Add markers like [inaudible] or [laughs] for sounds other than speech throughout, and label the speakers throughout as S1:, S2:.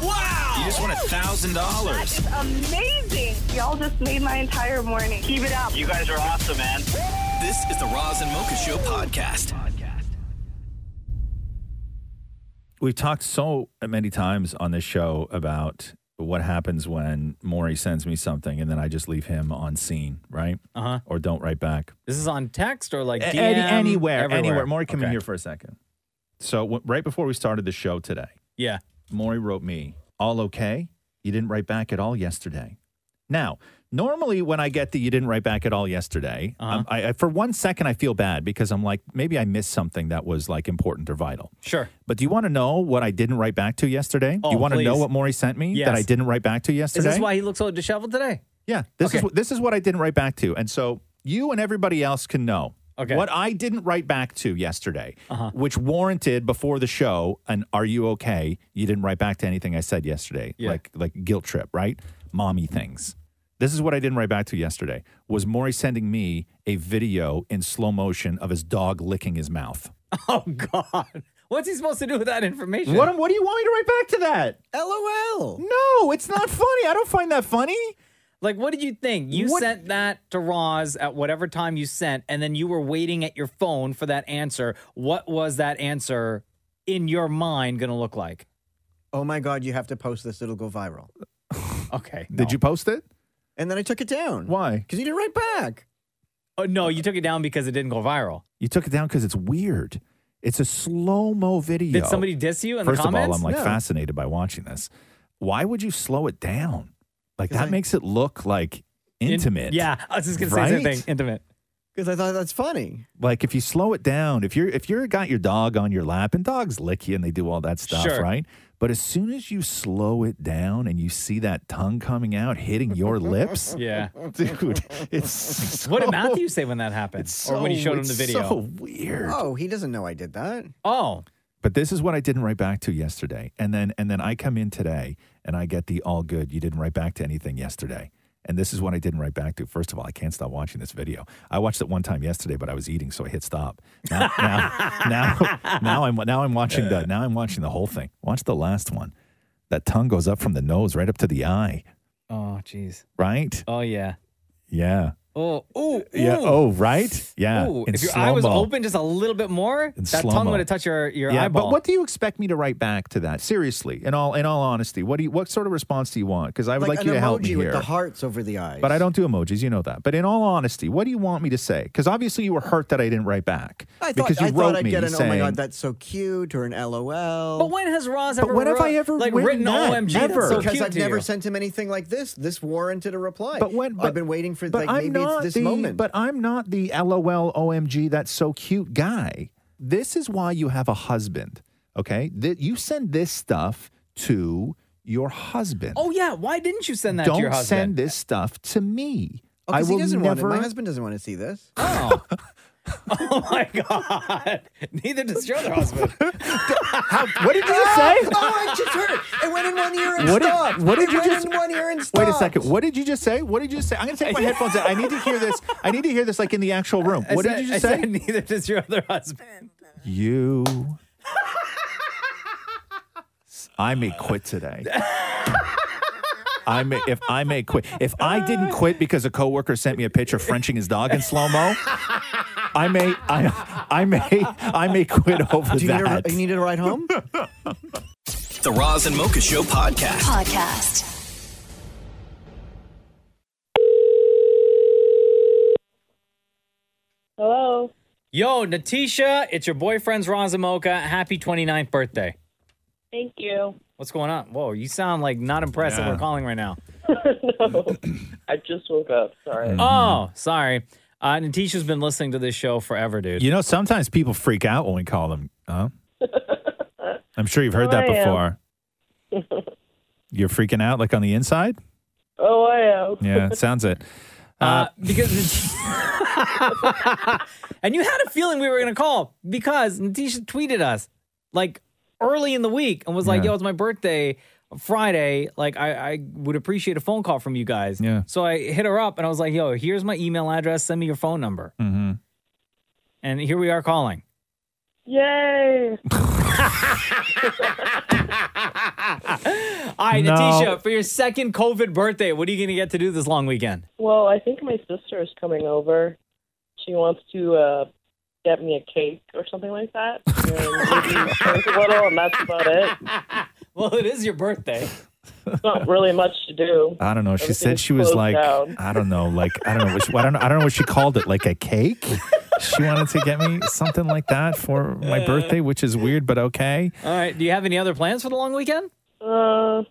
S1: Wow! You just won a thousand dollars.
S2: Amazing. Y'all just made my entire morning. Keep it up.
S3: You guys are awesome, man. This is the Roz and Mocha Show podcast.
S4: We've talked so many times on this show about what happens when Maury sends me something and then I just leave him on scene, right? Uh
S5: Uh-huh.
S4: huh. Or don't write back.
S5: This is on text or like
S4: A-
S5: DM?
S4: any- anywhere,
S5: everywhere?
S4: anywhere. Maury, come in
S5: Okay.
S4: here for a second. So w- right before we started the show today,
S5: Yeah.
S4: Maury wrote me, "All okay? You didn't write back at all yesterday." Now, normally when I get the "you didn't write back at all yesterday,"
S5: Uh-huh.
S4: um, I, I, for one second I feel bad because I'm like, maybe I missed something that was like important or vital.
S5: Sure.
S4: But do you want to know what I didn't write back to yesterday?
S5: Oh,
S4: you want to know
S5: please.
S4: what Maury sent me
S5: Yes.
S4: that I didn't write back to
S5: Is
S4: yesterday?
S5: this why he looks so disheveled today?
S4: Yeah, this is
S5: Okay.
S4: is this is what I didn't write back to, and so you and everybody else can know
S5: Okay.
S4: what I didn't write back to yesterday, which warranted before the show an "Are you okay?" You didn't write back to anything I said yesterday,
S5: Yeah.
S4: like like guilt trip, right? Mommy things. This is what I didn't write back to yesterday. Was Maury sending me a video in slow motion of his dog licking his mouth?
S5: Oh God. What's he supposed to do with that information?
S4: What what do you want me to write back to that?
S5: LOL.
S4: No, it's not funny. I don't find that funny.
S5: Like, what did you think? You
S4: What-
S5: sent that to Roz at whatever time you sent, and then you were waiting at your phone for that answer. What was that answer in your mind going to look like?
S6: Oh my God, you have to post this. It'll go viral.
S5: [laughs] Okay.
S4: Did you post it?
S6: And then I took it down.
S4: Why?
S6: Because you didn't write back.
S5: Oh, no, you took it down because it didn't go viral.
S4: You took it down because it's weird. It's a slow mo video.
S5: Did somebody diss you in
S4: First
S5: the
S4: of all,
S5: comments?
S4: I'm like
S6: No.
S4: fascinated by watching this. Why would you slow it down? Like
S6: 'Cause
S4: that
S6: I-
S4: makes it look like
S5: In-
S4: intimate.
S5: yeah, I was just going to say the same
S4: Right?
S5: thing. Intimate.
S6: Because I thought that's funny.
S4: Like if you slow it down, if you're if you're got your dog on your lap and dogs lick you and they do all that stuff,
S5: Sure.
S4: right? But as soon as you slow it down and you see that tongue coming out
S6: [laughs]
S4: hitting your lips,
S5: Yeah.
S4: [laughs] dude, it's so,
S5: What did Matthew say when that happened?
S4: It's
S5: or when you
S4: so-
S5: showed him the
S4: it's
S5: video?
S4: So weird.
S6: Oh, he doesn't know I did that.
S5: oh,
S4: But this is what I didn't write back to yesterday. And then and then I come in today and I get the all good. You didn't write back to anything yesterday. And this is what I didn't write back to. First of all, I can't stop watching this video. I watched it one time yesterday, but I was eating, so I hit stop. Now, now, now, now I'm now I'm watching the now I'm watching the whole thing. Watch the last one. That tongue goes up from the nose right up to the eye,
S5: oh, jeez.
S4: right?
S5: Oh, yeah.
S4: Yeah.
S5: Oh, ooh,
S4: Yeah.
S5: ooh.
S4: Oh, right. Yeah.
S5: Ooh,
S4: In
S5: if your eye was
S4: slow-mo.
S5: open just a little bit more,
S4: In
S5: that tongue
S4: slow-mo.
S5: would have touched your, your
S4: yeah,
S5: eyeball.
S4: but what do you expect me to write back to that? Seriously, in all in all honesty, what do you, what sort of response do you want? Because I would like,
S6: an
S4: you to
S6: emoji
S4: help me
S6: with
S4: here,
S6: the hearts over the eyes.
S4: but I don't do emojis. You know that. But in all honesty, what do you want me to say? Because obviously you were hurt that I didn't write back
S6: I thought,
S4: because you
S6: I
S4: wrote
S6: thought I'd
S4: me
S6: get an
S4: saying,
S6: "Oh my God, that's so cute" or an "LOL."
S5: But when has Roz
S4: But
S5: ever?
S4: when have
S5: wrote-
S4: I ever
S5: like
S4: written
S5: written
S4: that?
S5: OMG? that's
S4: Never.
S5: so
S6: because
S5: cute
S6: I've
S5: to
S6: never
S5: you.
S6: sent him anything like this. This warranted a reply.
S4: But when but-
S6: I've been waiting for
S4: but
S6: like
S4: I'm
S6: maybe
S4: not
S6: it's this
S4: the-
S6: moment.
S4: But I'm not the LOL OMG that's so cute guy. This is why you have a husband. Okay, that you send this stuff to your husband.
S5: Oh yeah, why didn't you send that
S4: don't
S5: to your husband?
S4: send this stuff to me.
S6: Oh,
S4: I
S6: 'cause
S4: will
S6: he doesn't
S4: never.
S6: want it. My husband doesn't want to see
S5: [laughs]
S6: this.
S5: Oh. [laughs] oh my god! [laughs] Neither does your other
S4: [laughs]
S5: husband.
S4: What did you
S6: oh, I just heard it. It went in one ear and
S4: What did-
S6: stopped.
S4: what did
S6: it
S4: you
S6: went
S4: just-
S6: in one ear and stopped.
S4: Wait a second. What did you just say? What did you just say? I'm
S6: [laughs]
S4: gonna take my headphones out. I need to hear this. I need to hear this like in the actual room.
S5: I
S4: What
S5: said-
S4: did you
S5: I
S4: just say?
S5: said [laughs] Neither does your other husband.
S4: You. I may quit today. I may if I may quit. If I didn't quit because a coworker sent me a picture frenching his dog in slow mo, I may I I may I may quit over
S6: Do you need,
S4: that. [laughs]
S6: a, you need a ride home?
S3: The the Roz and Mocha Show podcast.
S7: Podcast.
S2: Hello.
S5: Yo, Natisha, it's your boyfriend's Razamoka. Happy 29th birthday.
S2: Thank you. [laughs]
S5: What's going on? Whoa, you sound like not impressed that
S2: Yeah.
S5: we're calling right
S2: [laughs]
S5: now.
S2: I just woke up. Sorry.
S4: Mm-hmm.
S5: Oh, sorry. Uh, Natisha's been listening to this show forever, dude.
S4: You know, sometimes people freak out when we call them. Huh? I'm sure you've heard
S2: Oh,
S4: that
S2: I am.
S4: before. You're freaking out like on the inside?
S2: oh, I am.
S4: Yeah, it sounds it. [laughs] Uh,
S5: because [laughs] and you had a feeling we were going to call because Natisha tweeted us like early in the week and was like,
S4: Yeah.
S5: yo, it's my birthday Friday. Like, I, I would appreciate a phone call from you guys.
S4: Yeah.
S5: So I hit her up and I was like, yo, here's my email address. Send me your phone number.
S4: hmm
S5: And here we are calling.
S2: [laughs] Yay.
S5: All right,
S2: No.
S5: Natisha, for your second COVID birthday, what are you going to get to do this long weekend? [laughs]
S2: Well, I think my sister is coming over. She wants to uh, get me a cake or something like
S5: [laughs]
S2: that. And maybe a little, and that's about it.
S5: Well, it is your birthday.
S2: It's not really much to do.
S4: I don't know. She said
S2: Everything's
S4: she was
S2: closed
S4: like,
S2: down.
S4: I don't know, like I don't know. What she, I don't know. I don't know what she called it, like a cake. She wanted to get me something like that for my birthday, which is weird, but okay.
S5: All right, do you have any other plans for the long weekend?
S2: Uh,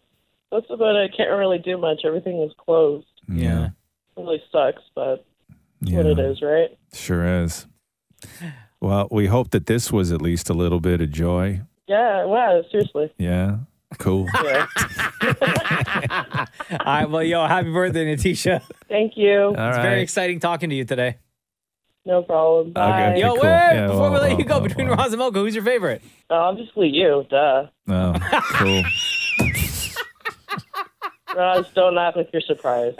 S2: that's about it. I can't really do much. Everything is closed.
S4: Yeah,
S2: It really sucks, but it's what it is, right?
S4: sure is. Well, we hope that this was at least a little bit of joy.
S2: Yeah, wow, seriously.
S4: Yeah, cool.
S2: Yeah.
S5: All right, well, yo, happy birthday, Natisha.
S2: Thank you.
S5: it's very exciting talking to you today.
S2: No problem. Bye.
S5: Yo, wait, before we let you go, between Roz and Mocha, who's your favorite?
S2: Uh, Obviously you, duh.
S4: Oh, cool.
S5: [laughs]
S2: Roz, don't knock with your surprise.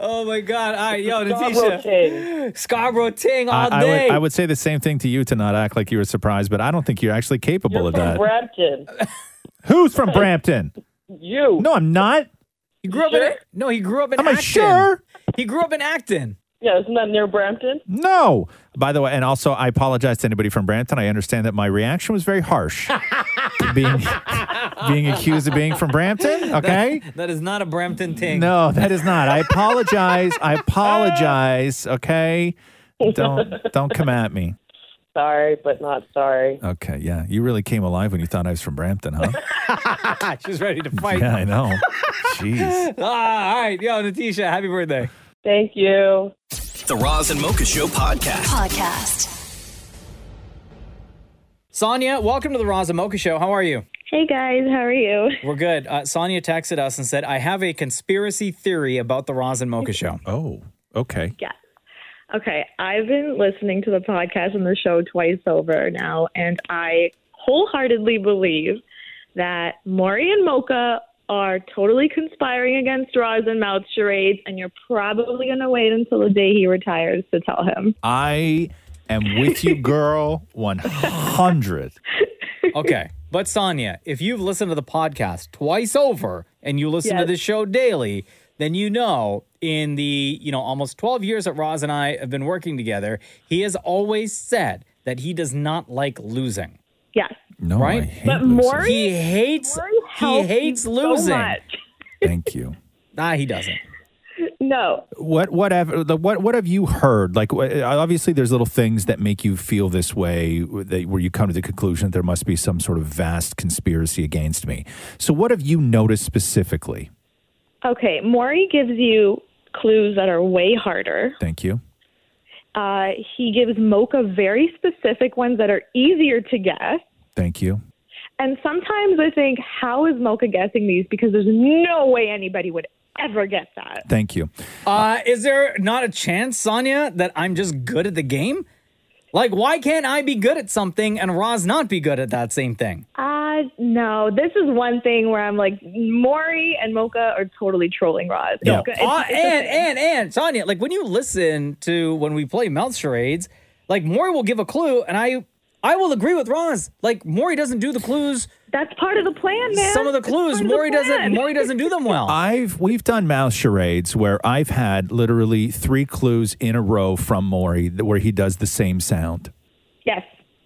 S5: Oh my God! All right, yo,
S2: Scarborough
S5: Natisha, Scarborough Ting all
S4: I, I
S5: day.
S4: would, I would say the same thing to you to not act like you were surprised, but I don't think you're actually capable of that.
S2: Brampton.
S4: Who's [laughs] from Brampton?
S2: You.
S4: No, I'm not.
S5: He grew up in no, he grew up in
S4: Am I
S5: Acton.
S4: sure?
S5: He grew up in Acton.
S2: Yeah, isn't that near Brampton?
S4: No. By the way, and also I apologize to anybody from Brampton. I understand that my reaction was very harsh. being being accused of being from Brampton,
S5: [laughs]
S4: okay?
S5: That- that is not a Brampton Ting.
S4: No, that is not. I apologize. I apologize, okay? Don't don't come at me.
S2: Sorry, but not sorry.
S4: Okay, yeah. You really came alive when you thought I was from Brampton, huh?
S5: [laughs] She's ready [laughs] to fight.
S4: Yeah, I know. Jeez.
S5: [laughs] Ah, all right, yo, Natisha, happy birthday.
S2: Thank you.
S3: The Roz and Mocha Show podcast.
S7: Podcast.
S5: Sonia, welcome to the Roz and Mocha Show. How are you?
S8: Hey guys, how are you?
S5: We're good. Uh, Sonia texted us and said, I have a conspiracy theory about the Roz and Mocha Show.
S4: Oh, okay.
S8: Yeah. Okay, I've been listening to the podcast and the show twice over now, and I wholeheartedly believe that Maury and Mocha are totally conspiring against Roz and Mouth charades, and you're probably going to wait until the day he retires to tell him.
S4: I am with you, girl, 100.
S5: Okay. But Sonia, if you've listened to the podcast twice over and you listen to
S8: Yes.
S5: the show daily, then you know in the, you know, almost 12 years that Roz and I have been working together, he has always said that he does not like losing.
S8: Yes.
S4: No,
S5: right?
S8: But Maury,
S5: he hates he
S8: helps
S5: hates
S8: so
S5: losing.
S8: much.
S4: Thank you.
S5: Nah, he doesn't.
S8: No.
S4: What what have the- what what have you heard? Like wh- obviously, there's little things that make you feel this way, that, where you come to the conclusion that there must be some sort of vast conspiracy against me. So, what have you noticed specifically?
S8: Okay, Maury gives you clues that are way harder.
S4: Thank you.
S8: Uh, he gives Mocha very specific ones that are easier to guess.
S4: Thank you.
S8: And sometimes I think, how is Mocha guessing these? Because there's no way anybody would ever get that.
S4: Thank you.
S5: Uh, is there not a chance, Sonia, that I'm just good at the game? Like, why can't I be good at something and Roz not be good at that same thing?
S8: Uh, no, this is one thing where I'm like, Maury and Mocha are totally trolling Roz.
S5: No.
S8: Mocha-
S5: Uh,
S8: it's- it's a
S5: and
S8: thing.
S5: and and Sonia, like when you listen to when we play mouth charades, like Maury will give a clue, and I I will agree with Roz. Like Maury doesn't do the clues.
S8: That's part of the plan, man.
S5: Some of the
S8: That's part
S5: clues
S8: of the
S5: Maury doesn't
S8: plan.
S5: Maury doesn't do them well.
S4: I've we've done mouth charades where I've had literally three clues in a row from Maury that- where he does the same sound.
S8: Yes.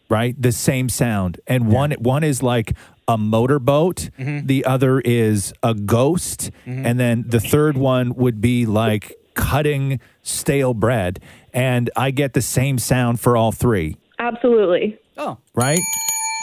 S4: right? The same sound. And one one is like a motorboat, the other is a ghost, and then the third one would be like cutting stale bread. And I get the same sound for all three,
S8: [laughs] Absolutely.
S5: Oh,
S4: right?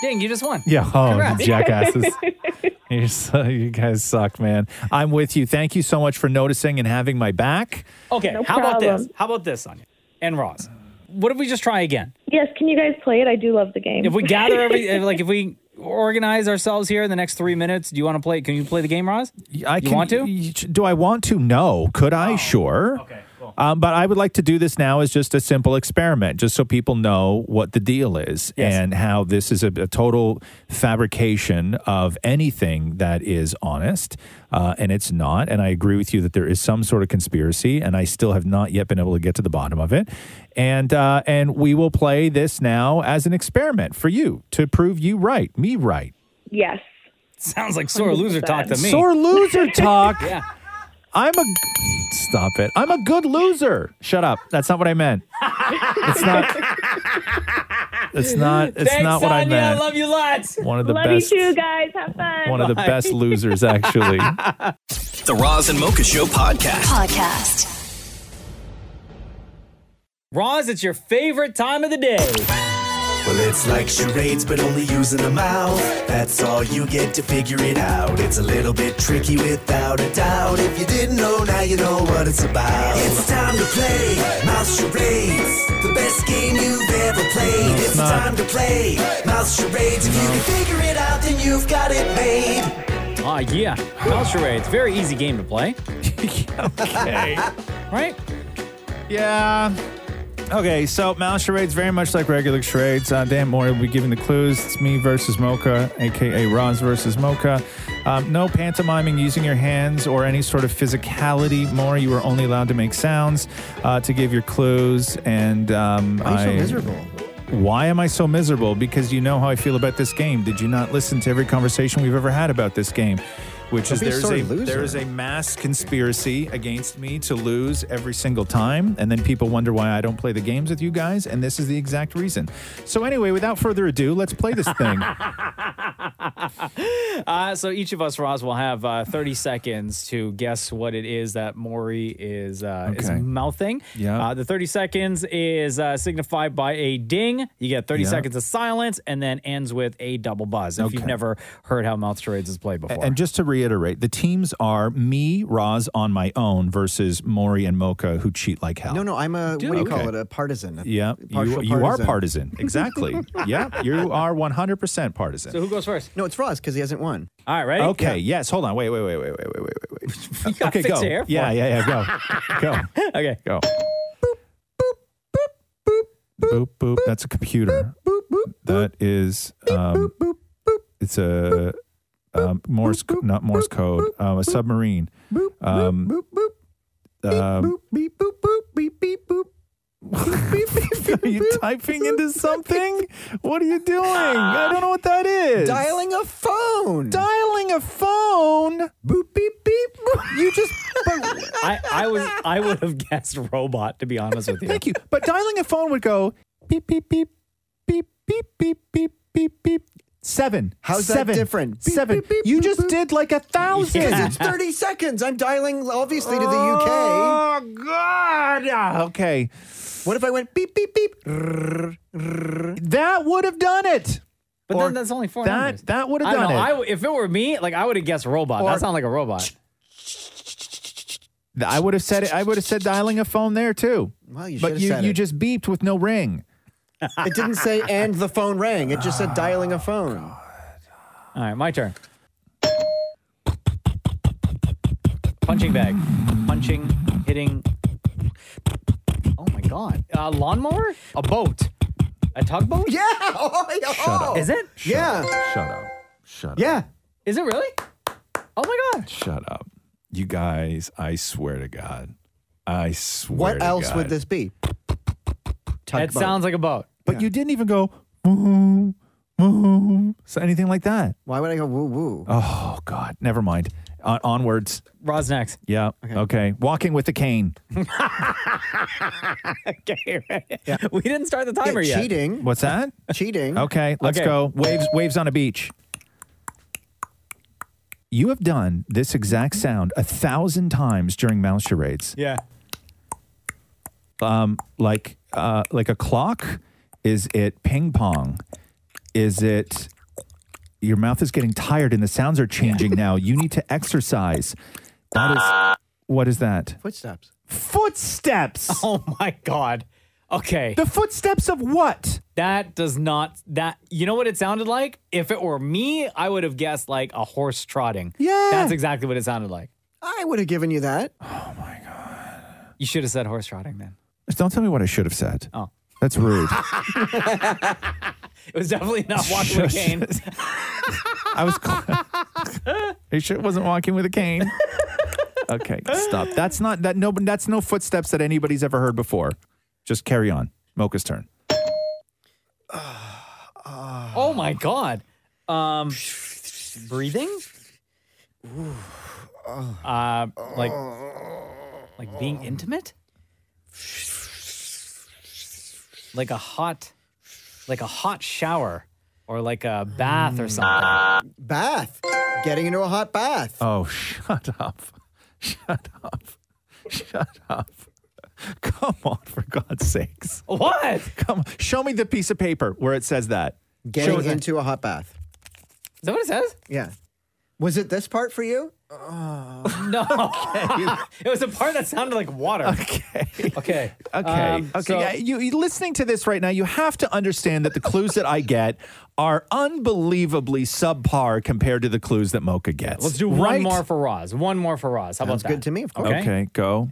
S5: dang! You just won.
S4: Yeah. Oh,
S5: Congrats.
S4: you jackasses. [laughs] You're so, you guys suck, man. I'm with you. Thank you so much for noticing and having my back.
S5: [laughs] Okay,
S8: No
S5: how about
S8: problem.
S5: this? How about this, Sonia and Roz? What if we just
S8: [laughs]
S5: try again?
S8: Yes, can you guys play it? I do love the game.
S5: If we
S8: [laughs]
S5: gather every, if, like if we organize ourselves here in the next three minutes, do you want to play? Can you play the game, Roz?
S4: I
S5: you want to? Oh.
S4: Do I want to? No. Could I? sure. Okay. Cool. Um, but I would like to do this now as just a simple experiment, just so people know what the deal is and how this is a, a total fabrication of anything that is honest, uh, and it's not. And I agree with you that there is some sort of conspiracy, and I still have not yet been able to get to the bottom of it. And uh, and we will play this now as an experiment for you to prove you right, me right.
S8: yes.
S5: Sounds like sore loser talk to me.
S4: Sore loser
S5: [laughs]
S4: talk.
S5: yeah.
S4: I'm a. Stop it. I'm a good loser. Shut up. That's not what I meant. It's not. It's not. It's
S5: Thanks,
S4: not what I
S5: Sonia.
S4: meant.
S5: love you lots.
S4: One of the Love you best- too,
S8: guys. Have fun.
S4: One of the best
S5: [laughs]
S4: losers, actually.
S3: [laughs] The Roz and Mocha Show podcast.
S7: Podcast.
S5: Roz, it's your favorite time of the day.
S9: Well, it's like charades, but only using the mouth. That's all you get to figure it out. It's a little bit tricky without a doubt. If you didn't know, now you know what it's about. It's time to play Mouth Charades, the best game you've ever played. it's
S4: not.
S9: time to play Mouth Charades. If you can figure it out, then you've got it made.
S5: Ah, yeah. Mouse charades. Very easy game to play.
S4: [laughs] okay.
S5: Right?
S4: Yeah. Okay, so mouse charades very much like regular charades. Uh, Dan Moore will be giving the clues. It's me versus Mocha, aka Roz versus Mocha. Um, no pantomiming using your hands or any sort of physicality. More, you are only allowed to make sounds uh, to give your clues. And um,
S6: Why are you so
S4: I-
S6: miserable?
S4: Why am I so miserable? Because you know how I feel about this game. Did you not listen to every conversation we've ever had about this game? Which
S6: Don't
S4: is
S6: be a
S4: there's
S6: sore
S4: a
S6: loser.
S4: there is a mass conspiracy against me to lose every single time, and then people wonder why I don't play the games with you guys, and this is the exact reason. So anyway, without further ado, let's play this
S6: [laughs]
S4: thing.
S5: [laughs] Uh, so each of us, Roz, will have uh, 30 seconds to guess what it is that Maury is uh, is
S4: Okay.
S5: mouthing.
S4: Yeah.
S5: Uh, the 30 seconds is uh, signified by a ding. You get 30
S4: Yeah.
S5: seconds of silence and then ends with a double buzz. If you've
S4: Okay.
S5: never heard how mouth charades is played before.
S4: And just to reiterate, the teams are me, Roz on my own versus Maury and Mocha who cheat like hell.
S6: No, no, I'm a, what do you
S4: Okay.
S6: call it? A partisan.
S4: Yeah, you,
S6: partial
S4: you are
S6: partisan.
S4: partisan.
S6: [laughs]
S4: Exactly. yeah, you are 100% partisan.
S5: who goes first?
S6: No, it's Ross because he hasn't won.
S5: All right, ready?
S4: Okay. Yes. Hold on. Wait. Wait. Wait. Wait. Wait. Wait.
S5: [laughs]
S4: Wait. Wait. Wait.
S5: gotta
S4: okay.
S5: fix
S4: Go.
S5: your hair for
S4: yeah.
S5: it.
S4: Yeah.
S5: [laughs]
S4: Yeah. [laughs] Go. go.
S5: Okay.
S4: Go. Boop boop. That's a computer. That is. Um, it's a um, Morse, co- not Morse code. Um, a submarine. Um, boop boop. Um, beep boop boop beep beep boop. [laughs] are you typing into something? What are you doing? I don't know what that is.
S6: Dialing a phone.
S4: Dialing a phone. Boop beep beep. boop. [laughs] You just. But,
S5: I, I was I would have guessed robot to be honest
S4: [laughs]
S5: with you.
S4: thank you. But dialing a phone would go beep beep beep beep beep beep beep beep beep. Seven.
S6: How's that
S4: Seven.
S6: different? Beep,
S4: Seven.
S6: beep, beep,
S4: you
S6: boop,
S4: just
S6: boop.
S4: did like a thousand.
S6: Because it's
S4: [laughs]
S6: 30 seconds. I'm dialing, obviously, to the UK.
S4: Oh God! Ah, Okay,
S6: What if I went beep, beep, beep?
S4: that would have done it.
S5: But
S4: Or
S5: then that's only four
S4: that-
S5: numbers.
S4: that would've
S5: I know,
S4: done it.
S5: I w- if it were me, like I would have guessed robot.
S4: Or-
S5: that sounds like a robot.
S4: I would have said it. I would have said dialing a phone there too.
S6: Well, you
S4: but
S6: should've
S4: you
S6: said
S4: you
S6: it.
S4: just beeped with no ring.
S6: It didn't say, and the phone rang. It just said dialing a phone.
S5: All right, my turn. Punching bag. Punching, hitting. Oh my God. A lawnmower? A boat? A tugboat? [laughs]
S6: Yeah. Oh, yeah.
S4: up.
S5: Is it?
S6: Yeah.
S4: Shut up. Shut up.
S6: Yeah.
S5: Is it really? Oh my God.
S4: Shut up. You guys, I swear to God. I swear
S6: What
S4: to
S6: else
S4: God.
S6: would this be?
S5: That sounds like a boat.
S4: But you didn't even go, woo, woo, so anything like that.
S6: Why would I go woo woo?
S4: Oh, God. Never mind. On onwards.
S5: Roz next.
S4: Yeah. Okay. Walking with a cane.
S5: [laughs] okay, right. We didn't start the timer yet.
S4: What's that?
S6: Hmm. [laughs] cheating.
S4: Okay, let's
S5: Okay.
S4: go. Waves, waves on a beach. You have done this exact sound a thousand times during mouse charades.
S5: Yeah.
S4: Um, like, uh, like a clock. Is it ping pong? Is it your mouth is getting tired and the sounds are changing now? You need to exercise. That is what is that?
S6: Footsteps.
S5: [laughs]
S4: Footsteps.
S5: Oh my god. Okay.
S4: The footsteps of what?
S5: That does not that you know what it sounded like? If it were me, I would have guessed like a horse trotting.
S6: Yeah.
S5: That's exactly what it sounded like.
S6: I would have given you that.
S5: You should have said horse trotting then.
S4: Don't tell me what I should have said.
S5: Oh.
S4: That's rude.
S5: [laughs] It was definitely not walking with a
S6: [laughs]
S5: cane.
S4: I was. [laughs] Cl- Are you sure it wasn't walking with a cane? Okay, stop. That's not that. No, that's no footsteps that anybody's ever heard before. Just carry on. Mocha's turn.
S5: Oh my god. Um breathing? Uh like like being intimate? Like a hot like a hot shower or like a bath or something.
S6: Bath. Getting into a hot bath.
S4: Oh, [laughs] shut up. Shut up. Shut up. Come on, for God's sakes.
S5: What?
S4: Come on. Show me the piece of paper where it says that.
S6: Getting
S4: Show-
S6: into a hot bath.
S5: Is that what it says?
S6: Yeah. Was it this part for you?
S5: No. [laughs] it was a part that sounded like water. Okay. Okay.
S4: Okay.
S5: Um,
S4: okay.
S5: so-
S4: yeah, you, you listening to this right now, you have to understand that the clues that I get are unbelievably subpar compared to the clues that Mocha gets.
S5: Let's do one
S4: Right?
S5: more for Roz. One more for Roz. How
S4: Sounds
S5: about that?
S4: good to me, of course.
S5: [laughs]
S4: Okay, go.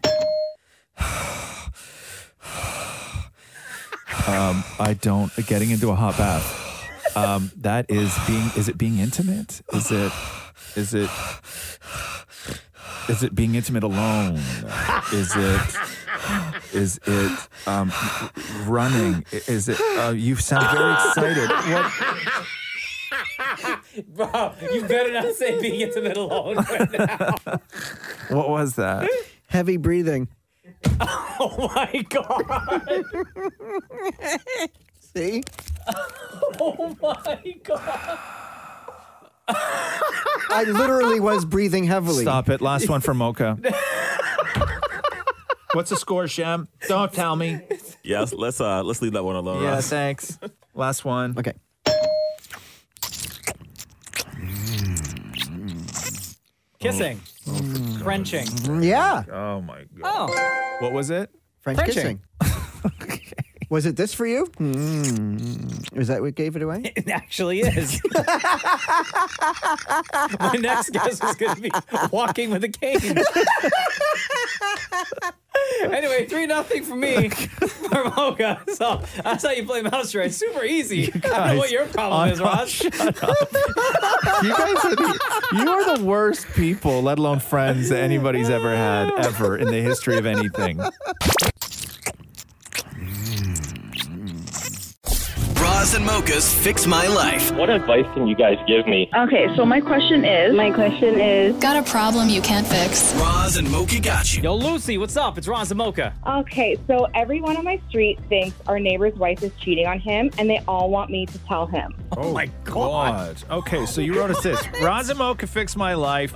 S4: Um, I don't getting into a hot bath. Um, that is being is it being intimate? Is it is it is it being intimate alone? Is it is it um, running? Is it uh, you sound very excited. What
S5: Bro, you better not say being intimate alone right now.
S4: [laughs] what was that?
S6: [laughs] Heavy breathing.
S5: Oh my god.
S4: [laughs]
S6: See?
S5: [laughs] Oh my god.
S6: I literally was breathing heavily.
S4: Stop it. Last one for Mocha. [laughs] What's the score, Shem? Don't tell me.
S10: Yes, let's uh let's leave that one alone.
S4: Yeah, thanks. Last one.
S6: Okay.
S5: Kissing. Frenching.
S6: [laughs] Yeah.
S4: Mm. Oh my god.
S5: Oh.
S4: What was it?
S6: French
S5: Frenching. [laughs]
S6: kissing. was it this for you? Mm. Is that what gave it away?
S5: It actually
S6: [laughs]
S5: is. My next guess was going to be walking with a cane. [laughs] anyway, 3 nothing for me for Mocha. So that's how you play Mouse Trade. Super easy. I don't know what your problem is, Roz.
S4: You guys are the you are the worst people, let alone friends that anybody's ever had ever in the history of anything.
S3: Roz and Mocha's Fix My Life.
S11: What advice can you guys give me?
S12: Okay, so my question is. My question is.
S7: Got a problem you can't fix.
S3: Roz and Mocha got you.
S5: Yo, Lucy, what's up? It's Roz and Mocha.
S12: Okay, so everyone on my street thinks our neighbor's wife is cheating on him, and they all want me to tell him.
S4: [laughs] Oh, my god. Okay, so you wrote us [laughs] this. Razamo can fix my [gasps] life.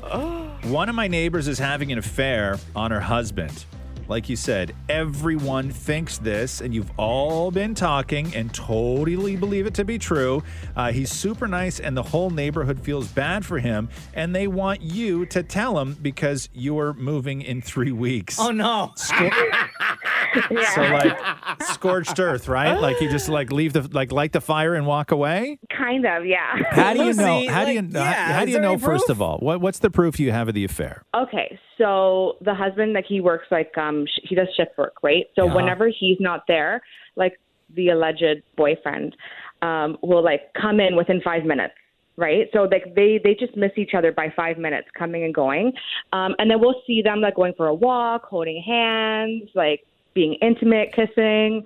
S4: One of my neighbors is having an affair on her husband. Like you said, everyone thinks this, and you've all been talking and totally believe it to be true. Uh, he's super nice, and the whole neighborhood feels bad for him, and they want you to tell him because you're moving in three weeks.
S5: Oh no.
S4: [laughs] So like scorched earth, right? Like you just like leave the like light the fire and walk away.
S12: Kind of, yeah. [laughs]
S4: How do you know? How do you know? how, do you know? First of all, what what's the proof you have of the affair?
S12: Okay, so the husband, like, he works, like, um, sh- he does shift work, right? So
S4: Yeah.
S12: whenever he's not there, like, the alleged boyfriend um, will, like, come in within five minutes. Right, so like they they just miss each other by five minutes, coming and going, um, and then we'll see them like going for a walk, holding hands, like being intimate, kissing,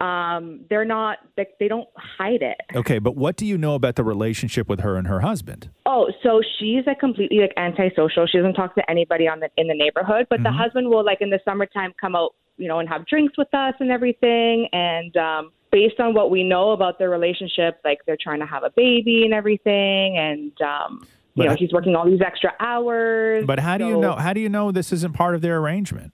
S12: Um, they're not, they, they don't hide it.
S4: Okay, but what do you know about the relationship with her and her husband?
S12: Oh, so she's like completely like antisocial. She doesn't talk to anybody on the in the neighborhood. But
S5: Mm-hmm.
S12: the husband will like in the summertime come out, you know, and have drinks with us and everything. And um, based on what we know about their relationship, like they're trying to have a baby and everything. And um, you
S4: But
S12: know,
S4: I-
S12: he's working all these extra hours.
S4: But how do you
S12: So
S4: know? How do you know this isn't part of their arrangement?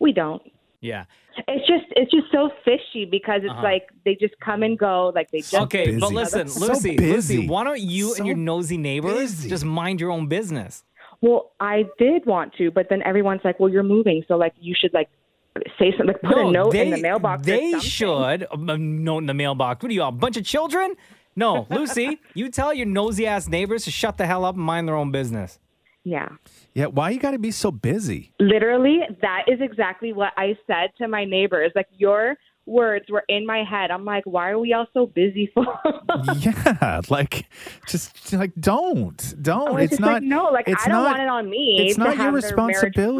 S12: We don't.
S5: Yeah.
S12: It's just it's just so fishy because it's
S5: Uh-huh.
S12: like they just come and go. Like they just
S5: okay, but listen, Lucy, Lucy, why don't you
S12: So
S5: and your nosy neighbors just mind your own business?
S12: Well, I did want to, but then everyone's like, "Well, you're moving, so like you should like say something, like put a note in the mailbox." or
S5: They
S12: something."
S5: should a note in the mailbox. What are you, a bunch of children? No,
S12: [laughs]
S5: Lucy, you tell your nosy ass neighbors to shut the hell up and mind their own business.
S12: Yeah.
S4: Yeah, why you got to be so busy? [laughs]
S12: Literally, that is exactly what I said to my neighbors. Like your words were in my head. I'm like, "Why are we all so busy [laughs] for?"
S4: yeah, like just like don't, don't.
S12: I was
S4: it's
S12: just
S4: not
S12: like, no, like,
S4: it's
S12: I don't
S4: not-
S12: want it on me
S4: It's
S12: to
S4: not your
S12: have their marriage ruined.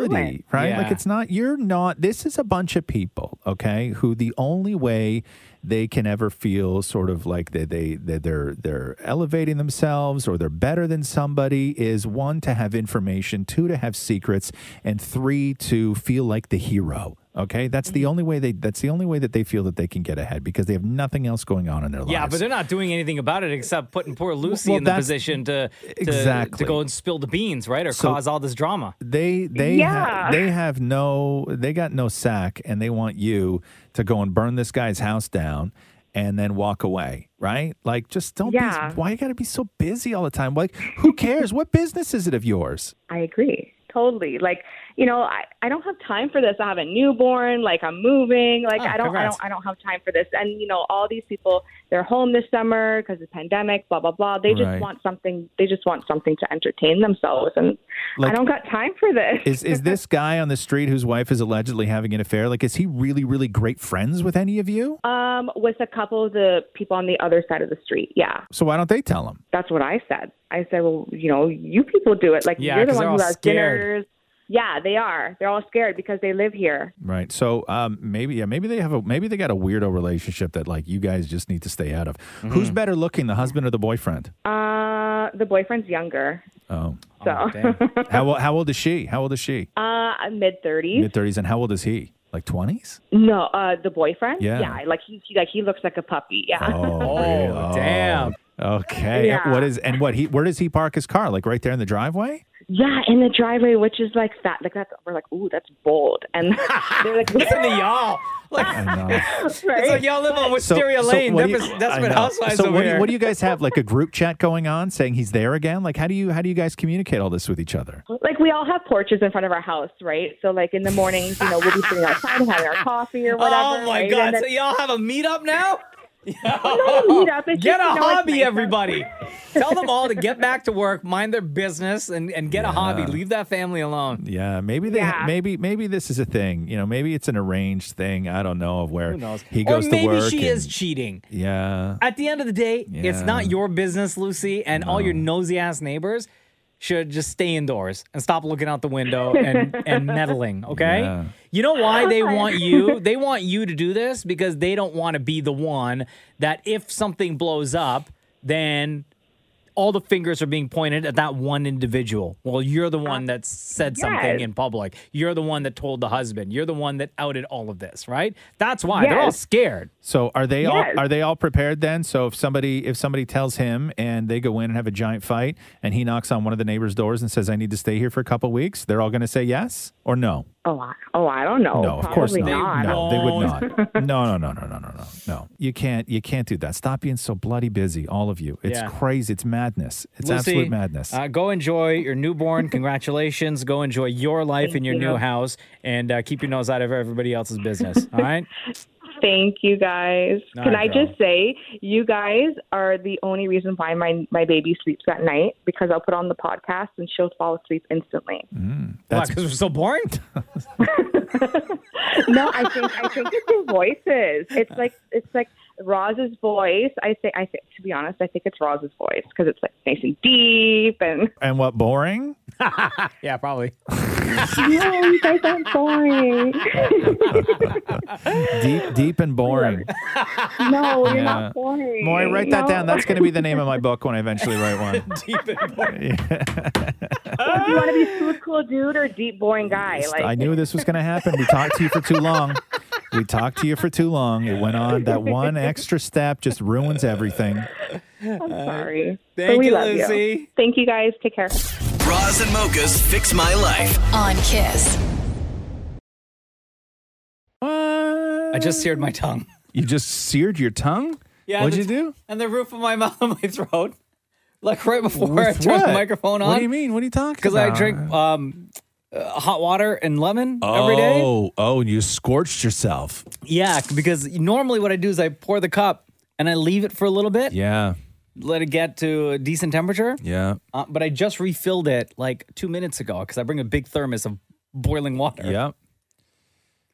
S4: responsibility, right? Like
S5: Yeah.
S4: it's not. You're not. This is a bunch of people, okay, who the only way they can ever feel sort of like they they that they're they're elevating themselves or they're better than somebody is one to have information, two to have secrets, and three to feel like the hero. Okay, that's
S5: Mm-hmm.
S4: the only way they. That's the only way that they feel that they can get ahead because they have nothing else going on in their lives.
S5: Yeah, but they're not doing anything about it except putting poor Lucy
S4: Well,
S5: in the
S4: that's-
S5: position to, to to
S4: Exactly.
S5: go and spill the beans, right, or
S4: So-
S5: cause all this drama.
S4: They they
S5: Yeah.
S4: ha- they have no they got no sack and they want you to go and burn this guy's house down and then walk away, right? Like just don't
S12: Yeah.
S4: be why you got to be so busy all the time? Like who cares? what business is it of yours?
S12: I agree. Totally. Like, you know, I, I don't have time for this. I have a newborn, like I'm moving. Like
S13: Ah,
S12: I don't I
S13: congrats.
S12: don't I don't have time for this. And you know, all these people, they're home this summer because of the pandemic, blah blah blah. They just
S4: Right.
S12: want something they just want something to entertain themselves and
S4: Like-
S12: I don't got time for this.
S4: Is is this guy on the street whose wife is allegedly having an affair? Like is he really really great friends with any of you?
S12: um with a couple of the people on the other side of the street. Yeah.
S4: So why don't they tell him?
S12: That's what I said. I said, Well, you know, you people do it. Like
S4: Yeah,
S12: you're the
S4: 'cause
S12: one
S4: they're
S12: who
S4: all
S12: has
S4: scared.
S12: dinners. Yeah, they are. They're all scared because they live here.
S4: Right. So um, maybe yeah, maybe they have a maybe they got a weirdo relationship that like you guys just need to stay out of.
S5: Mm-hmm.
S4: Who's better looking, the husband or the boyfriend?
S12: Uh the boyfriend's younger.
S4: Oh.
S12: So
S5: [laughs]
S4: how old, how old is she? How old is she?
S12: [laughs] Uh, mid thirties.
S4: Mid thirties, and how old is he? Like twenties?
S12: No, uh, the boyfriend.
S4: Yeah. Oh,
S12: like he, he like he looks like a puppy. Yeah. [laughs]
S5: Oh, damn.
S4: Okay.
S12: Yeah.
S4: What is and what he? Where does he park his car? Like right there in the driveway?
S12: Yeah, in the driveway, which is like that. Like that's we're like, ooh, that's bold. And
S5: [laughs]
S12: they're like, [laughs]
S5: listen to
S4: [laughs]
S5: y'all. Like,
S12: it's
S5: like y'all live on Wisteria Lane.
S4: what
S5: That
S4: do you-
S5: was- that's
S4: I
S5: what
S4: know.
S5: Housewives
S4: So
S5: over
S4: what do, you,
S5: here.
S4: what do you guys have?
S5: [laughs]
S4: Like a group chat going on, saying he's there again? Like how do you how do you guys communicate all this with each other?
S12: Like we all have porches in front of our house, right? So like in the mornings, you know, we'll be sitting outside and having our coffee or whatever.
S5: [laughs] Oh my
S12: right?
S5: god!
S12: And then-
S5: So y'all have a meetup now?
S12: [laughs] not a meetup, it's
S5: get
S12: just, you
S5: a
S12: know, it's
S5: hobby,
S12: nice out. [laughs]
S5: everybody. Tell them all to get back to work, mind their business, and, and get a hobby.
S4: Yeah.
S5: Leave that family alone.
S4: Yeah, maybe
S5: [laughs]
S4: they
S5: Yeah.
S4: [laughs] maybe maybe this is a thing. You know, maybe it's an arranged thing. I don't know of where
S5: Who knows?
S4: he goes
S5: or maybe
S4: to work.
S5: she is
S4: and-
S5: cheating.
S4: Yeah.
S5: At the end of the day, it's
S4: Yeah.
S5: not your business, Lucy, and all your nosy ass neighbors should just stay indoors and stop looking out the window and,
S4: [laughs]
S5: and meddling, okay?
S4: Yeah.
S5: You know why they want you? They want you to do this because they don't want to be the one that if something blows up, then all the fingers are being pointed at that one individual. Well, you're the one that said something
S14: yes.
S5: in public. You're the one that told the husband. You're the one that outed all of this, right? That's why they're all
S4: Yes.
S5: scared.
S4: So are they
S5: Yes.
S4: all are they all prepared then? So if somebody if somebody tells him and they go in and have a giant fight and he knocks on one of the neighbor's doors and says I need to stay here for a couple weeks, they're all going to say yes or no.
S12: Oh, I, oh, I don't know.
S4: No, of course
S12: Probably
S4: not.
S12: not.
S4: No, they would not. No, no, no, no, no, no, no. No. You can't you can't do that. Stop being so bloody busy, all of you. It's
S5: Yeah.
S4: crazy. It's madness. It's
S5: Lucy,
S4: absolute madness.
S5: Uh, go enjoy your newborn. Congratulations. Go enjoy your life in your
S12: you.
S5: new house and uh, keep your nose out of everybody else's business. All right?
S12: Thank you guys.
S5: All
S12: Can
S5: right,
S12: I
S5: girl.
S12: just say, you guys are the only reason why my, my baby sleeps at night because I'll put on the podcast and she'll fall asleep instantly.
S4: Hmm, Mm.
S5: That's because we're so boring.
S12: no, I think I think it's
S4: [laughs]
S12: their voices. It's like it's like Roz's voice. I think I think to be honest, I think it's Roz's voice because it's like nice and deep and
S4: and what boring?
S5: [laughs] yeah, probably.
S8: no, you guys aren't boring.
S4: deep, deep
S8: [laughs]
S4: and boring.
S8: no, Oh, you're
S4: Yeah.
S8: not boring.
S4: Maury, write that
S8: No.
S4: down. That's going to be the name of my book when I eventually
S8: [laughs]
S4: write one.
S5: Deep and boring.
S12: Do you want to be smooth, cool dude or deep, boring guy? Like,
S4: I knew this was going to happen. We talked to you for too long. We talked to you for too long. It went on. That one extra step just ruins everything.
S8: I'm sorry.
S12: But
S8: But we
S12: we
S8: love you. Thank you guys. Take care.
S3: Bras and mochas fix my life.
S7: on Kiss.
S4: Uh,
S5: I just seared my tongue.
S4: You just seared your tongue? What'd you
S5: and
S4: do?
S5: the- And the roof of my [laughs] mouth and my throat. Like right before I
S4: With
S5: turned
S4: what?
S5: the microphone on.
S4: What do you mean? What are you talking
S5: Because I
S4: about?
S5: drink um, uh, hot water and lemon
S4: Oh,
S5: every day.
S4: oh, and you scorched yourself.
S5: Yeah, because normally what I do is I pour the cup and I leave it for a little bit,
S4: Yeah,
S5: let it get to a decent temperature.
S4: yeah.
S5: Uh, but I just refilled it like two minutes ago because I bring a big thermos of boiling water.
S4: Yep.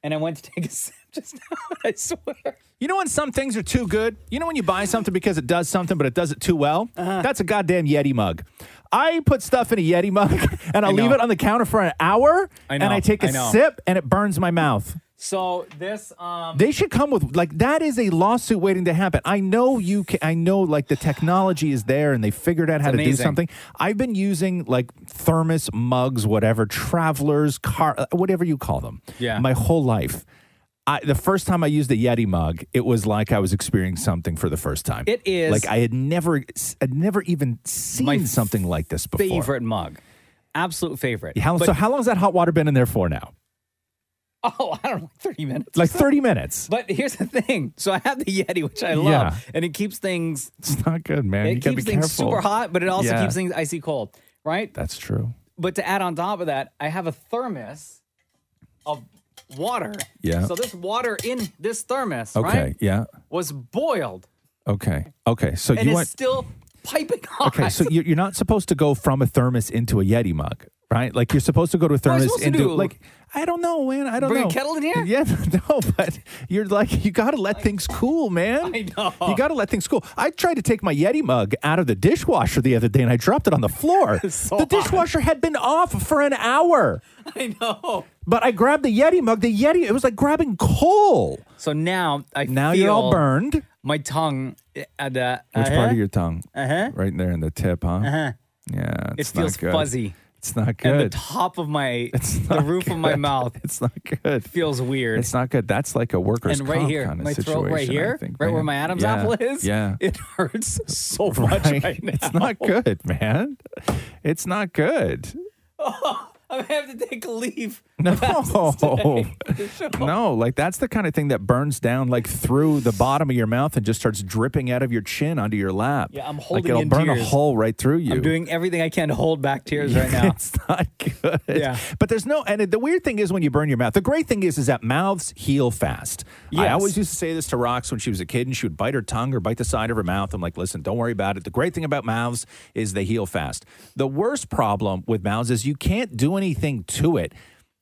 S5: And I went to take a [laughs] sip just now. [laughs] I swear.
S4: You know when some things are too good? You know when you buy something because it does something, but it does it too well?
S5: Uh-huh.
S4: That's a goddamn Yeti mug. I put stuff in a Yeti mug [laughs] and I'll
S5: know.
S4: leave it on the counter for an hour
S5: I
S4: and
S5: know,
S4: I take a
S5: I know.
S4: sip and it burns my mouth.
S5: So this, um,
S4: They should come with like that is a lawsuit waiting to happen. I know you can I know like the technology is there and they figured out how
S5: It's
S4: to do
S5: amazing.
S4: something. I've been using like thermos mugs, whatever, travelers, car uh, whatever you call them.
S5: Yeah.
S4: My whole life. I, the first time I used a Yeti mug, it was like I was experiencing something for the first time.
S5: It is-
S4: like I had never, I'd never even seen something like this before.
S5: favorite mug, absolute favorite.
S4: How,
S5: But-
S4: so how long has that hot water been in there for now?
S5: [laughs] Oh, I don't know, like 30 minutes.
S4: Like thirty minutes.
S5: But here's the thing. So I have the Yeti, which I love,
S4: Yeah.
S5: and it keeps things
S4: It's not good, man. you
S5: it
S4: gotta
S5: keeps
S4: be
S5: things
S4: careful.
S5: super hot, but it also
S4: Yeah.
S5: keeps things icy cold, right?
S4: That's true.
S5: But to add on top of that, I have a thermos of water.
S4: Yeah.
S5: So this water in this thermos,
S4: Okay.
S5: right,
S4: Yeah.
S5: was boiled
S4: Okay. Okay. So
S5: and
S4: you
S5: is
S4: want?
S5: still piping hot.
S4: [laughs] okay. So you're, you're not supposed to go from a thermos into a Yeti mug, right? Like you're supposed to go to a thermos
S5: supposed to
S4: into
S5: do?
S4: like I don't know, man. I don't
S5: Bring
S4: know.
S5: a kettle in here?
S4: Yeah. [laughs] No, but you're like you got to let things cool, man.
S5: I know.
S4: You got to let things cool. I tried to take my Yeti mug out of the dishwasher the other day and I dropped it on the
S5: [laughs]
S4: floor. the dishwasher had been off for an hour.
S5: [laughs] I know.
S4: But I grabbed the Yeti mug. The Yeti, it was like grabbing coal.
S5: So now I
S4: Now you're all
S5: feel
S4: burned.
S5: My tongue at uh,
S4: Which
S5: uh-huh,
S4: part of your tongue?
S5: uh-huh,
S4: Right there in the tip, huh?
S5: uh-huh.
S4: Yeah.
S5: It
S4: it's not
S5: feels
S4: good.
S5: fuzzy.
S4: It's not
S5: And the
S4: good.
S5: top of my the roof of my mouth
S4: It's not good.
S5: feels weird.
S4: It's not good. That's like a workers'
S5: and right
S4: comp
S5: here,
S4: kind of
S5: my
S4: situation.
S5: throat right
S4: I
S5: here,
S4: think,
S5: right where
S4: man.
S5: my Adam's
S4: Yeah,
S5: apple is.
S4: Yeah,
S5: [laughs] it hurts
S4: [laughs]
S5: so much right, now. [laughs]
S4: It's not good, man. It's not good.
S5: I have to take a
S4: [laughs]
S5: leave. [laughs]
S4: No, [laughs] no, like that's the kind of thing that burns down like through the bottom of your mouth and just starts dripping out of your chin onto your lap.
S5: Yeah, I'm
S4: like
S5: holding
S4: it'll
S5: in
S4: burn a
S5: tears.
S4: hole right through you.
S5: I'm doing everything I can to hold back
S4: [laughs]
S5: tears right now.
S4: it's not good.
S5: Yeah.
S4: But there's no, and the weird thing is when you burn your mouth, the great thing is, is that mouths heal fast. I
S5: Yes.
S4: always used to say this to Rox when she was a kid and she would bite her tongue or bite the side of her mouth. I'm like, listen, don't worry about it. The great thing about mouths is they heal fast. The worst problem with mouths is you can't do anything to it.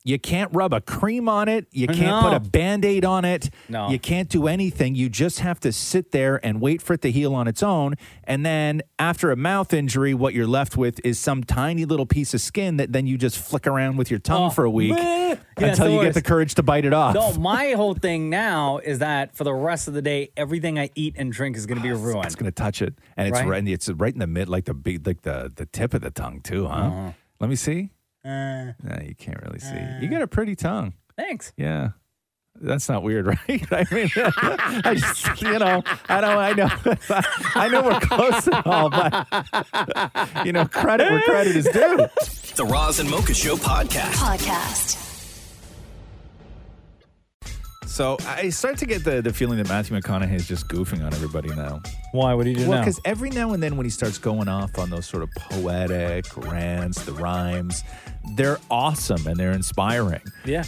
S4: You can't rub a cream on it. You
S5: I
S4: can't put
S5: know.
S4: a band aid on it.
S5: No.
S4: You can't do anything. You just have to sit there and wait for it to heal on its own. And then after a mouth injury, what you're left with is some tiny little piece of skin that then you just flick around with your tongue for a week
S5: man. Oh, Yeah, it's
S4: until
S5: the
S4: you get the
S5: worst.
S4: courage to bite it off.
S5: No, my whole thing now is that for the rest of the day, everything I eat and drink is going to be ruined.
S4: [laughs] It's gonna touch it, and it's
S5: Right.
S4: right, in the- it's right in the mid, like the big, like the the tip of the tongue too, huh?
S5: Uh-huh.
S4: Let me see.
S5: Uh,
S4: No, you can't really see. you got a pretty tongue.
S5: thanks.
S4: Yeah. That's not weird, [laughs] right? I mean, I just, you know, I don't, I know, [laughs] I know we're close and all, but you know, credit where credit is due.
S3: [laughs] The Roz and Mocha Show podcast.
S7: Podcast.
S4: So I start to get the, the feeling that Matthew McConaughey is just goofing on everybody now.
S5: Why? What do you do
S4: Well,
S5: now?
S4: because every now and then when he starts going off on those sort of poetic rants, the rhymes, they're awesome and they're inspiring.
S5: Yeah.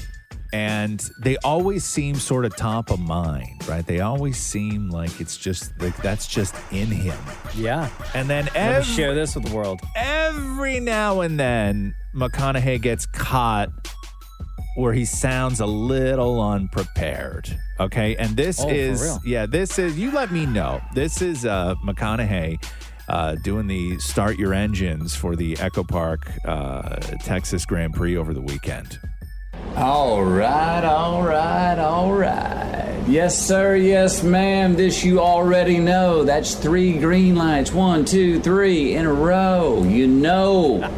S4: And they always seem sort of top of mind, right? They always seem like it's just like that's just in him.
S5: Yeah.
S4: And then
S5: Let me
S4: every,
S5: share this with the world.
S4: every now and then, McConaughey gets caught where he sounds a little unprepared. Okay. And this
S5: Oh, for
S4: is,
S5: real?
S4: yeah, this is, you let me know. This is uh, McConaughey uh, doing the start your engines for the Echo Park uh, Texas Grand Prix over the weekend.
S13: All right, all right, all right. Yes, sir, yes, ma'am. This you already know. That's three green lights. One, two, three in a row. You know.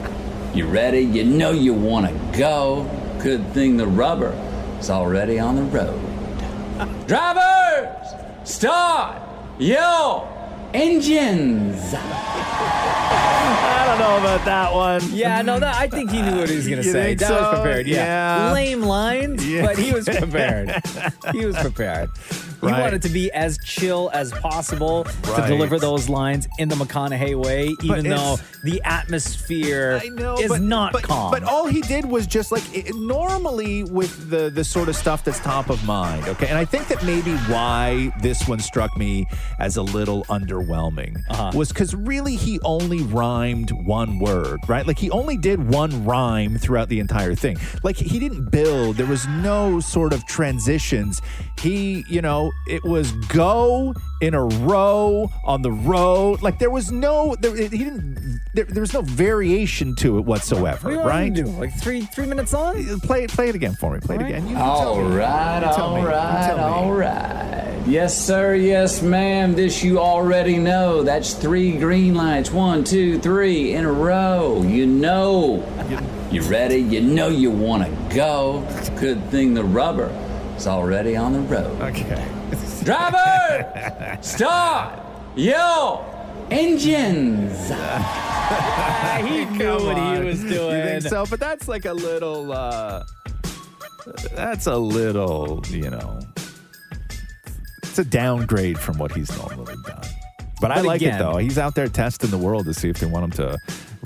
S13: You ready? You know you want to go. Good thing the rubber is already on the road. Drivers, start yo
S4: [laughs]
S13: engines.
S5: I don't know about that one.
S14: Yeah, no, that, I think he knew what he was going to
S5: You
S14: say.
S5: think
S14: That
S5: so?
S14: was prepared. Yeah.
S5: Yeah.
S14: Lame lines,
S5: Yeah.
S14: but
S5: [laughs]
S14: he was prepared. he was prepared. He
S5: Right.
S14: wanted to be as chill as possible to
S5: Right.
S14: deliver those lines in the McConaughey way,
S5: But
S14: even though
S5: it's-
S14: the atmosphere
S4: I know,
S14: is
S4: but-
S14: not
S4: but,
S14: calm.
S4: But all he did was just like it, normally with the the sort of stuff that's top of mind. Okay, and I think that maybe why this one struck me as a little underwhelming was because really he only rhymed one word, right? Like he only did one rhyme throughout the entire thing. Like he didn't build. There was no sort of transitions. He, you know, it was go in a row on the road. Like there was no there, he didn't there, there was no variation to it whatsoever,
S14: What do you want
S4: right? Uh,
S14: him to do? Like three three minutes on?
S4: Play play it again for me. Play it again. You,
S14: All
S13: right, all right, all right. Yes, sir, yes, ma'am. This you already know. That's three green lights. One, two, three in a row. You know. You ready? You know you want to go. Good thing the rubber is already on the road.
S4: Okay.
S13: Driver, start yo engines.
S14: he
S4: knew
S14: what he
S4: [laughs]
S14: was
S4: You
S14: doing.
S4: think so? But that's like a little. uh That's a little. You know, it's a downgrade from what he's normally done. But, I
S14: But
S4: like
S14: again-
S4: it though. He's out there testing the world to see if they want him to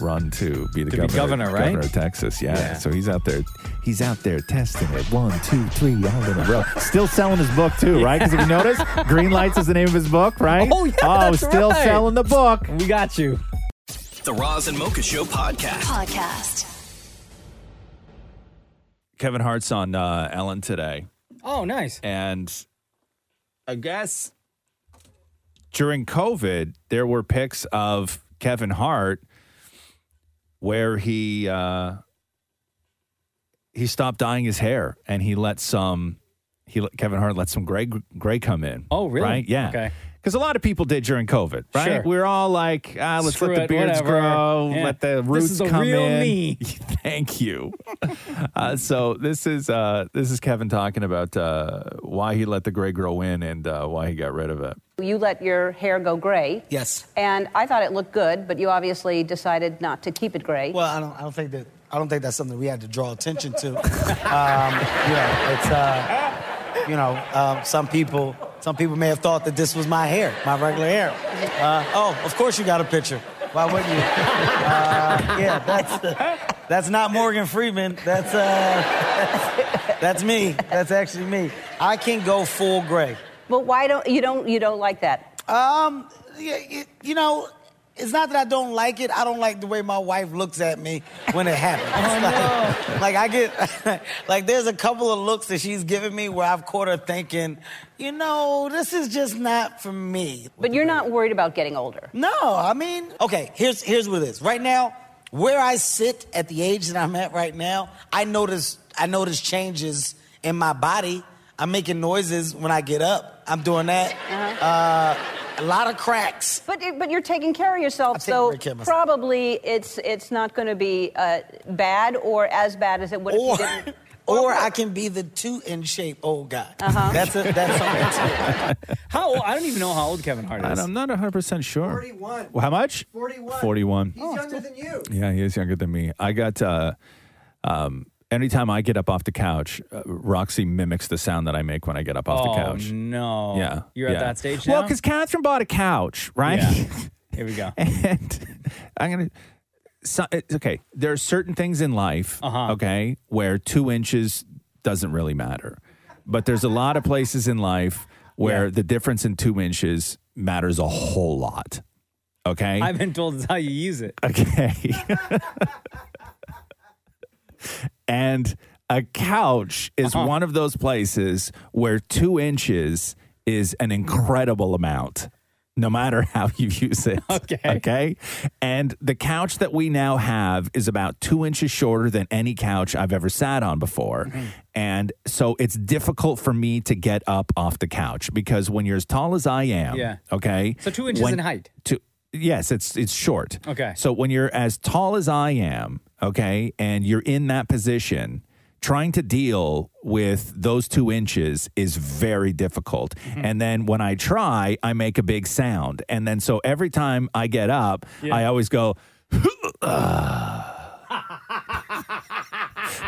S4: run to be the
S14: To be
S4: governor,
S14: governor, right?
S4: governor of Texas. Yeah.
S14: Yeah.
S4: So he's out there. He's out there testing it. One, two, three, all in a row. Still selling his book too, right? Because if you notice, Green Lights is the name of his book, right?
S3: Oh, yeah,
S4: Oh,
S3: that's
S4: still
S3: right.
S4: selling the book. We
S14: got you.
S3: The Roz and Mocha Show podcast.
S7: Podcast.
S4: Kevin Hart's on uh, Ellen today.
S14: Oh, nice.
S4: And I guess during COVID, there were pics of Kevin Hart where he uh, he stopped dyeing his hair and he let some he let- Kevin Hart let some gray gray come in.
S14: Oh, really?
S4: Right? Yeah.
S14: Okay.
S4: Because a lot of people did during COVID, right?
S14: Sure.
S4: We were all like, ah, let's
S14: Screw
S4: let the
S14: it,
S4: beards
S14: whatever.
S4: grow,
S14: Yeah.
S4: let the
S14: This
S4: roots
S14: is the
S4: come
S14: real
S4: in.
S14: me.
S4: [laughs] Thank you. [laughs] uh, so this is uh, this is Kevin talking about uh, why he let the gray grow in and uh, why he got rid of it.
S15: You let your hair go gray.
S4: Yes.
S15: And I thought it looked good, but you obviously decided not to keep it gray.
S16: Well, I don't, I don't think that I don't think that's something we had to draw attention to. um, you know, it's uh, you know, um, some people some people may have thought that this was my hair, my regular hair. Uh, oh, of course you got a picture. Why wouldn't you? Uh, yeah, that's that's not Morgan Freeman. That's uh, [laughs] that's me. That's actually me. I can go full gray.
S15: But why don't you don't you don't like that?
S16: Um, y- y- you know, it's not that I don't like it. I don't like the way my wife looks at me when it happens. [laughs] like, like, I get, [laughs] like there's a couple of looks that she's given me where I've caught her thinking, you know, this is just not for me. Mm,
S15: But you're not worried about getting older.
S16: No, I mean, okay, here's here's what it is. Right now, where I sit at the age that I'm at right now, I notice I notice changes in my body. I'm making noises when I get up. I'm doing that. uh a lot of cracks.
S15: But it, but you're taking care of yourself,
S16: taking
S15: so
S16: great care of myself.
S15: probably it's it's not going to be uh, bad or as bad as it would
S16: Or,
S15: if you didn't.
S16: or I can be the two in shape old guy. That's a, that's something too.
S14: [laughs] How old? I don't even know how old Kevin Hart
S4: And
S14: is.
S4: I'm not 100 percent sure.
S16: 41.
S4: Well, how much?
S16: 41.
S4: 41.
S16: He's younger than you.
S4: Yeah, he is younger than me. I got. Uh, um, anytime I get up off the couch, uh, Roxy mimics the sound that I make when I get up off
S14: Oh,
S4: the couch.
S14: no.
S4: Yeah.
S14: You're at
S4: yeah.
S14: that stage
S4: Well,
S14: now?
S4: because Catherine bought a couch, right? [laughs]
S14: Yeah. Here we go.
S4: and I'm gonna. So, it's okay, there are certain things in life,
S14: Uh-huh.
S4: okay, where two inches doesn't really matter, but there's a lot of places in life where the difference in two inches matters a whole lot. Okay,
S14: I've been told it's how you use it.
S4: [laughs] Okay. and a couch is
S5: Uh-huh.
S4: one of those places where two inches is an incredible amount. no matter how you use
S5: [laughs]
S4: it. Okay. Okay. And the couch that we now have is about two inches shorter than any couch I've ever sat on before.
S5: Mm-hmm.
S4: And so it's difficult for me to get up off the couch because when you're as tall as I am,
S5: Yeah.
S4: okay.
S5: So two inches
S4: when-
S5: in height.
S4: Two, yes, it's it's short.
S5: Okay.
S4: So when you're as tall as I am, okay, and you're in that position, trying to deal with those two inches is very difficult.
S5: Mm-hmm.
S4: And then when I try, I make a big sound. And then so every time I get up,
S1: Yeah.
S4: I
S5: [laughs]
S4: always go, [laughs]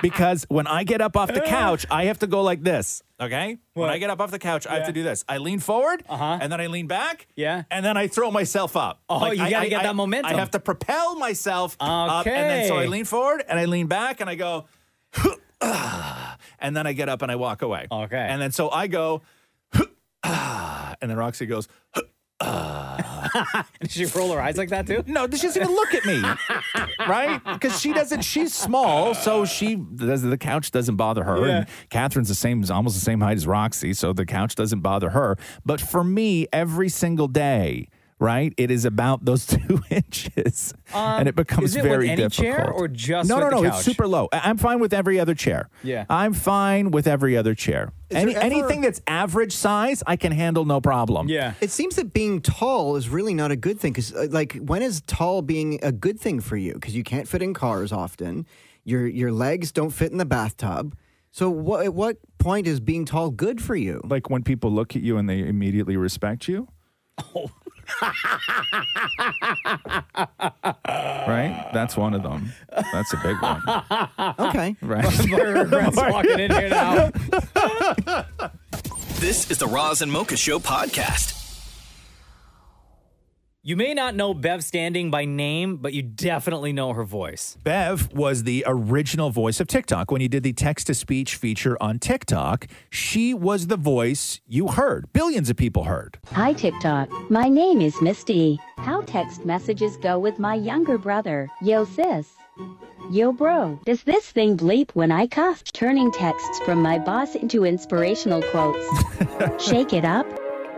S4: because when I get up off the couch, I have to go like
S1: [laughs]
S4: this. Okay. When I get up off the couch, I have to do this. I lean forward, uh-huh. and then I lean back. Yeah. And then I throw myself up.
S5: Oh, you
S4: I-
S5: gotta
S4: I-
S5: get
S4: I-
S5: that momentum.
S4: I have to propel myself up, and then so I
S5: Okay.
S4: lean forward and I lean back and I go, [sighs] and then I get up and I walk away. Okay. And then so I go, [sighs] and then Roxy goes.
S5: [laughs]
S4: Did she roll her eyes like that too? No, she doesn't even look at me, right? Because she doesn't. She's small, so she does, the couch doesn't bother her. And Catherine's the same, almost the same height as Roxy, so the couch doesn't bother her. But for me, every single day, right, it is about those [laughs] two inches,
S5: Um,
S4: and it becomes
S5: is it with
S4: very
S5: any
S4: difficult.
S5: chair or just
S4: no,
S5: with
S4: no,
S5: the
S4: no?
S5: couch?
S4: It's super low. I- I'm fine with every other chair.
S5: Yeah.
S4: I'm fine with every other chair.
S6: Is
S4: Any,
S6: there ever-
S4: anything that's average size, I can handle no problem.
S6: Yeah. It seems that being tall is really not a good thing because, like, when is tall being a good thing for you? Because you can't fit in cars often. Your your legs don't fit in the bathtub. So, what at what point is being tall good for you?
S4: Like when people look at you and they immediately respect [laughs] you. right? That's one of them. That's a big one.
S6: [laughs] okay.
S4: Right.
S1: Brent's walking in
S4: [laughs]
S1: here now.
S3: This is the Roz and Mocha Show podcast.
S5: You may not know Bev Standing by name, but you definitely know her voice.
S4: [laughs] Bev was the original voice of TikTok. When you did the text to speech feature on TikTok, she was the voice you heard. Billions of people heard.
S17: Hi TikTok, my name is Misty. How text messages go with my younger brother. Yo sis. Yo bro, does this thing bleep when I cuff? Turning texts from my boss into inspirational quotes.
S18: [laughs]
S17: Shake it up.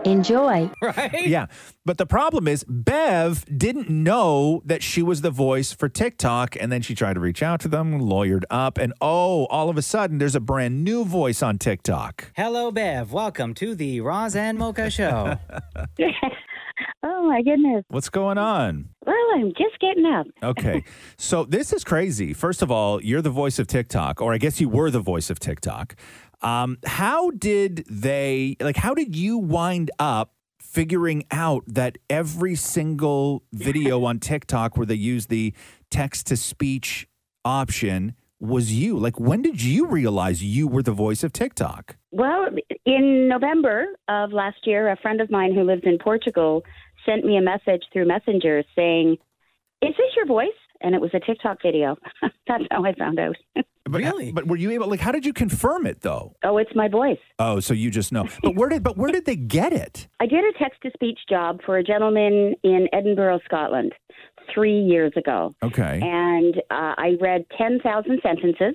S17: Enjoy.
S5: Right?
S4: Yeah. But the problem is, Bev didn't know that she was the voice for TikTok. And then she tried to reach out to them, lawyered up. And oh, all of a sudden, there's a brand new voice on TikTok.
S5: Hello, Bev. Welcome to the Roz and Mocha
S4: [laughs]
S5: Show.
S19: [laughs] Oh my goodness.
S4: What's going on?
S19: Well, I'm just getting up.
S4: Okay. so this is crazy. First of all, you're the voice of TikTok, or I guess you were the voice of TikTok. Um, how did they, like, how did you wind up figuring out that every single video on TikTok where they use the text to speech option was you? Like, when did you realize you were the voice of TikTok?
S19: Well, in November of last year, a friend of mine who lives in Portugal sent me a message through Messenger saying, Is this your voice? And it was a TikTok video. [laughs] That's how I found out.
S4: But, really? But were you able, like, how did you confirm it though?
S19: Oh, it's my voice.
S4: Oh, so you just know. But where did, but where did they get it?
S19: I did a text to speech job for a gentleman in Edinburgh, Scotland, three years ago.
S4: Okay.
S19: And uh, I read 10,000 sentences,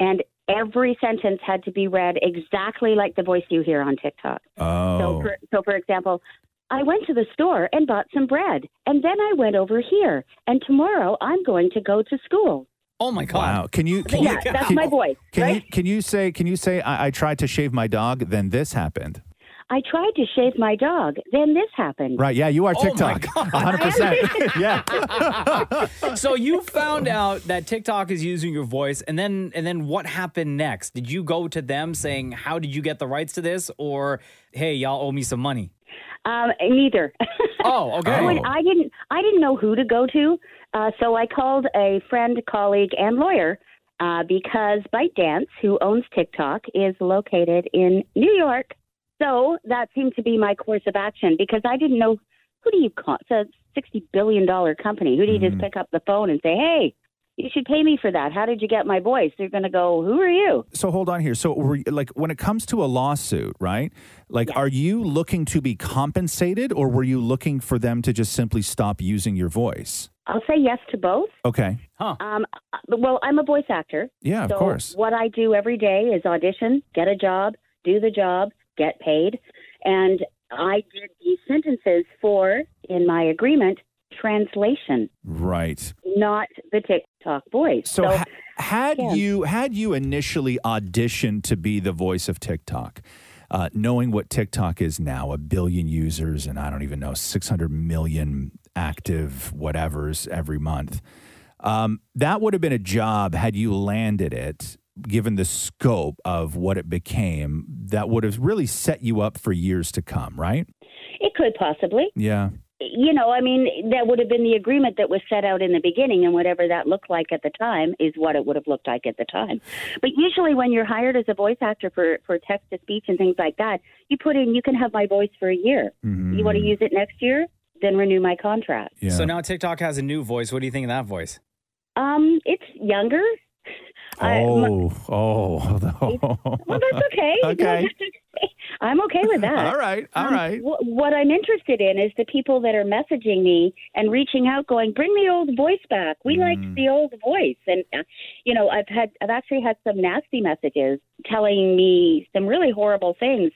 S19: and every sentence had to be read exactly like the voice you hear on TikTok. So,
S4: Oh.
S19: for, so, for example, I went to the store and bought some bread, and then I went over here, and tomorrow I'm going to go to school.
S5: Oh my God.
S4: Wow. Can you? Can
S19: yeah,
S4: you,
S19: that's
S4: can,
S19: my voice,
S4: Can
S19: right?
S4: you can you say can you say I, I tried to shave my dog? Then this happened.
S19: I tried to shave my dog, then this happened.
S4: Right? Yeah,
S5: Oh
S4: you are TikTok. hundred percent.
S19: [laughs]
S4: Yeah.
S5: [laughs]
S4: [laughs]
S5: so you found out that TikTok is using your voice, and then and then what happened next? Did you go to them saying, "How did you get the rights to this?" Or, "Hey, y'all owe me some money."
S19: Um, neither. [laughs]
S5: Oh, okay.
S19: When I didn't, I didn't know who to go to, uh, so I called a friend, colleague, and lawyer uh, because ByteDance, who owns TikTok, is located in New York. So that seemed to be my course of action because I didn't know who do you call. It's a sixty billion dollar company. Who do you
S5: Mm-hmm.
S19: just pick up the phone and say, "Hey, you should pay me for that"? How did you get my voice? They're going to go, "Who are you?"
S4: So hold on here. So were you- like when it comes to a lawsuit, right? Like, are you looking to be compensated, or were you looking for them to just simply stop using your voice?
S19: I'll say yes to both.
S4: Okay.
S19: Um, uh, well, I'm a voice actor.
S4: Yeah, of
S19: so
S4: course.
S19: What I do every day is audition, get a job, do the job, get paid. And I did these sentences for, in my agreement, translation,
S4: Right.
S19: not the TikTok voice.
S4: So, ha- had you had you initially auditioned to be the voice of TikTok, uh, knowing what TikTok is now, a billion users and I don't even know six hundred million active whatevers every month, um, that would have been a job had you landed it. Given the scope of what it became, that would have really set you up for years to come, right?
S19: it could possibly.
S4: Yeah.
S19: You know, I mean, that would have been the agreement that was set out in the beginning, and whatever that looked like at the time is what it would have looked like at the time. But usually, when you're hired as a voice actor for, for text to speech and things like that, you put in, you can have my voice for a year.
S4: Mm-hmm.
S19: You want to use it next year? Then renew my contract.
S5: So now TikTok has a new voice. What do you think of that voice?
S19: Um, it's younger.
S4: Oh, oh, [laughs]
S19: Uh, Well, that's okay. No,
S4: Okay.
S19: that's okay. I'm okay with that.
S4: All right, all
S19: all
S4: right.
S19: right. what I'm interested in is the people that are messaging me and reaching out, going, "Bring the old voice back. We
S4: Mm.
S19: liked the old voice." And uh, you know, I've had, I've actually had some nasty messages telling me some really horrible things,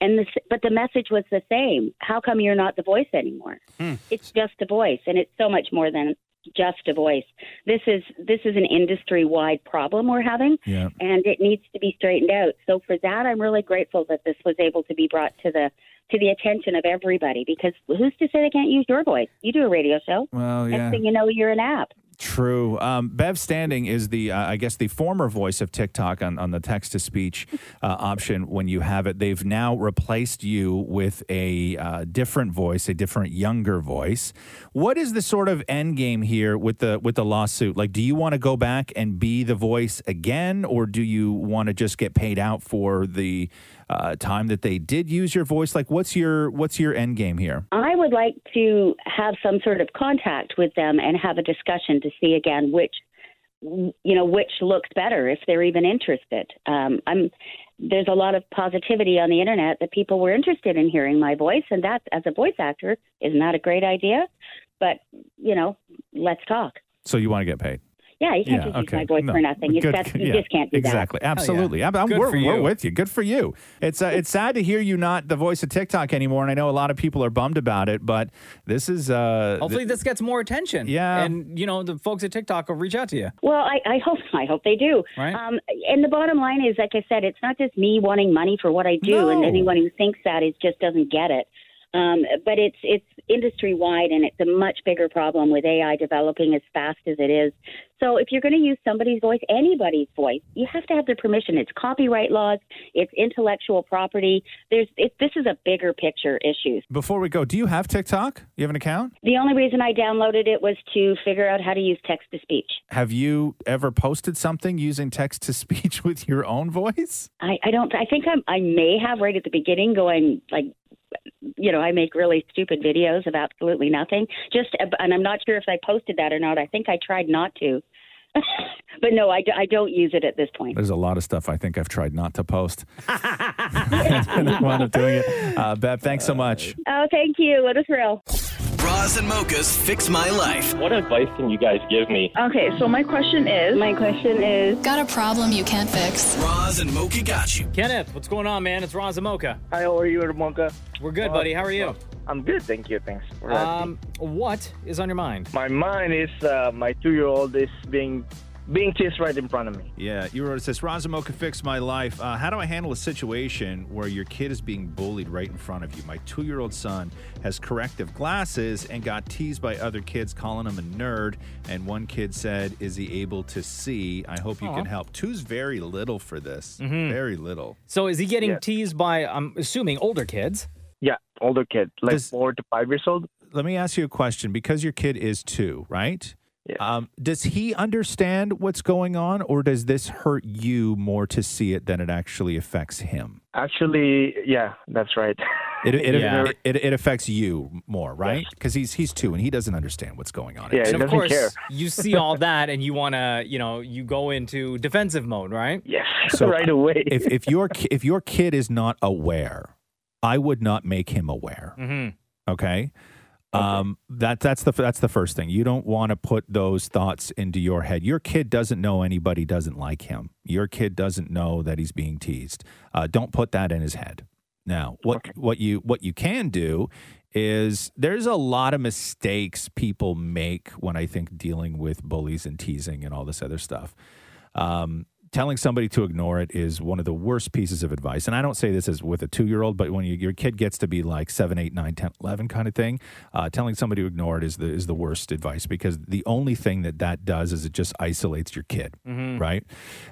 S19: and this, but the message was the same. How come you're not the voice anymore?
S4: Hmm.
S19: It's just a voice, and it's so much more than just a voice. This is this is an industry wide problem we're having
S4: Yeah.
S19: and it needs to be straightened out. So for that, I'm really grateful that this was able to be brought to the to the attention of everybody. Because who's to say they can't use your voice? You do a radio show.
S4: Well, yeah.
S19: Next thing you know, you're an app.
S4: True. Um, Bev Standing is the, uh, I guess, the former voice of TikTok on, on the text to speech uh, option when you have it. They've now replaced you with a uh, different voice, a different younger voice. What is the sort of end game here with the with the lawsuit? Like, do you want to go back and be the voice again, or do you want to just get paid out for the uh, time that they did use your voice? Like, what's your what's your end game here?
S19: I would like to have some sort of contact with them and have a discussion to see again which you know which looks better if they're even interested. Um, I'm there's a lot of positivity on the internet that people were interested in hearing my voice, and that as a voice actor is not a great idea. But you know, let's talk.
S4: So you want to get paid?
S19: Yeah, you can't just use my voice
S4: No.
S19: for nothing. You,
S4: Good-
S19: just, you
S4: yeah,
S19: just can't do
S4: exactly.
S19: that. Oh,
S4: Absolutely. I'm, I'm-
S19: Good
S4: we're,
S19: for
S4: we're
S19: you.
S4: with you. Good for you. It's uh, it's sad to hear you not the voice of TikTok anymore, and I know a lot of people are bummed about it. But this is uh,
S5: Hopefully, this gets more attention.
S4: Yeah.
S5: And, you know, the folks at TikTok will reach out to you.
S19: Well, I, I hope [laughs] I hope they do.
S5: Right.
S19: Um, and the bottom line is, like I said, it's not just me wanting money for what I do, and
S20: No.
S19: anyone who thinks that is just doesn't get it. Um, but it's it's industry wide, and it's a much bigger problem with AI developing as fast as it is. So if you're going to use somebody's voice, anybody's voice, you have to have their permission. It's copyright laws, it's intellectual property. There's it, this is a bigger picture issue.
S4: before we go, do you have TikTok? You have an account?
S19: The only reason I downloaded it was to figure out how to use text to speech.
S4: Have you ever posted something using text to [laughs] speech with your own voice?
S19: I, I don't. I think I'm, I may have right at the beginning going like, you know, I make really stupid videos of absolutely nothing. Just and I'm not sure if I posted that or not. I think I tried not to, [laughs] but no, I, do- I don't use it at this point.
S4: There's a lot of stuff I think I've tried not to
S19: [laughs]
S4: post. [laughs] and I wound up doing it. Uh, Bev, thanks so much.
S19: Oh, thank you. What a thrill.
S3: Bras and mochas fix my life.
S11: What advice can you guys give me?
S7: Okay, so my
S15: question is. My question is.
S7: Got a problem you can't fix?
S3: Bras and mocha got you.
S5: Kenneth, what's going on, man? It's Ron Zamoka.
S21: Hi, how are you, Ramonka?
S5: We're good, buddy. How are you?
S21: I'm good, thank you. Thanks. for
S5: Um, what is on your mind?
S21: My mind is uh, my two-year-old is being being kissed right in front of me.
S4: Yeah, you wrote it says Razumo can fix my life. Uh, how do I handle a situation where your kid is being bullied right in front of you? My two-year-old son has corrective glasses and got teased by other kids calling him a nerd. And one kid said, "Is he able to see? I hope you
S5: Aw.
S4: can help." Two's very little for this. Very little.
S5: Mm-hmm. So is he getting
S4: Yeah.
S5: teased by, I'm assuming, older kids?
S21: Yeah, older kid, like four to five years old.
S4: Let me ask you a question because your kid is two, right? Yeah. Um, does he understand what's going on, or does this hurt you more to see it than it actually affects him?
S21: Actually, yeah, that's right.
S4: It it,
S21: Yeah.
S4: it, it it affects you more, right? Because he's he's two and he doesn't understand what's going on.
S5: and of course, you
S21: [laughs]
S5: see all that and you want to, you know, you go into defensive mode, right? [laughs]
S21: Yes, [laughs]
S4: away. if if your ki- if your kid is not aware, I would not make him aware.
S5: Mm-hmm.
S4: Okay. Um, that that's the that's the first thing. You don't want to put those thoughts into your head. Your kid doesn't know anybody doesn't like him. Your kid doesn't know that he's being teased. Uh, don't put that in his head. Now, what what you what you can do is there's a lot of mistakes people make when I think dealing with bullies and teasing and all this other stuff. Um, telling somebody to ignore it is one of the worst pieces of advice. And I don't say this as with a two year old, but when you, your kid gets to be like seven, eight, nine, 10, 11 kind of thing, uh, telling somebody to ignore it is the, is the worst advice because the only thing that that does is it just isolates your kid,
S22: Mhm.
S4: right?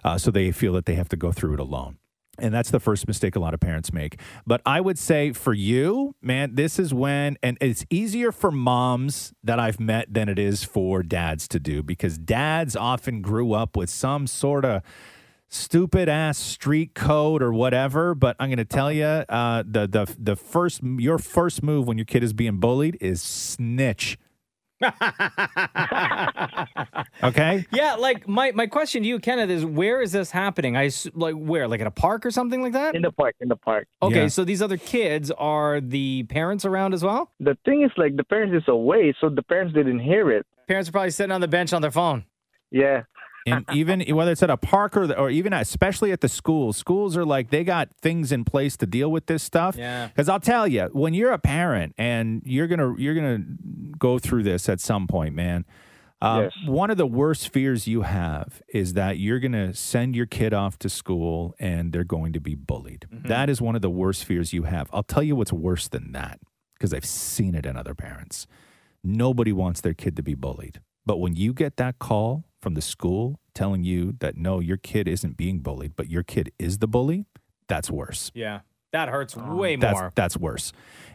S4: Uh, so they feel that they have to go through it alone. And that's the first mistake a lot of parents make. But I would say for you, man, this is when, and it's easier for moms that I've met than it is for dads to do because dads often grew up with some sort of stupid ass street code or whatever. But I'm going to tell you, uh, the the the first your first move when your kid is being bullied is snitch. okay.
S5: Yeah, like my, my question to you, Kenneth, is where is this happening? I s- like where, like at a park or something like that. In
S21: the park, in the park.
S5: Okay,
S21: Yeah.
S5: so these other kids are the parents around as well.
S21: The thing is, like, the parents is away, so the parents didn't hear it.
S5: Parents are probably sitting on the bench on their phone.
S21: Yeah. [laughs]
S4: and even whether it's at a park or, or even especially at the schools, schools are like they got things in place to deal with this stuff.
S5: Yeah.
S4: Because I'll tell you, when you're a parent and you're gonna you're gonna go through this at some point, man. Um,
S21: Yes.
S4: One of the worst fears you have is that you're gonna send your kid off to school and they're going to be bullied. That is one of the worst fears you have. I'll tell you what's worse than that because I've seen it in other parents. Nobody wants their kid to be bullied. But when you get that call from the school telling you that no, your kid isn't being bullied, but your kid is the bully, that's worse.
S5: Yeah, that hurts way
S4: that's,
S5: more.
S4: That's worse.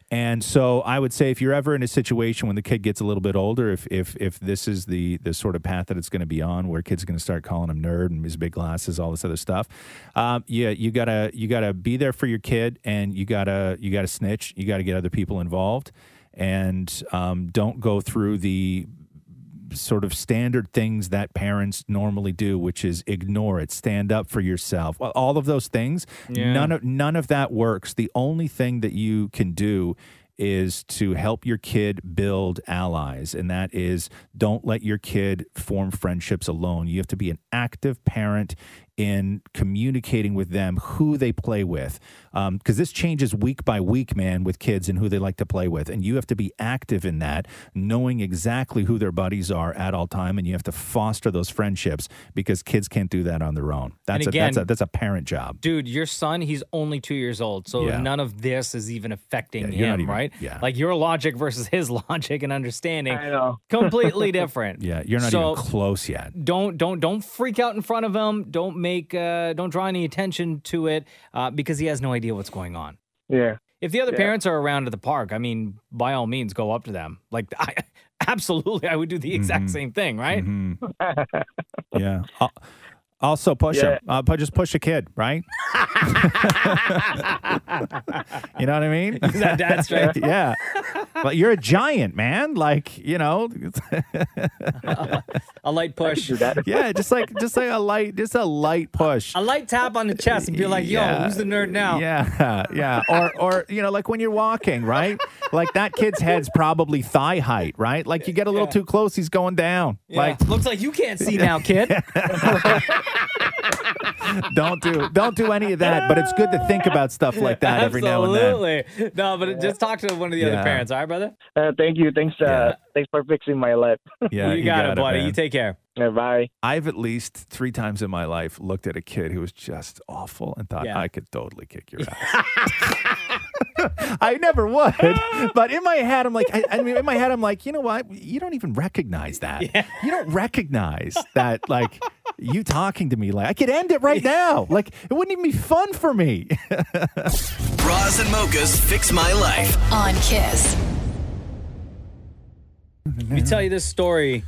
S4: And so I would say if you're ever in a situation when the kid gets a little bit older, if if if this is the the sort of path that it's going to be on, where kids are going to start calling him nerd and his big glasses, all this other stuff, um, yeah, you gotta you gotta be there for your kid, and you gotta you gotta snitch, you gotta get other people involved, and um, don't go through the sort of standard things that parents normally do, which is ignore it, stand up for yourself, well, all of those things.
S20: Yeah.
S4: None of none of that works. The only thing that you can do is to help your kid build allies and that is don't let your kid form friendships alone you have to be an active parent in communicating with them who they play with because this changes week by week man with kids and who they like to play with and you have to be active in that knowing exactly who their buddies are at all time and you have to foster those friendships because kids can't do that on their own that's,
S5: again-
S4: a, that's, a, that's a parent job
S5: Dude, your son, he's only two years old, so
S4: Yeah.
S5: none of this is even affecting
S4: Yeah, you're not
S5: him,
S4: even-
S5: right?
S4: yeah.
S5: Like your logic versus his [laughs] logic and understanding, completely different.
S4: [laughs] yeah you're not
S5: So-
S4: even close
S5: [laughs]
S4: yet
S5: don't don't don't freak out in front of him. Don't make uh, don't draw any attention to it uh, because he has no idea what's going on.
S21: Yeah.
S5: If the other
S21: Yeah.
S5: parents are around at the park, I mean, by all means, go up to them. Like, [laughs] I, absolutely, I would do the
S4: Mm-hmm.
S5: exact same thing, right?
S4: yeah Al- also push
S5: Yeah.
S4: him uh, pu- just push a kid
S5: [laughs]
S4: right you know what i mean
S5: Is that dad's right?
S4: [laughs] yeah but you're a giant man like you know [laughs]
S5: A light push.
S4: [laughs] yeah, just like just like a light, just a light push.
S5: A light tap on the chest and be like, yo,
S4: Yeah.
S5: who's the nerd now?
S4: Yeah, yeah. Or or you know, like when you're walking, right? Like that kid's head's probably thigh height, right? Like you get a little too close, he's going down.
S5: Yeah.
S4: Like
S5: looks like you can't see now,
S4: [laughs]
S5: kid.
S4: don't do don't do any of that. But it's good to think about stuff like that every now and then.
S5: Absolutely. No, but just talk to one of the
S4: Yeah.
S5: other parents, all right, brother?
S21: Uh, thank you. Thanks. Uh, Thanks for fixing my life. [laughs]
S4: Yeah,
S5: You got it, buddy. You take care.
S21: bye.
S4: I've at least three times in my life looked at a kid who was just awful and thought
S5: Yeah.
S4: I could totally kick your ass. [laughs] I never would, but in my head, I'm like, I, I mean, in my head, I'm like, you know what? You don't even recognize that. You don't recognize that, like, you talking to me, like, I could end it right now. Like, it wouldn't even be fun for me. [laughs]
S3: Bras and mochas fix my life.
S7: on Kiss.
S5: Let me tell you this story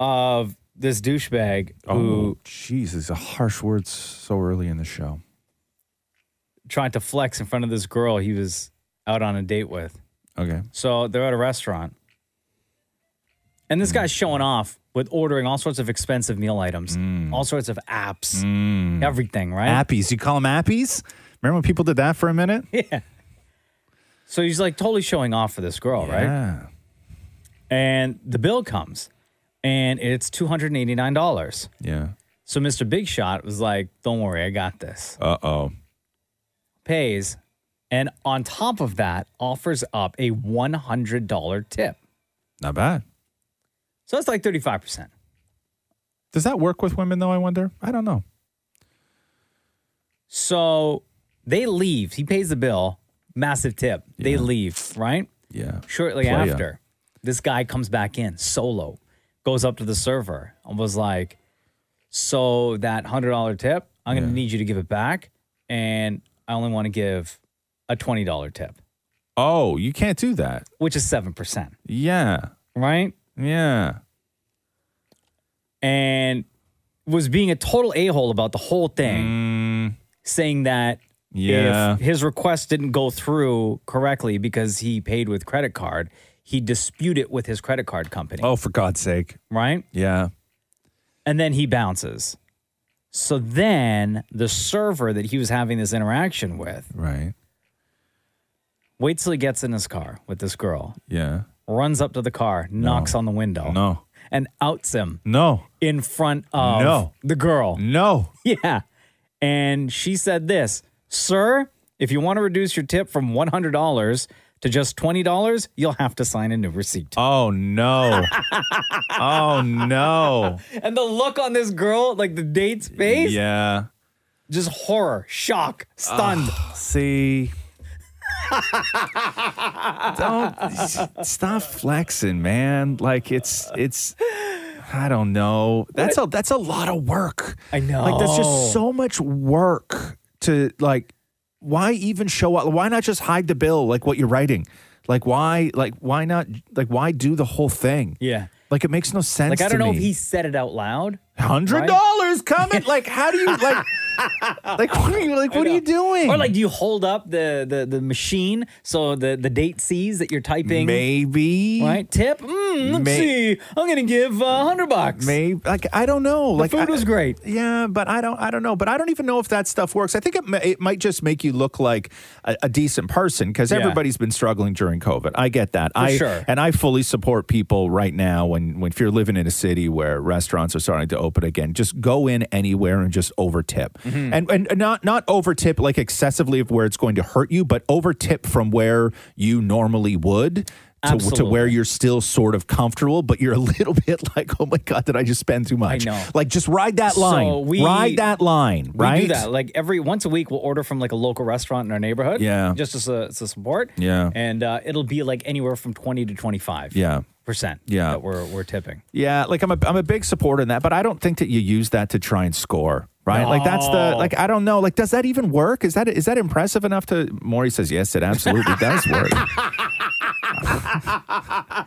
S5: of this douchebag
S4: Oh,
S5: who
S14: jeez, these are harsh words so early in the show.
S5: tried to flex in front of this girl he was out on a date with.
S14: Okay.
S5: So they're at a restaurant. And this guy's showing off with ordering all sorts of expensive meal items, all sorts of apps, everything, right?
S4: Appies, you call them appies? Remember when people did that for a minute?
S5: [laughs] Yeah. So he's like totally showing off for this girl, right? And the bill comes and it's $289.
S14: Yeah.
S5: So Mr. Big Shot was like, don't worry, I got this.
S14: Uh oh.
S5: Pays And on top of that, offers up a $100 tip.
S4: Not bad.
S5: So that's like 35%.
S4: Does that work with women though? I wonder. I don't know.
S5: So they leave. He pays the bill, massive tip. They leave, right?
S4: Yeah.
S5: Shortly
S4: Playa.
S5: after, this guy comes back in solo, goes up to the server and was like, So that $100 tip, I'm going to need you to give it back. And I only want to give a $20 tip.
S4: Oh, you can't do that.
S5: Which is 7%.
S4: Yeah.
S5: Right?
S4: Yeah.
S5: And was being a total a hole about the whole thing, saying that
S4: Mm. Yeah.
S5: if his request didn't go through correctly because he paid with credit card, he'd dispute it with his credit card company.
S4: Oh, for God's sake.
S5: Right?
S4: Yeah.
S5: And then he bounces. So then the server that he was having this interaction with,
S4: right?
S5: Wait till he gets in his car with this girl,
S4: Yeah.
S5: runs up to the car, knocks on the window,
S4: no,
S5: and outs him,
S4: no,
S5: in front of
S4: No.
S5: the girl,
S4: no,
S5: [laughs] yeah. And she said this, sir. If you want to reduce your tip from one hundred dollars to just twenty dollars, you'll have to sign a new receipt. [laughs]
S4: Oh no! oh no!
S5: And the look on this girl, like the date's face,
S4: Yeah.
S5: just horror, shock, stunned.
S4: Ah, see, Ah, don't stop flexing, man. Like it's it's I don't know. That's a that's a lot of work.
S5: I know.
S4: Like that's just so much work to like why even show up? Why not just hide the bill like what you're writing? Like why like why not like why do the whole thing?
S5: [laughs] Yeah.
S4: Like it makes no sense.
S5: Like I don't
S4: to
S5: know
S4: me.
S5: if he said it out loud.
S4: hundred dollars coming. like
S5: [laughs]
S4: how do you like like what are you like what are you doing?
S5: Or like, do you hold up the the, the machine so the, the date sees that you're typing?
S4: Maybe.
S5: Right? Tip? Mm, let's
S4: May-
S5: see. I'm gonna give uh, hundred bucks.
S4: Maybe like I don't know.
S5: The
S4: like
S5: food
S4: I-
S5: was great.
S4: Yeah, but I don't. I don't know. But I don't even know if that stuff works. I think it, ma- it might just make you look like a, a decent person because
S22: Yeah.
S4: everybody's been struggling during COVID. I get that.
S22: For
S4: I
S22: sure.
S4: and I fully support people right now. When when if you're living in a city where restaurants are starting to open again, just go in anywhere and just over tip
S5: Mm-hmm. Hmm.
S22: Mhm.
S4: and and not not over tip like excessively of where it's going to hurt you, but over tip from where you normally would. To, to
S22: Absolutely.
S4: where you're still sort of comfortable, but you're a [laughs] little bit like, oh my God, did I just spend too much?
S5: know.
S4: Like, just ride that line.
S5: So we-
S4: ride that line, right?
S5: We do that like every once a week. We'll order from like a local restaurant in our neighborhood.
S4: Yeah.
S5: just as a, as a support.
S4: Yeah.
S5: and uh, it'll be like anywhere from twenty to twenty five.
S4: Yeah.
S5: percent.
S4: Yeah.
S5: that we're we're tipping. [laughs]
S4: Yeah, like I'm a I'm a big supporter in that, but I don't think that you use that to try and score, right? Like that's the
S22: No.
S4: like I don't know, like does that even work? Is that is that impressive enough to? Maury says yes, it absolutely does work. [laughs]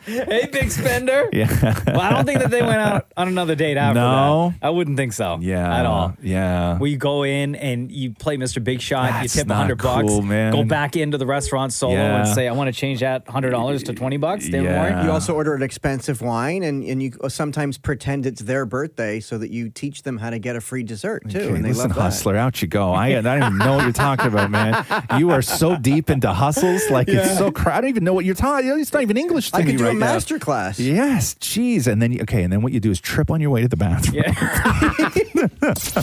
S5: hey, big
S4: [laughs]
S5: spender.
S4: Yeah.
S5: well, I don't think that they went out on another date after
S4: No.
S5: that. I wouldn't think so.
S4: Yeah,
S5: at all.
S4: Yeah,
S5: Where you go in and you play Mr. Big Shot,
S4: That's
S5: you tip
S4: not
S5: hundred
S4: cool,
S5: bucks,
S4: man.
S5: go back into the restaurant solo and
S4: Yeah.
S5: say, "I want to change that hundred dollars to twenty bucks." David Warren?
S6: You also order an expensive wine, and, and you uh, sometimes pretend it's their birthday so that you teach them how to get a free dessert too.
S4: Okay,
S6: and they
S4: listen,
S6: love that.
S4: hustler, out you go. I, I don't even know what you're talking about,
S6: [laughs]
S4: man. You are so deep into hustles, like
S6: Yeah.
S4: it's so. Cr- I don't even know what you're talking. It's not even English to
S6: I
S4: me
S6: could do
S4: right
S6: a
S4: now.
S6: master class.
S4: Yes, jeez. And then you- okay, and then what you do is trip on your way to the bathroom.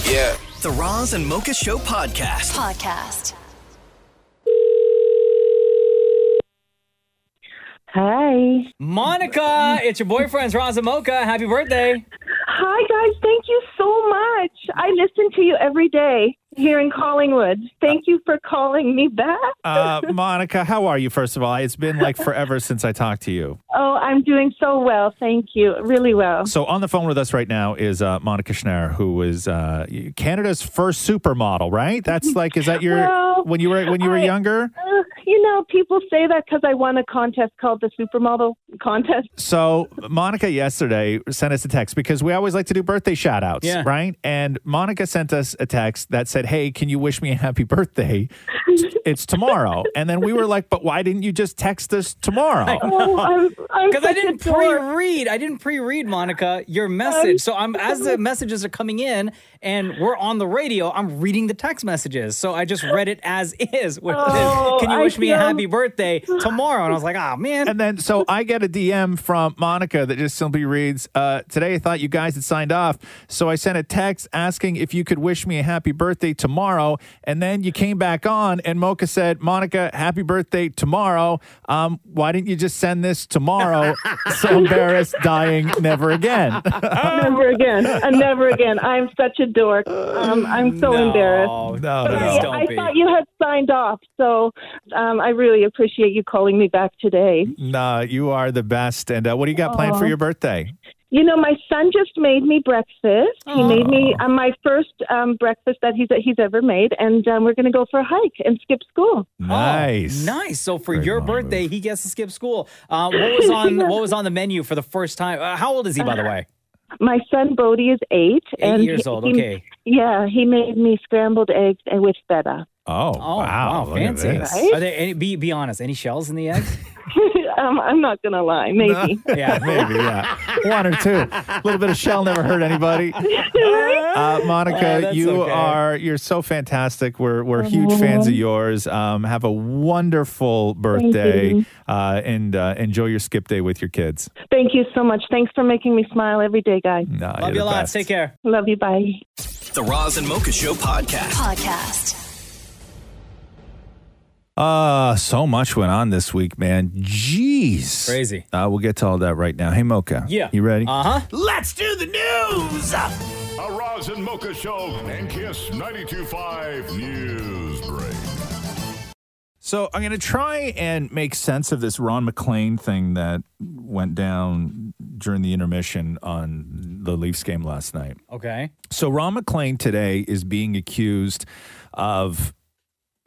S3: Yeah. The Roz and Mocha Show podcast.
S7: Podcast.
S20: Hi.
S5: Monica, it's your boyfriend's Roz and Mocha. Happy birthday.
S20: Hi, guys. Thank you so much. I listen to you every day here in Collingwood. Thank you for calling me back.
S4: Uh, [laughs] Monica, how are you? First of all, it's been like forever since I talked to you.
S20: Oh, I'm doing so well. Thank you. Really well.
S4: So on the phone with us right now is uh, Monica Schneer, who is uh, Canada's first supermodel, right? That's like, is that your
S20: Well,
S4: when you were when you were
S20: I-
S4: younger?
S20: Uh, you know, people say that because I won a contest called the Supermodel
S4: [laughs]
S20: Contest.
S4: So Monica yesterday sent us a text because we always like to do birthday shout outs,
S20: Yeah.
S4: right? And Monica sent us a text that said, Hey, can you wish me a happy birthday? It's tomorrow. and then we were like, But why didn't you just text us tomorrow?
S20: Oh,
S5: [laughs] Because I didn't pre-read. I didn't pre-read, Monica, your
S20: Um,
S5: message. So I'm
S20: [laughs]
S5: as the messages are coming in and we're on the radio, I'm reading the text messages. So I just read it as [laughs] is. Which
S20: Oh,
S5: is, [laughs] Can you
S20: I
S5: wish me a
S20: feel-
S5: happy birthday [laughs] tomorrow? And I was like, oh man.
S4: And then so I get a DM from Monica that just simply reads, uh, today I thought you guys had signed off. So I sent a text asking if you could wish me a happy birthday tomorrow. And then you came back on and Mocha said, Monica, happy birthday tomorrow. Um, why didn't you just send
S5: [laughs]
S4: this tomorrow? so embarrassed, dying, never again. [laughs] Oh.
S20: never again. Uh, never again. I'm such a dork. Um, I'm so embarrassed.
S4: no,
S20: But
S4: no,
S20: I,
S4: no. Don't
S20: I
S4: be.
S20: thought you had signed off, so um, I really appreciate you calling me back today.
S4: Nah, you are the best. And uh, what do you got planned for
S20: Aw.
S4: your birthday?
S20: You know, my son just made me breakfast. He
S5: Oh.
S20: made me uh, my first um, breakfast that he's he's ever made, and um, we're going to go for a hike and skip school.
S4: Nice.
S5: Oh, nice. So for your birthday, he gets to skip school. Uh, what
S20: [laughs]
S5: was on What was on the menu for the first time? Uh, how old is he, by the way?
S20: My son Bodie is eight.
S5: Eight
S20: and
S5: years
S20: he-
S5: old,
S20: he-
S5: okay.
S20: yeah, he made me scrambled eggs and with feta. [laughs]
S4: Oh,
S5: wow,
S4: look at
S5: fancy.
S4: this.
S20: Right?
S5: Are there any, be be honest? Any shells in the eggs?
S20: um, I'm not going to lie, [laughs] maybe.
S5: yeah,
S4: [laughs] maybe. Yeah, one or two. A little bit of shell never hurt anybody. Uh,
S1: Oh,
S4: Monica,
S1: that's
S4: you
S1: okay.
S4: are you're so fantastic. We're we're huge fans of yours. Um, have a wonderful birthday,
S20: you.
S4: uh, and uh, enjoy your skip day with your kids.
S20: Thank you so much. Thanks for making me smile every day, guys.
S4: Love
S5: you a lot. Take care.
S20: Love you. Bye.
S3: The Roz and Mocha Show podcast.
S7: Podcast.
S4: Uh, so much went on this week, man. Jeez,
S5: Crazy.
S4: Uh, we'll get to all that right now. Hey, Mocha.
S5: Yeah.
S4: you ready?
S5: Uh huh.
S1: Let's do the news.
S22: A Roz and Mocha Show and Kiss 92.5 News Break.
S4: So I'm going to try and make sense of this Ron McLean thing that went down during the intermission on the Leafs game last night.
S5: Okay.
S4: So Ron McLean today is being accused of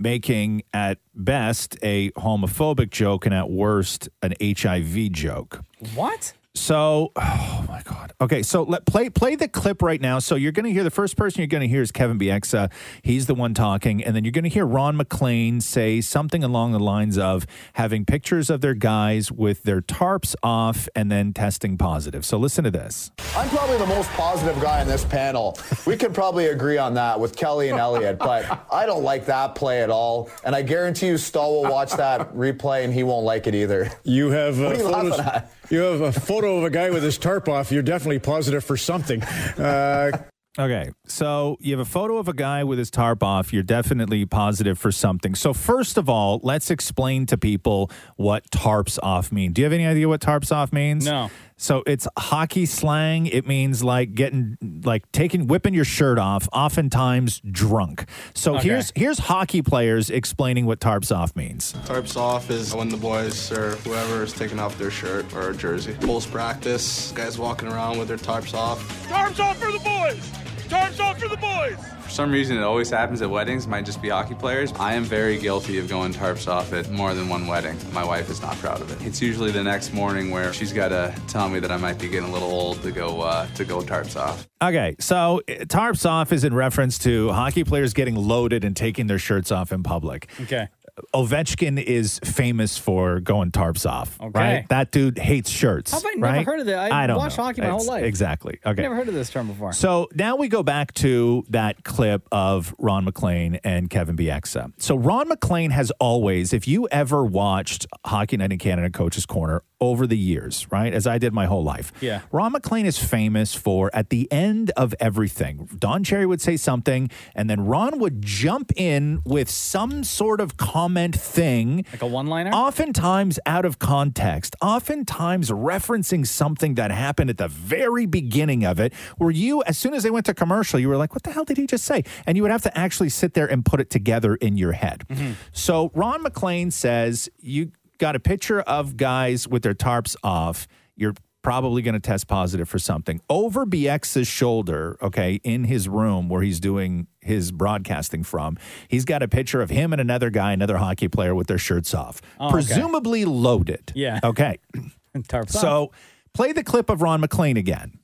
S4: making, at best, a homophobic joke and at worst, an HIV joke.
S5: What?
S4: So, oh my God. Okay, so let play play the clip right now. So you're going to hear the first person you're going to hear is Kevin Bieksa. He's the one talking, and then you're going to hear Ron McLean say something along the lines of having pictures of their guys with their tarps off and then testing positive. So listen to this.
S18: I'm probably the most positive guy on this panel. We can probably agree on that with Kelly and Elliot, but I don't like that play at all. And I guarantee you, Stahl will watch that replay and he won't like it either.
S23: You have uh,
S18: What are you laughing
S23: photos,
S18: at?
S23: you have a photo of a guy with his tarp off. You're definitely positive for something. Uh,
S4: Okay, so you have a photo of a guy with his tarp off. You're definitely positive for something. So first of all, let's explain to people what tarps off mean. Do you have any idea what tarps off means?
S5: No.
S4: So it's hockey slang. It means like getting, like taking, whipping your shirt off. Oftentimes drunk. So
S24: Okay.
S4: here's here's hockey players explaining what tarps off means.
S24: Tarps off is when the boys or whoever is taking off their shirt or jersey. Post practice, guys walking around with their tarps off.
S1: Time's off for the boys. Time's off for the boys.
S25: For some reason, it always happens at weddings. Might just be hockey players. I am very guilty of going tarps off at more than one wedding. My wife is not proud of it. It's usually the next morning where she's got to tell me that I might be getting a little old to go uh, to go tarps off.
S4: Okay, so uh, tarps off is in reference to hockey players getting loaded and taking their shirts off in public.
S5: Okay.
S4: Ovechkin is famous for going tarps off.
S5: Okay.
S4: Right? That dude hates shirts.
S5: How have I never
S4: right?
S5: heard of that? I've
S4: I don't
S5: watched
S4: know.
S5: hockey my whole
S4: It's-
S5: life.
S4: Exactly.
S5: I've
S4: Okay.
S5: Never heard of this term before.
S4: So now we go back to that clip of Ron McLean and Kevin Bieksa. So Ron McLean has always, if you ever watched Hockey Night in Canada Coach's Corner over the years, right, as I did my whole life,
S1: Yeah.
S4: Ron McLean is famous for at the end of everything, Don Cherry would say something, and then Ron would jump in with some sort of comment thing.
S5: Like a one liner?
S4: Oftentimes out of context, oftentimes referencing something that happened at the very beginning of it, where you, as soon as they went to commercial, you were like, what the hell did he just say? And you would have to actually sit there and put it together in your head.
S5: Mm-hmm.
S4: So Ron McLean says, you got a picture of guys with their tarps off. You're probably going to test positive for something over BX's shoulder, okay, in his room where he's doing his broadcasting from. He's got a picture of him and another guy, another hockey player with their shirts off,
S5: Oh, okay.
S4: presumably loaded.
S5: Yeah.
S4: Okay.
S5: [laughs] tarps off.
S4: so play the clip of Ron McLean again.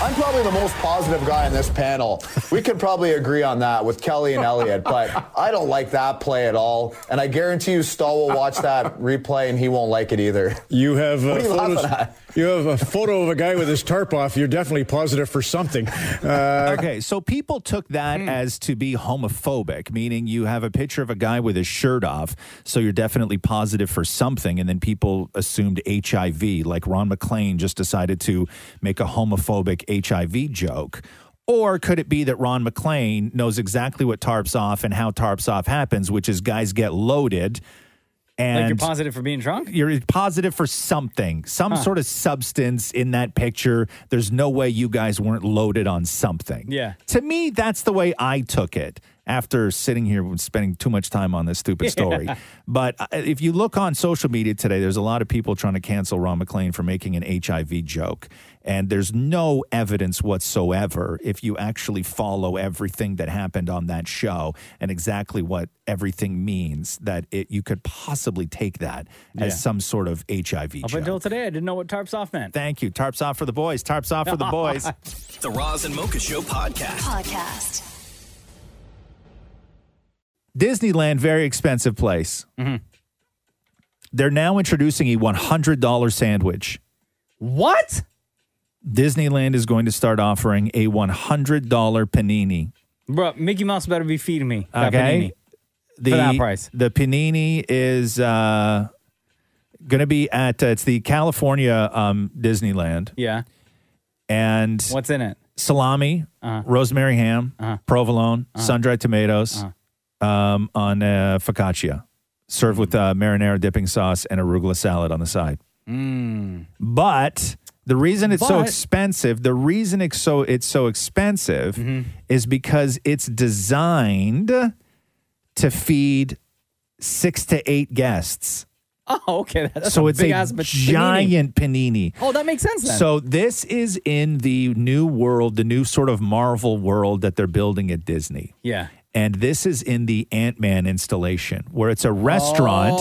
S18: I'm probably the most positive guy on this panel. We can probably agree on that with Kelly and Elliot, but I don't like that play at all. And I guarantee you, Stahl will watch that replay and he won't like it either.
S23: you have uh,
S18: What are you laughing
S23: photos,
S18: at?
S23: you have a photo of a guy with his tarp off. You're definitely positive for something.
S5: [laughs]
S23: Uh,
S4: okay, so people took that
S5: Hmm.
S4: as to be homophobic, meaning you have a picture of a guy with his shirt off, so you're definitely positive for something, and then people assumed HIV, like Ron McLean just decided to make a homophobic HIV joke. Or could it be that Ron McLean knows exactly what tarps off and how tarps off happens, which is guys get loaded and
S5: like you're positive for being drunk?
S4: you're positive for something, some
S5: Huh.
S4: sort of substance in that picture. There's no way you guys weren't loaded on something.
S5: Yeah.
S4: To me, that's the way I took it after sitting here and spending too much time on this stupid
S5: [laughs]
S4: story.
S5: Yeah.
S4: But uh, if you look on social media today, there's a lot of people trying to cancel Ron McLean for making an HIV joke. And there's no evidence whatsoever if you actually follow everything that happened on that show and exactly what everything means that it, you could possibly take that
S5: Yeah.
S4: as some sort of HIV
S5: Up
S4: joke.
S5: until today, I didn't know what tarps off meant.
S4: Thank you. Tarps off for the boys. Tarps off
S5: [laughs]
S4: for the boys.
S3: The Roz and Mocha Show podcast. Podcast.
S4: Disneyland, very expensive place.
S5: Mm-hmm.
S4: They're now introducing a $100 sandwich.
S5: What?
S4: Disneyland is going to start offering a $100 panini.
S5: Bro, Mickey Mouse better be feeding me. that
S4: Uh, Okay.
S5: panini. for that price.
S4: The panini is uh, going to be at, uh, it's the California um, Disneyland.
S5: Yeah.
S4: And
S5: What's in it? Uh-huh.
S4: Salami, rosemary ham, provolone, sun-dried tomatoes
S5: Uh-huh.
S4: um, on uh, focaccia, served with uh, marinara dipping sauce and arugula salad on the side.
S5: Mm.
S4: But the reason it's so
S5: But-
S4: expensive, the reason it's so it's so expensive
S5: Mm-hmm.
S4: is because it's designed to feed six to eight guests.
S5: Oh, okay. [laughs] That's
S4: so
S5: a
S4: it's
S5: big
S4: a
S5: ass panini.
S4: giant panini.
S5: Oh, that makes sense then.
S4: So this is in the new world, the new sort of Marvel world that they're building at Disney.
S5: yeah.
S4: And this is in the Ant Man installation, where it's a restaurant.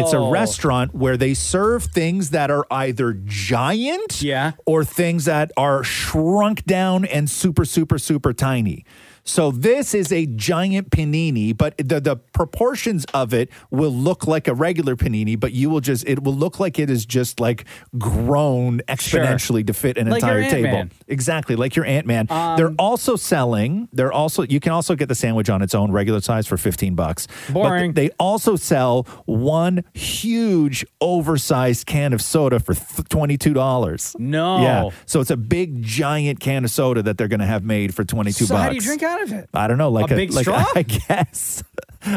S4: It's a
S5: Oh.
S4: restaurant where they serve things that are either giant
S5: yeah.
S4: or things that are shrunk down and super, super, super tiny. So this is a giant panini, but the, the proportions of it will look like a regular panini, but you will just it will look like it is just like grown exponentially to fit an
S5: Like your
S4: entire table.
S5: Ant-Man.
S4: Exactly, like your Ant Man.
S5: Um,
S4: they're also selling. They're also you can also get the sandwich on its own regular size for fifteen bucks.
S5: Boring.
S4: But they also sell one huge oversized can of soda for th- twenty two dollars.
S5: No.
S4: yeah. So it's a big giant can of soda that they're going to have made for twenty two
S5: So
S4: bucks.
S5: how do you drink out of it?
S4: I don't know, like
S5: A
S4: a,
S5: big
S4: like
S5: straw?
S4: [laughs] I guess.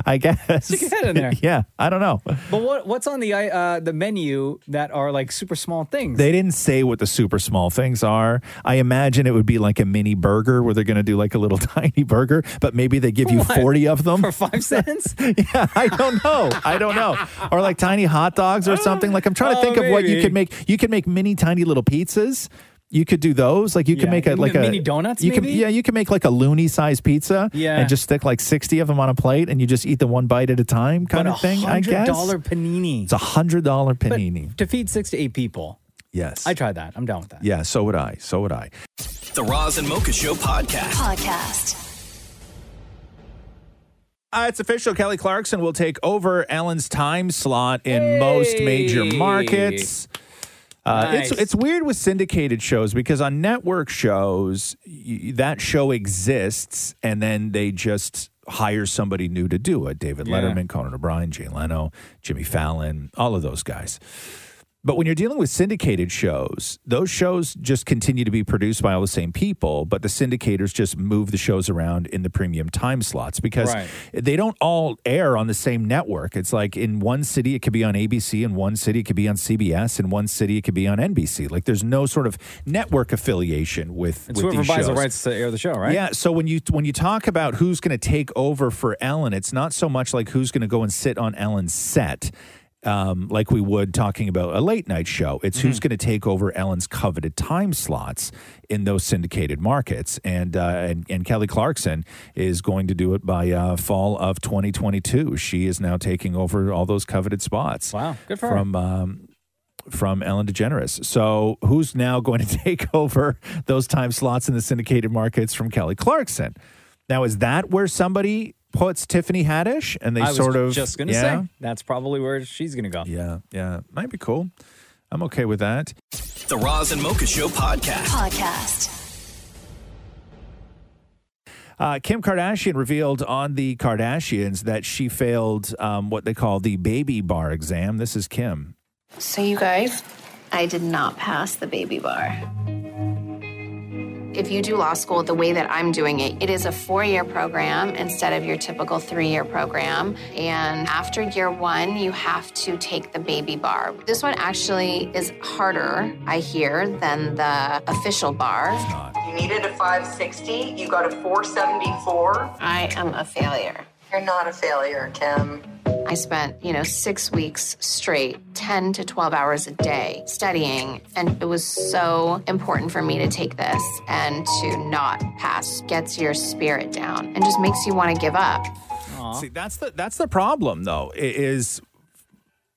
S4: I guess.
S5: Stick your head in there.
S4: [laughs] yeah, I don't know.
S5: But what what's on the uh, the menu that are like super small things?
S4: They didn't say what the super small things are. I imagine it would be like a mini burger where they're going to do like a little [laughs] tiny burger, but maybe they give you
S5: What?
S4: 40 of them
S5: for
S4: [laughs]
S5: five cents.
S4: yeah, I don't know. I don't know. Or like tiny hot dogs or something. Like I'm trying to
S5: Oh,
S4: think of what you
S5: maybe.
S4: could make. You could make mini tiny little pizzas. You could do those. Like you could
S5: Yeah,
S4: make a
S5: you can
S4: like
S5: make
S4: a
S5: mini donuts,
S4: You can
S5: maybe?
S4: yeah, you can make like a loony sized pizza.
S5: Yeah.
S4: and just stick like sixty of them on a plate, and you just eat them one bite at a time, kind
S5: But
S4: of thing. I guess
S5: $100 panini.
S4: It's a hundred dollar panini.
S5: To feed six to eight people.
S4: yes.
S5: I tried that. I'm down with that.
S4: yeah. So would I. So would I.
S3: The Roz and Mocha Show podcast.
S7: Podcast.
S4: Uh, it's official. Kelly Clarkson will take over Ellen's time slot in most major markets. Uh,
S5: Nice.
S4: It's it's weird with syndicated shows because on network shows y- that show exists and then they just hire somebody new to do it. David
S5: Yeah.
S4: Letterman, Conan O'Brien, Jay Leno, Jimmy Fallon, all of those guys. But when you're dealing with syndicated shows, those shows just continue to be produced by all the same people, but the syndicators just move the shows around in the premium time slots because
S5: Right.
S4: they don't all air on the same network. It's like in one city, it could be on ABC, in one city, it could be on CBS, in one city, it could be on NBC. Like there's no sort of network affiliation with,
S5: It's
S4: with
S5: whoever
S4: these
S5: buys the
S4: shows.
S5: rights to air the show, right?
S4: Yeah. So when you when you talk about who's going to take over for Ellen, it's not so much like who's going to go and sit on Ellen's set. Um, like we would talking about a late night show. It's who's
S5: Mm-hmm.
S4: going to take over Ellen's coveted time slots in those syndicated markets. And, uh, and, and Kelly Clarkson is going to do it by uh, fall of 2022. She is now taking over all those coveted spots. Wow.
S5: Good for her.
S4: from, Um, from Ellen DeGeneres. So, who's now going to [laughs] take over those time slots in the syndicated markets from Kelly Clarkson? Now, is that where somebody puts Tiffany Haddish and they
S5: I was
S4: sort of
S5: just gonna
S4: yeah,
S5: say that's probably where she's gonna go.
S4: Yeah, yeah, might be cool. I'm okay with that.
S3: The Roz and Mocha Show podcast.
S7: Podcast.
S4: Uh, Kim Kardashian revealed on the Kardashians that she failed um, what they call the baby bar exam. This is Kim.
S8: So, you guys, I did not pass the baby bar. If you do law school the way that I'm doing it, it is a four year program instead of your typical three year program. And after year one, you have to take the baby bar. This one actually is harder, I hear, than the official bar.
S9: You needed a 560, you got a 474.
S8: I am a failure.
S9: You're not a failure, Kim.
S8: I spent, you know, six weeks straight, 10 to 12 hours a day studying. And it was so important for me to take this and to not pass. Gets your spirit down and just makes you want to give up.
S4: See, that's the that's the problem though. i- Is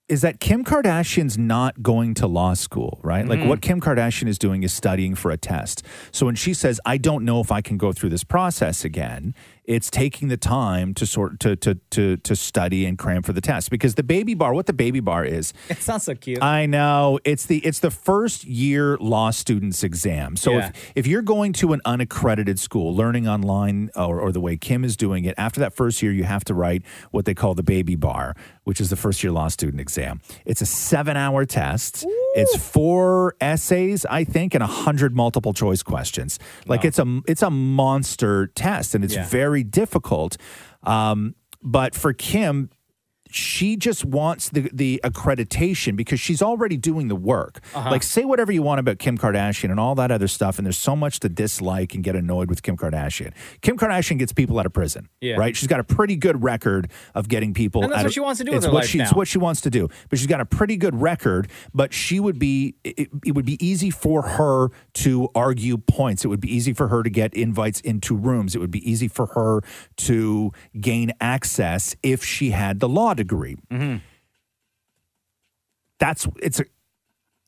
S4: is that Kim Kardashian's not going to law school, right? Like
S10: Mhm.
S4: what
S5: Mm-hmm.
S4: Kim Kardashian is doing is studying for a test. So when she says, "I don't know if I can go through this process again," it's taking the time to sort to to to to study and cram for the test because the baby bar, what the baby bar is,
S5: It sounds so cute.
S4: I know it's the it's the first year law students exam. So
S5: Yeah.
S4: if if you're going to an unaccredited school, learning online uh, or, or the way Kim is doing it, after that first year, you have to write what they call the baby bar, which is the first year law student exam. It's a seven hour test. It's four essays, I think, and a hundred multiple choice questions. Like it's a it's a monster test, and it's
S10: Yeah.
S4: very difficult. Um, but for Kim, she just wants the the accreditation because she's already doing the work. Like say whatever you want about Kim Kardashian and all that other stuff and there's so much to dislike and get annoyed with Kim Kardashian. Kim Kardashian gets people out of prison,
S5: Yeah.
S4: right? She's got a pretty good record of getting people
S5: And that's
S4: out
S5: what
S4: of-
S5: she wants to do
S4: It's
S5: with her
S4: what
S5: life
S4: she, it's
S5: now.
S4: what she wants to do. But she's got a pretty good record, but she would be it, it would be easy for her to argue points. It would be easy for her to get invites into rooms. It would be easy for her to gain access if she had the law degree.
S5: Mm-hmm.
S4: That's it's a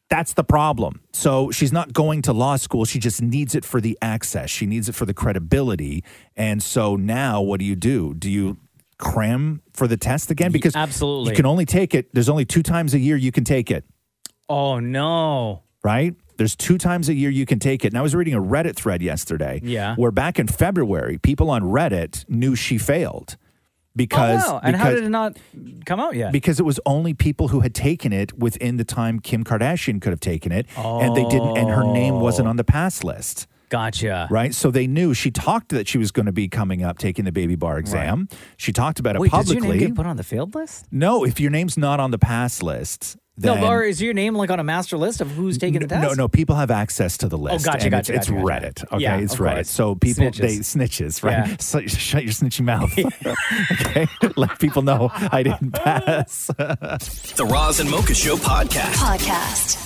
S4: that's the problem. So she's not going to law school. She just needs it for the access. She needs it for the credibility. And so now what do you do? Do you cram for the test again? Because
S5: absolutely.
S4: you can only take it. There's only two times a year you can take it.
S5: Oh no.
S4: Right? There's two times a year you can take it. And I was reading a Reddit thread yesterday.
S5: Yeah.
S4: Where back in February, people on Reddit knew she failed. Because,
S5: oh, wow. And how
S4: because-
S5: did it not come out yet?
S4: because it was only people who had taken it within the time Kim Kardashian could have taken it, and they didn't, and her name wasn't on the pass list.
S5: Gotcha.
S4: Right, so they knew she talked that she was going to be coming up taking the baby bar exam. She talked about it
S5: Wait, does
S4: publicly.
S5: your name get put on the failed list?
S4: no, if your name's not on the pass list, then
S5: no, or is your name like on a master list of who's taking the test?
S4: no, no, people have access to the list.
S5: gotcha,
S4: and
S5: gotcha,
S4: It's,
S5: gotcha,
S4: it's
S5: gotcha.
S4: Reddit. Okay,
S5: Yeah,
S4: it's
S5: of
S4: Reddit.
S5: course.
S4: So people they
S5: Snitches.
S4: snitches, right?
S5: Yeah.
S4: So, shut your snitchy
S5: [laughs]
S4: mouth. [laughs] okay, let people know I didn't pass. [laughs]
S3: The Roz and Mocha Show podcast.
S7: Podcast.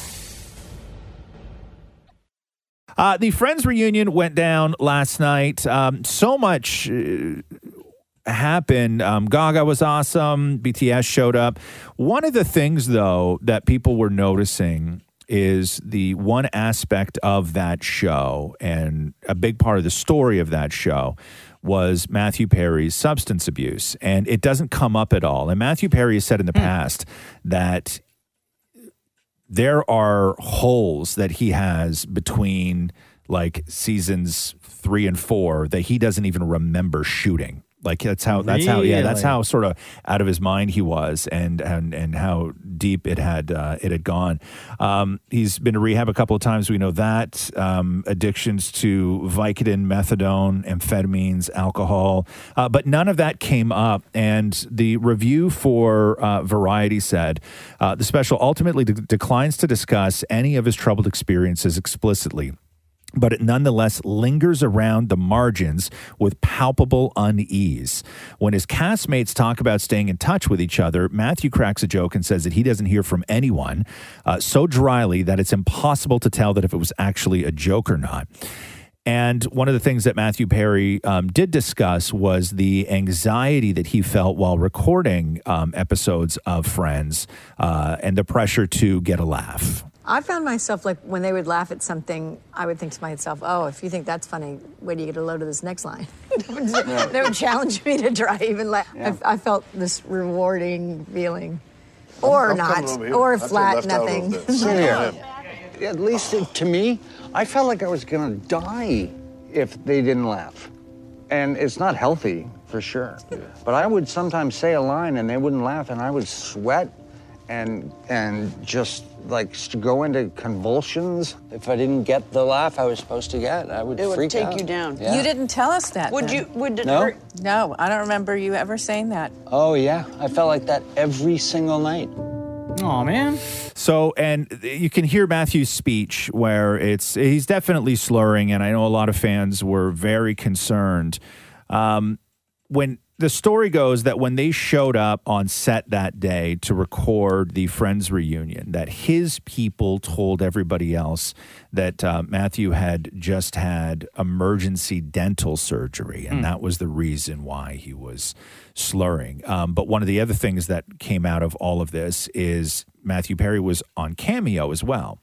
S4: Uh, the Friends reunion went down last night. Um, so much uh, happened. Um, Gaga was awesome. BTS showed up. One of the things, though, that people were noticing is the one aspect of that show, and a big part of the story of that show was Matthew Perry's substance abuse. And it doesn't come up at all. And Matthew Perry has said in the past that there are holes that he has between like seasons three and four that he doesn't even remember shooting. Like that's how that's how yeah that's
S10: Really?
S4: how sort of out of his mind he was and and and how deep it had uh, it had gone. Um, he's been to rehab a couple of times. We know that um, addictions to Vicodin, methadone, amphetamines, alcohol, uh, but none of that came up. And the review for uh, Variety said uh, the special ultimately de- declines to discuss any of his troubled experiences explicitly but it nonetheless lingers around the margins with palpable unease. When his castmates talk about staying in touch with each other, Matthew cracks a joke and says that he doesn't hear from anyone uh, so dryly that it's impossible to tell that if it was actually a joke or not. And one of the things that Matthew Perry um, did discuss was the anxiety that he felt while recording um, episodes of Friends uh, and the pressure to get a laugh.
S2: I found myself like when they would laugh at something, I would think to myself, "Oh, if you think that's funny, where do you get a load of this next line?" [laughs] they, would, they would challenge me to try even laugh.
S12: Yeah.
S2: I, I felt this rewarding feeling, or
S12: I'm coming over
S2: not,
S12: here.
S2: or
S12: I feel
S2: flat
S12: left out a little
S2: nothing. [laughs]
S12: bit. Sit here. At least it- to me, I felt like I was gonna die if they didn't laugh. And it's not healthy for sure. But I would sometimes say a line and they wouldn't laugh and I would sweat and and just like s- go into convulsions. If I didn't get the laugh I was supposed to get, I would
S17: It would
S12: freak
S17: take
S12: out.
S17: you down.
S12: Yeah.
S17: You
S10: didn't tell us that.
S17: Would
S10: then.
S17: you- would it
S12: No? hurt?
S10: No, I don't remember you ever saying that.
S12: Oh yeah, I felt like that every single night.
S5: Oh man.
S4: So, and you can hear Matthew's speech where it's he's definitely slurring, and I know a lot of fans were very concerned. Um, when the story goes that when they showed up on set that day to record the Friends reunion, that his people told everybody else that uh, Matthew had just had emergency dental surgery, and that was the reason why he was slurring. Um, but one of the other things that came out of all of this is Matthew Perry was on Cameo as well.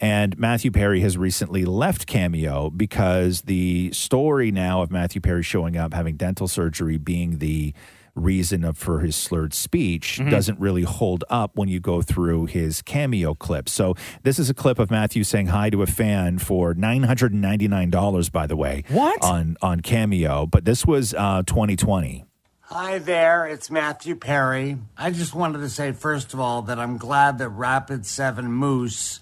S4: And Matthew Perry has recently left Cameo because the story now of Matthew Perry showing up having dental surgery being the reason of, for his slurred speech
S13: Mhm.
S4: doesn't really hold up when you go through his cameo clip. So this is a clip of Matthew saying hi to a fan for $999 by the way. What? On on Cameo, but this was uh 2020.
S16: Hi there, it's Matthew Perry. I just wanted to say, first of all, that I'm glad that Rapid 7 Moose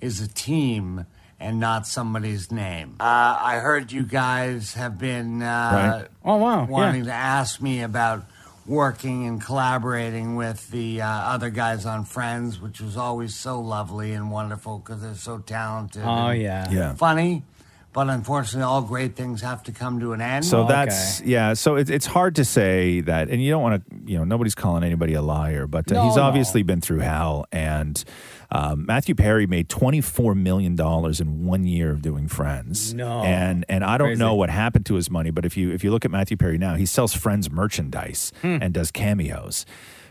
S16: is a team and not somebody's name. Uh, I heard you guys have been uh,
S1: Right. Oh, wow,
S16: wanting
S1: yeah.
S16: to ask me about working and collaborating with the uh, other guys on Friends, which was always so lovely and wonderful because they're so talented.
S5: Oh,
S16: and
S5: yeah. Yeah.
S16: Funny, but unfortunately, all great things have to come to an
S5: Oh,
S16: end.
S1: Oh,
S4: So that's yeah. So it's it's hard to say that, and you don't want to. You know, nobody's calling anybody a liar, but uh,
S16: No,
S4: he's
S16: no.
S4: obviously been through hell. And um, Matthew Perry made twenty four million dollars in one year of doing Friends.
S5: No.
S4: and and I don't
S5: Crazy.
S4: know what happened to his money, but if you if you look at Matthew Perry now, he sells Friends merchandise
S5: Hmm.
S4: and does cameos.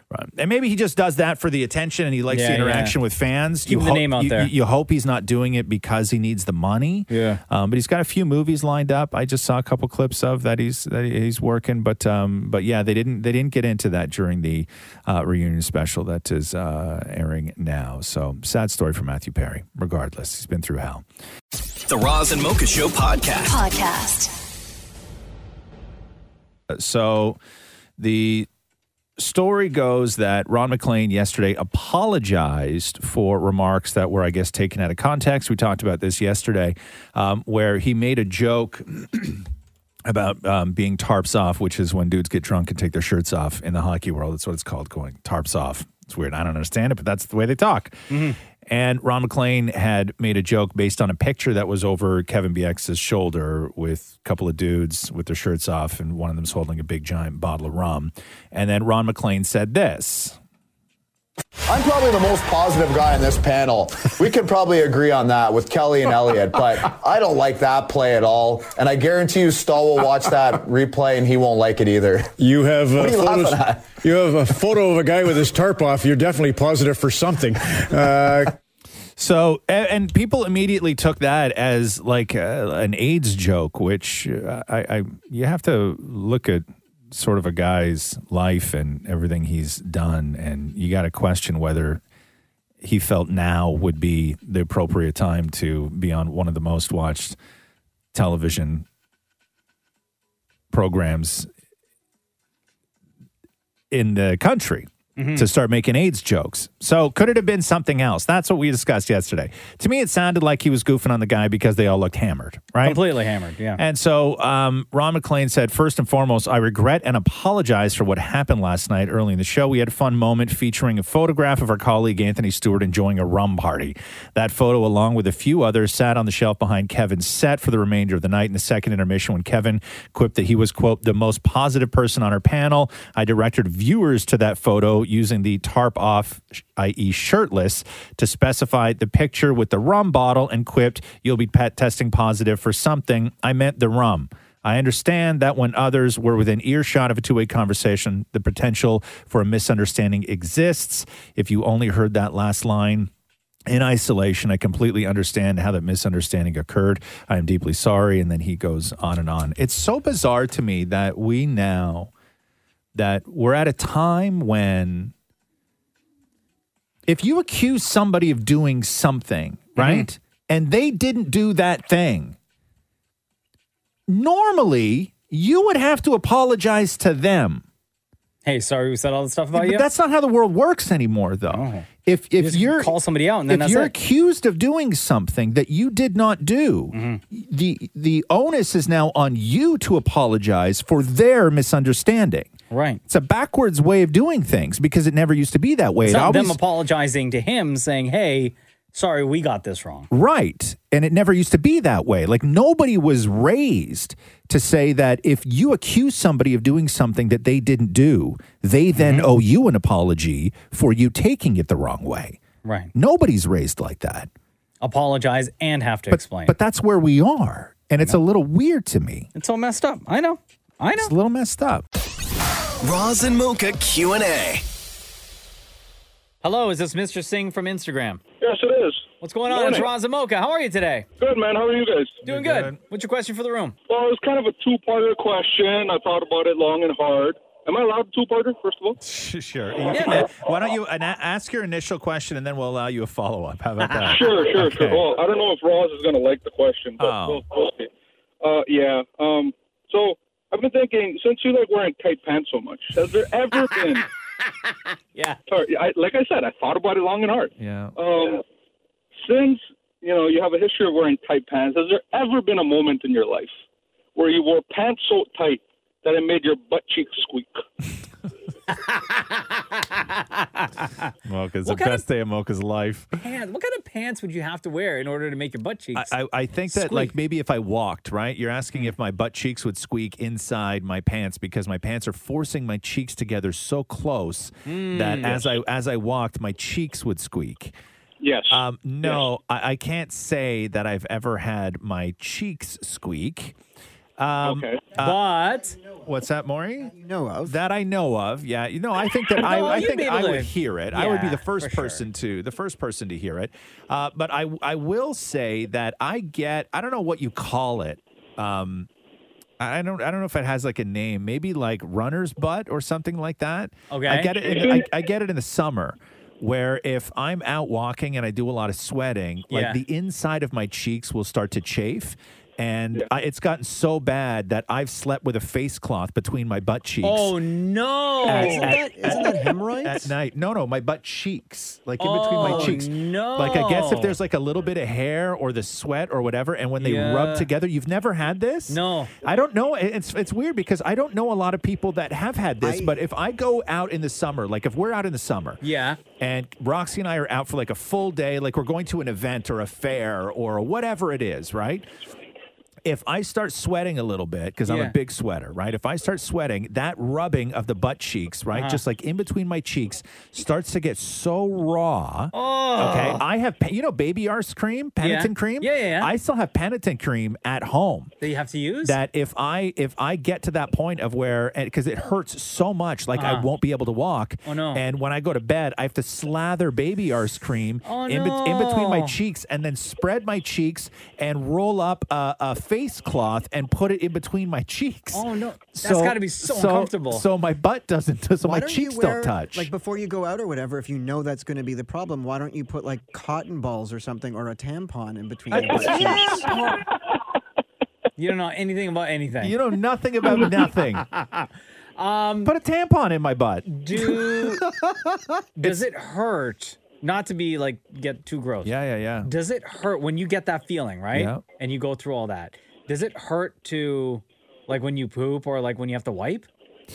S4: Right. And maybe he just does that for the attention and he likes
S5: Yeah,
S4: the
S5: yeah.
S4: interaction with fans.
S5: Keep the name out
S4: you-
S5: there.
S4: You hope he's not doing it because he needs the money. Yeah. Um, but he's got a few movies lined up. I just saw a couple clips of that he's that he's working. But um, but yeah, they didn't they didn't get into that during the uh, reunion special that is uh, airing now. So sad story for Matthew Perry. Regardless, he's been through hell.
S3: The Roz and Mocha Show podcast.
S7: Podcast.
S4: So the story goes that Ron McLean yesterday apologized for remarks that were, I guess, taken out of context. We talked about this yesterday, um, where he made a joke. [clears throat] About um, being tarps off, which is when dudes get drunk and take their shirts off in the hockey world. That's what it's called, going tarps off. It's weird. I don't understand it, but that's the way they talk. And Ron McLean had made a joke based on a picture that was over Kevin BX's shoulder with a couple of dudes with their shirts off, and one of them's holding a big giant bottle of rum. And then Ron McLean said this.
S18: I'm probably the most positive guy in this panel. We can probably agree on that with Kelly and Elliot, but I don't like that play at all. And I guarantee you, Stahl will watch that replay and he won't like it either.
S23: You have
S18: What
S23: a
S18: are you
S23: photos-
S18: laughing at?
S23: you have a photo of a guy with his tarp off. You're definitely positive for
S18: [laughs]
S23: something. Uh,
S4: So, a- and, people immediately took that as like a, an AIDS joke, which uh, I, I you have to look at sort of a guy's life and everything he's done, and you got to question whether he felt now would be the appropriate time to be on one of the most watched television programs in the country Mm-hmm. to start making AIDS jokes. So could it have been something else? That's what we discussed yesterday. To me, it sounded like he was goofing on the guy because they all looked hammered, right?
S5: Completely hammered. Yeah.
S4: And so um, Ron McLean said, first and foremost, I regret and apologize for what happened last night early in the show. We had a fun moment featuring a photograph of our colleague Anthony Stewart enjoying a rum party. That photo, along with a few others, sat on the shelf behind Kevin's set for the remainder of the night in the second intermission when Kevin quipped that he was, quote, the most positive person on our panel. I directed viewers to that photo using the tarp off, i.e., shirtless, to specify the picture with the rum bottle and quipped, You'll be pet testing positive for something. I meant the rum. I understand that when others were within earshot of a two way conversation, the potential for a misunderstanding exists. If you only heard that last line, in isolation, I completely understand how that misunderstanding occurred. I am deeply sorry. And then he goes on and on. It's so bizarre to me that we now, that we're at a time when if you accuse somebody of doing something, right, and they didn't do that thing, normally you would have to apologize to them.
S5: Hey, sorry, we said all this stuff about
S4: but
S5: you.
S4: that's not how the world works anymore, though. If if you are call
S5: somebody out and then
S4: if
S5: that's
S4: you're
S5: it.
S4: accused of doing something that you did not do,
S5: Mm-hmm.
S4: the the onus is now on you to apologize for their misunderstanding.
S5: Right.
S4: It's a backwards way of doing things because it never used to be that way.
S5: It's
S4: It
S5: not them
S4: always-
S5: apologizing to him, saying, "Hey, sorry, we got this wrong."
S4: Right. And it never used to be that way. Like nobody was raised to say that if you accuse somebody of doing something that they didn't do, they
S5: Mm-hmm.
S4: then owe you an apology for you taking it the wrong way.
S5: Right.
S4: Nobody's raised like that.
S5: Apologize and have to explain.
S4: But that's where we are. And it's a little weird to me.
S5: It's all messed up. I know. I know.
S4: It's a little messed up.
S3: Roz and Mocha Q and A.
S5: Hello, is this Mr. Singh from Instagram?
S17: Yes, it is.
S5: What's going on? It's Roz and Mocha. How are you today?
S17: Good, man. How are you guys?
S5: Doing good. What's your question for the room?
S17: Well, it's kind of a two-parter question. I thought about it long and hard. Am I allowed a two-parter, first
S5: [laughs]
S17: of all?
S4: Sure. uh, why don't you ask your initial question and then we'll allow you a follow up? How about that?
S17: Sure, sure, sure. Well, I don't know if Roz is going to like the question, but
S4: Oh.
S17: we'll, we'll see. Uh, yeah. Um, so I've been thinking since you like wearing tight pants so much, has there
S4: [laughs]
S17: ever been?
S5: yeah.
S17: Sorry, I, like I said, I thought about it long and hard.
S4: Yeah.
S17: Um, since you know you have a history of wearing tight pants, has there ever been a moment in your life where you wore pants so tight that it made your butt cheeks
S4: [laughs]
S17: squeak?
S4: Mocha's
S5: What kind of-
S4: day of Mocha's life.
S5: Pants. What kind of pants would you have to wear in order to make your butt cheeks?
S4: I, I- I think that like maybe if I walked, right? You're asking if my butt cheeks would squeak inside my pants because my pants are forcing my cheeks together so close that
S5: Hmm.
S17: Mm.
S4: as I as I walked, my cheeks would squeak.
S17: Yes.
S4: Um, no, I, I can't say that I've ever had my cheeks squeak. Um,
S17: okay.
S5: but
S4: what's that, Maury?
S6: You know of
S4: that I know of. Yeah, you know, I think that
S5: [laughs]
S4: I,
S5: No,
S4: I
S5: you'd
S4: think
S5: be able
S4: I
S5: to-
S4: would hear it. I would be
S5: Yeah,
S4: the first person to the first person to hear it. Uh, but I I will say that I get I don't know what you call it. Um, I I don't I don't know if it has like a name. Maybe like runner's butt or something like that.
S5: Okay.
S4: I get it. In, I, I get it in the summer. Where if I'm out walking and I do a lot of sweating,
S5: Yeah.
S4: like the inside of my cheeks will start to chafe, and I, it's gotten so bad that I've slept with a face cloth between my butt cheeks
S5: Oh no!
S4: [laughs] hemorrhoids? At night. No, no, my butt cheeks. Like in between my
S5: Oh,
S4: cheeks.
S5: no.
S4: Like I guess if there's like a little bit of hair or the sweat or whatever, and when they
S5: Yeah.
S4: rub together, you've never had this?
S5: No.
S4: I don't know. It- It's it's weird because I don't know a lot of people that have had this, but if I go out in the summer, like if we're out in the summer
S5: Yeah.
S4: and Roxy and I are out for like a full day, like we're going to an event or a fair or whatever it is, right? If I start sweating a little bit, because I'm
S5: Yeah.
S4: a big sweater, right? If I start sweating, that rubbing of the butt cheeks, right?
S5: Uh-huh.
S4: Just like in between my cheeks starts to get so raw. Okay. I have, pa- you know, baby arse cream, Penitent cream?
S5: Oh. Yeah, yeah, yeah.
S4: I still have Penitent cream at home
S5: That you have to use.
S4: that if I if I get to that point of where because it hurts so much, like I
S5: Uh-huh.
S4: won't be able to walk.
S5: Oh, no.
S4: And when I go to bed, I have to slather baby arse cream
S5: Oh,
S4: in, bet- in between my
S5: no.
S4: cheeks, and then spread my cheeks and roll up a, a face cloth and put it in between my cheeks.
S5: Oh no! That's
S4: So-
S5: got to be so,
S4: so-
S5: uncomfortable.
S4: So my butt doesn't. [laughs] So
S6: Why
S4: my
S6: don't you
S4: cheeks
S6: wear-
S4: don't touch.
S6: Like before you go out or whatever, if you know that's going to be the problem, why don't you put like cotton balls or something or a tampon in between? your butt cheeks?
S5: you don't know anything about anything.
S4: you know nothing about
S5: [laughs]
S4: nothing.
S5: Um,
S4: Put a tampon in my butt. [laughs]
S5: do does it hurt? Not to be like get too gross.
S4: Yeah, yeah, yeah.
S5: Does it hurt when you get that feeling, right?
S4: Yeah.
S5: And you go through all that. Does it hurt to like when you poop or like when you have to wipe?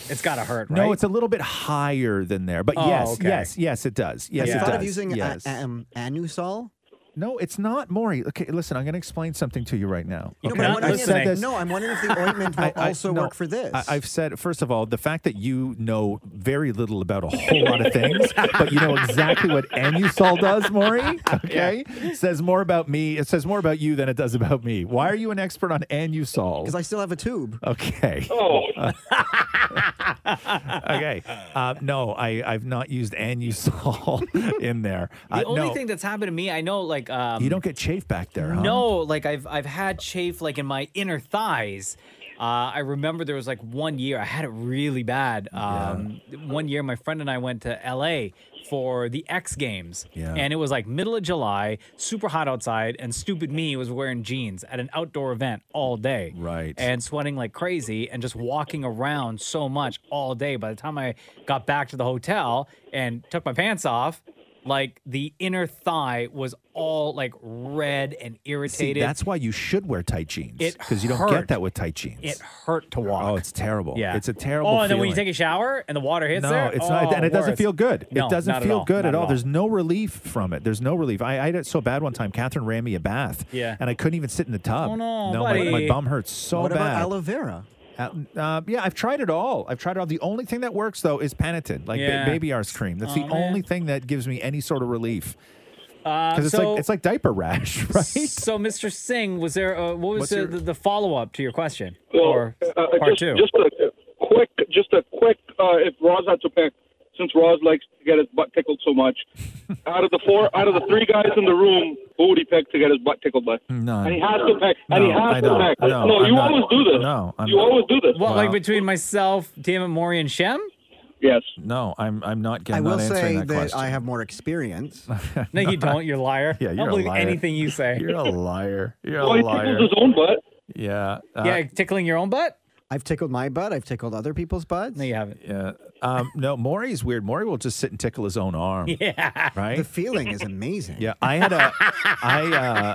S5: It's got to hurt, right?
S4: No, it's a little bit higher than there, but
S5: Oh,
S4: yes,
S5: okay.
S4: yes, yes, it does. Yes,
S6: Have you
S4: it
S6: thought
S4: does.
S6: of using a-
S4: yes.
S6: um, Anusol?
S4: No, it's not Maury. Okay, listen, I'm going to explain something to you right now.
S6: You know,
S4: okay?
S6: but I'm wondering
S4: I've
S6: if-
S4: said this-
S6: no, I'm wondering if the ointment will
S4: [laughs] I- I-
S6: also
S4: no,
S6: work for this.
S4: I, have said, first of all, the fact that you know very little about a whole lot
S6: [laughs]
S4: of things, but you know exactly what Anusol does, Maury, okay, says more about me. It says more about you than it does about me. Why are you an expert on Anusol? Because
S6: I still have a tube.
S4: Okay.
S17: Oh.
S4: [laughs] okay. Uh, no, I, I've not used Anusol [laughs] in there.
S5: the
S4: uh,
S5: only
S4: no,
S5: thing that's happened to me, I know, like um,
S4: you don't get chafe back there, huh?
S5: No, like I've I've had chafe like in my inner thighs. Uh, I remember there was like one year I had it really bad. Um, One year, my friend and I went to LA for the X Games,
S4: Yeah.
S5: and it was like middle of July, super hot outside, and stupid me was wearing jeans at an outdoor event all day, right? And sweating like crazy, and just walking around so much all day. By the time I got back to the hotel and took my pants off. Like the inner thigh was all like red and
S4: See,
S5: irritated.
S4: that's why you should wear tight jeans
S5: It
S4: because you don't
S5: hurt.
S4: get that with tight jeans.
S5: it hurt to walk.
S4: Oh, it's terrible.
S5: Yeah.
S4: it's a terrible.
S5: Oh, and then when you
S4: feeling.
S5: take a shower and the water hits
S4: no,
S5: there,
S4: it's not,
S5: oh,
S4: and it doesn't
S5: worse.
S4: feel good.
S5: No,
S4: it doesn't
S5: not
S4: feel good
S5: Not
S4: at all. There's no relief from it. There's no relief. I, I had it so bad one time. Catherine ran me a bath.
S5: Yeah.
S4: and I couldn't even sit in the tub.
S5: Oh, no,
S4: my, my
S5: buddy.
S4: bum hurts so
S6: what
S4: bad.
S6: about aloe vera?
S4: Al- uh, yeah, I've tried it all. I've tried it all. The only thing that works though is Panatin, like
S5: Yeah.
S4: ba- baby arse cream. That's the
S5: Aw, man.
S4: only thing that gives me any sort of relief
S5: Uh,
S4: because it's
S5: so,
S4: like it's like diaper rash, [laughs] right?
S5: so, Mr. Singh, was there? Uh, what was
S4: What's
S5: the,
S4: your-
S5: the, the follow up to your question
S17: Well,
S5: or
S17: uh,
S5: part
S17: just,
S5: two?
S17: Just a a quick, just a quick. Uh, if Roz had to pick, since Roz likes to get his butt tickled so
S4: [laughs]
S17: much, out of the four, out of the three guys in the room, who would he pick to get his butt tickled by?
S4: No,
S17: And he has to pick. and he
S4: No,
S17: has
S4: I
S17: to
S4: don't.
S17: pick.
S4: No,
S17: you
S4: I'm not-
S17: always do this.
S4: no, I'm
S17: you
S4: not.
S17: always do this.
S5: what, like
S4: Wow.
S5: between myself, Dammit, Maury, and Shem?
S17: Yes.
S4: No, I'm I'm not.
S6: I
S4: I'm
S6: will
S4: not answering
S6: say that,
S4: that question.
S6: I have more
S4: [laughs]
S6: experience.
S5: No, you don't. [laughs] You're a liar.
S4: Yeah,
S5: I
S4: you're
S5: don't
S4: a
S5: believe
S4: liar.
S5: anything you say.
S4: You're a liar. You're
S5: Well, he
S4: a
S5: tickles
S4: liar.
S5: his
S17: own butt.
S4: Yeah. uh,
S5: yeah, tickling your own [laughs] butt.
S6: I've tickled my butt. I've tickled other people's butts. No,
S5: you haven't.
S4: Yeah. Um, no, Maury's weird. Maury will just sit and tickle his own arm.
S5: [laughs] Yeah.
S4: Right?
S6: The feeling is amazing.
S4: Yeah, I had a,
S5: [laughs]
S4: I, uh,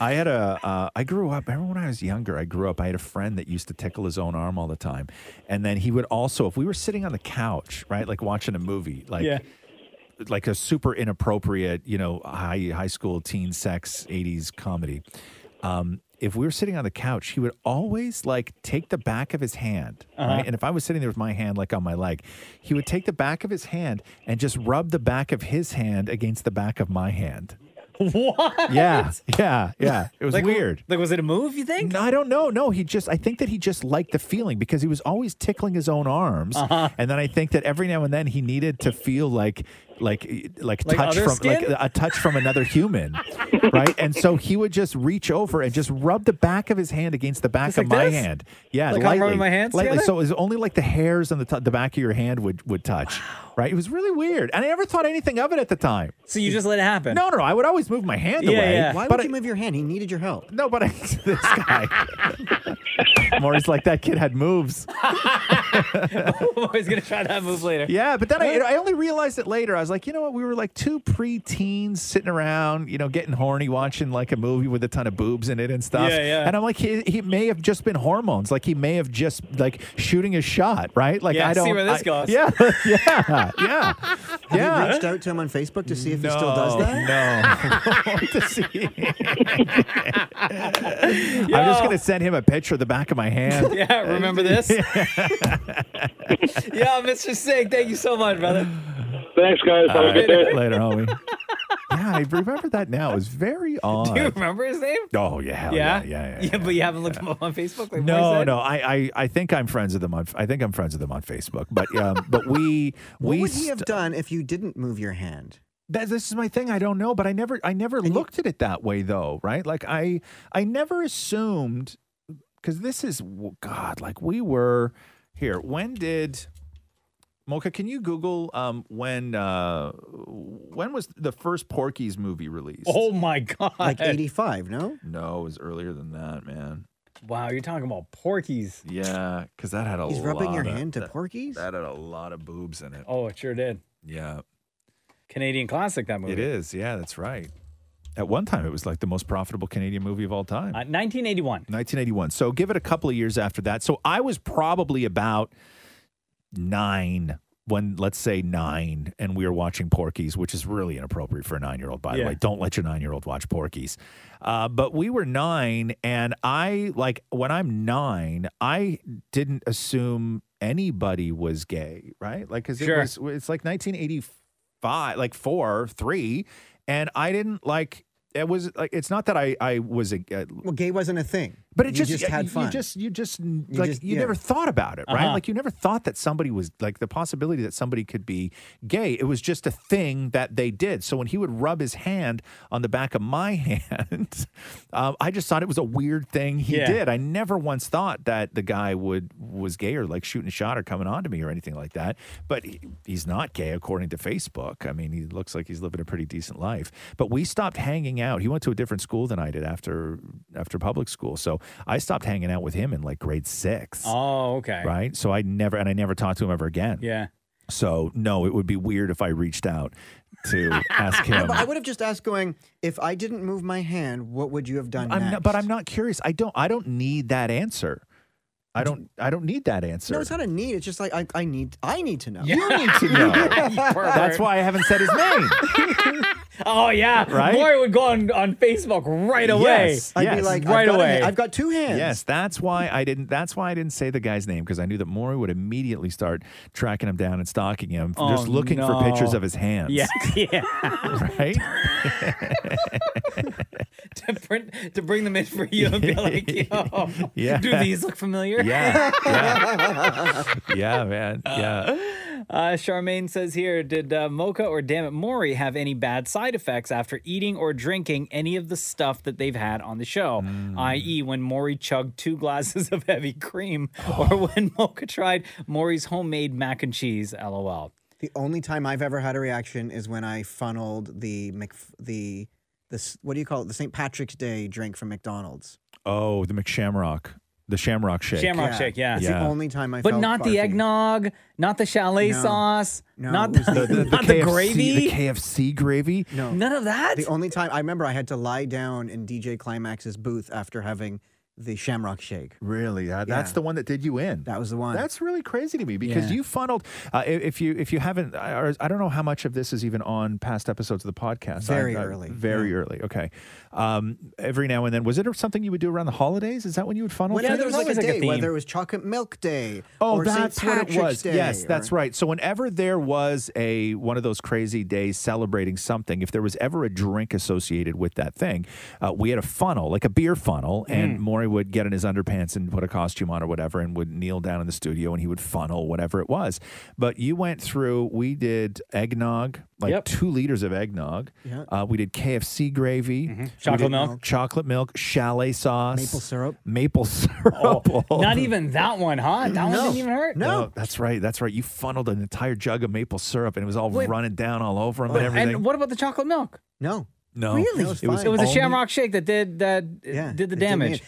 S4: I had a, uh, I grew up. Remember when I was younger? I grew up. I had a friend that used to tickle his own arm all the time, and then he would also, if we were sitting on the couch, right, like watching a movie, like,
S5: Yeah.
S4: like a super inappropriate, you know, high high school teen sex '80s comedy. Um, if we were sitting on the couch, he would always like take the back of his hand,
S21: Uh-huh.
S4: right? And if I was sitting there with my hand like on my leg, he would take the back of his hand and just rub the back of his hand against the back of my hand.
S5: [laughs] What?
S4: Yeah, yeah, yeah. It was
S5: Like,
S4: weird.
S5: Like, was it a move? You think?
S4: No, I don't know. No, he just. I think that he just liked the feeling because he was always tickling his own arms,
S5: Uh-huh.
S4: and then I think that every now and then he needed to feel like, like, like,
S5: Like
S4: touch
S5: other
S4: from
S5: skin?
S4: like a touch from another human, right? And so he would just reach over and just rub the back of his hand against the back
S5: Just
S4: of
S5: like
S4: my
S5: this?
S4: hand. Yeah,
S5: Like I'm
S4: lightly,
S5: rubbing my hands
S4: lightly.
S5: together?
S4: So it was only like the hairs on the t- the back of your hand would would touch, right? It was really weird, and I never thought anything of it at the time.
S5: So you just let it happen?
S4: No, no, I would always move my hand
S5: Yeah,
S4: away.
S5: yeah.
S6: Why
S4: but
S6: would you move your hand? He needed your help.
S4: No, but I, [laughs] this guy. Maury's like that kid had moves.
S5: Maury's gonna try that move later.
S4: Yeah, but then I, I only realized it later. I was like, you know what? We were like two preteens sitting around, you know, getting horny, watching like a movie with a ton of boobs in it and stuff.
S5: Yeah, yeah.
S4: And I'm like, he, he may have just been hormones. Like he may have just like shooting a shot, right? Like
S6: Yeah,
S4: I
S6: see
S4: don't
S6: where this
S4: I-
S6: goes.
S4: Yeah, [laughs] yeah, yeah.
S6: Have
S4: Yeah.
S6: you reached out to him on Facebook to see [laughs] if
S4: No,
S6: he still does
S4: that? No. to see. I'm just
S5: Yo.
S4: gonna send him a picture of the back of my hand.
S5: [laughs] Yeah,
S4: [laughs]
S5: remember this? yeah, Mr. Singh, thank you so much, brother.
S17: Thanks, guys.
S4: All right, Later, homie. yeah, I remember that now. It was very odd.
S5: Do you remember his name?
S4: Oh yeah, hell yeah,
S5: yeah?
S4: yeah, yeah.
S5: but you haven't looked him up on Facebook. Like Maury
S4: No,
S5: said?
S4: no, I, I, I think I'm friends with them on. I think I'm friends with them on Facebook. But,
S6: [laughs]
S4: um, but we,
S6: What
S4: we.
S6: would he have
S4: st-
S6: done if you didn't move your hand?
S4: that, this is my thing. I don't know, but I never, I never looked at it that way though, right? Like I, I never assumed because this is w- God. Like we were here. When did? Mocha, can you Google um, when uh, when was the first Porky's movie released?
S5: Oh my god!
S4: Like
S6: 85, no?
S4: No, it was earlier than that, man.
S5: Wow, you're talking about Porky's.
S4: Yeah, because that had a
S5: He's
S4: lot
S5: rubbing your
S4: of-
S5: hand to
S4: that-
S6: Porky's?
S4: That had a lot of boobs in it.
S5: Oh, it sure did.
S4: Yeah.
S5: Canadian classic that movie.
S4: It is. Yeah, that's right. At one time, it was like the most profitable Canadian movie of all time.
S5: Uh, 1981.
S4: 1981. So give it a couple of years after that. So I was probably about nine when, let's say, nine, and we were watching Porky's, which is really inappropriate for a nine year old, by the
S5: Yeah.
S4: way. Don't let your nine year old watch Porky's. Uh, but we were nine, and I, like, when I'm nine, I didn't assume anybody was gay, right? Like, because
S5: Sure.
S4: it was, it's like 1985, like four, three, and I didn't like. It was uh, like it's not that I I was a,
S6: Well, gay wasn't a thing.
S4: But it
S6: You
S4: just,
S6: just
S4: yeah,
S6: had
S4: you-
S6: fun.
S4: You just you just like
S6: just-
S4: you
S6: yeah.
S4: never thought about it, right?
S6: Uh-huh.
S4: Like you never thought that somebody was like the possibility that somebody could be gay. It was just a thing that they did. So when he would rub his hand on the back of my [laughs] hand, um, I just thought it was a weird thing he
S21: Yeah.
S4: did. I never once thought that the guy would was gay or like shooting a shot or coming on to me or anything like that. But he- he's not gay according to Facebook. I mean, he looks like he's living a pretty decent life. But we stopped hanging out. He went to a different school than I did after after public school. So I stopped hanging out with him in like grade six.
S5: Oh, okay.
S4: Right. So I never and I never talked to him ever again.
S5: Yeah.
S4: So no, it would be weird if I reached out
S6: [laughs]
S4: to ask him.
S6: But I would have just asked, going, if I didn't move my hand, what would you have done?
S4: I'm
S6: next?
S4: not, but I'm not curious. I don't. I don't need that answer. I don't. I don't need that answer.
S6: No, it's not a need. It's just like I, I need. I need to know.
S4: You
S6: [laughs]
S4: need [laughs] to know. That's why I haven't said his name.
S5: [laughs] Oh yeah,
S4: Right?
S5: Maury would go on, on Facebook right away.
S4: Yes, yes.
S5: right away.
S4: Yes, that's why I didn't. That's why I didn't say the guy's name because I knew that Maury would immediately start tracking him down and stalking him,
S5: Oh,
S4: just looking
S5: no.
S4: for pictures of his hands. [laughs]
S5: Yeah, yeah.
S4: right.
S5: [laughs] to, print, to bring them in for you and be
S4: [laughs]
S5: like, yo,
S4: Yeah.
S5: do these look familiar?
S4: Yeah,
S5: [laughs]
S4: yeah, man. Yeah.
S5: Uh, Charmaine says here, did uh, Mocha or Damn It Maury have any bad side effects after eating or drinking any of the stuff that they've had on the show?
S4: Hmm.
S5: I.e., when Maury chugged two glasses of heavy cream, or when Mocha tried Maury's homemade mac and cheese. LOL.
S6: The only time I've ever had a reaction is when I funneled the Mc, the this what do you call it the St. Patrick's Day drink from McDonald's.
S4: Oh, the McShamrock, the Shamrock Shake.
S5: Shamrock Shake, yeah.
S6: It's the only time I.
S5: but
S6: felt
S5: not the
S6: barfy.
S5: eggnog, not the chalet
S6: No.
S5: sauce,
S6: No,
S5: not [laughs]
S6: it was
S5: the, not the gravy.
S4: the KFC gravy.
S6: No,
S5: none of that.
S6: The only time I remember I had to lie down in DJ Climax's booth after having the Shamrock Shake.
S4: Really, that's the one that did you in.
S6: That was the one.
S4: That's really crazy to me because
S6: Yeah.
S4: you funneled. Uh, i- if you if you haven't, I, or I don't know how much of this is even on past episodes of the podcast.
S6: Very
S4: I- I-
S6: early,
S4: very early. Okay, um, every now and then. Was it something you would do around the holidays? Is that when you would funnel?
S6: Whenever
S4: through?
S6: there was, like a day, whether it was Chocolate Milk Day
S4: Oh,
S6: or St.
S4: that's what
S6: Patrick's
S4: it was.
S6: Day.
S4: yes, that's
S6: or-
S4: right. So whenever there was a one of those crazy days celebrating something, if there was ever a drink associated with that thing, uh, we had a funnel, like a beer funnel, and Maury would get in his underpants and put a costume on or whatever, and would kneel down in the studio and he would funnel whatever it was. But you went through. We did eggnog, like two liters of eggnog.
S6: Yeah.
S4: Uh, we did KFC gravy, We
S5: Chocolate
S4: did
S5: milk.
S4: chocolate milk, chalet sauce,
S6: Maple syrup.
S4: maple [laughs] syrup.
S5: Not even that one, huh? Ah, That one
S4: No.
S5: didn't even hurt.
S4: Oh, that's right. That's right. You funneled an entire jug of maple syrup and it was all
S5: Wait.
S4: running down all over him
S5: But-
S4: and everything.
S5: And what about the chocolate milk?
S6: No.
S4: no.
S6: Really? That was
S4: It was,
S6: fine.
S5: It was a
S6: Only-
S5: Shamrock Shake that did
S4: [laughs]
S5: that uh did the
S6: it did me
S5: damage.
S6: in.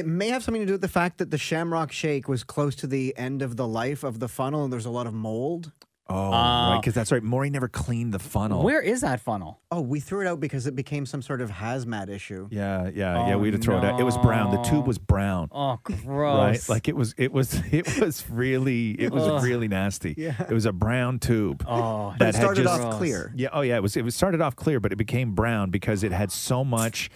S6: It may have something to do with the fact that the Shamrock Shake was close to the end of the life of the funnel, and there's a lot of mold.
S4: Oh,
S5: Uh,
S4: because that's right. Maury never cleaned the funnel.
S5: Where is that funnel?
S6: Oh, we threw it out because it became some sort of hazmat issue.
S4: Yeah, yeah, yeah.
S6: Oh,
S4: We'd have thrown it out. It was brown. The
S6: no.
S4: tube was brown.
S5: Oh,
S4: Right,
S5: gross!
S4: like it was, it was, [laughs] it was really, it
S5: Ugh.
S4: was really nasty.
S5: Yeah.
S4: It was a brown tube.
S5: Oh,
S6: But it started off Gross. clear.
S4: Yeah. Oh, yeah. It was. It was started off clear, but it became brown because it had so much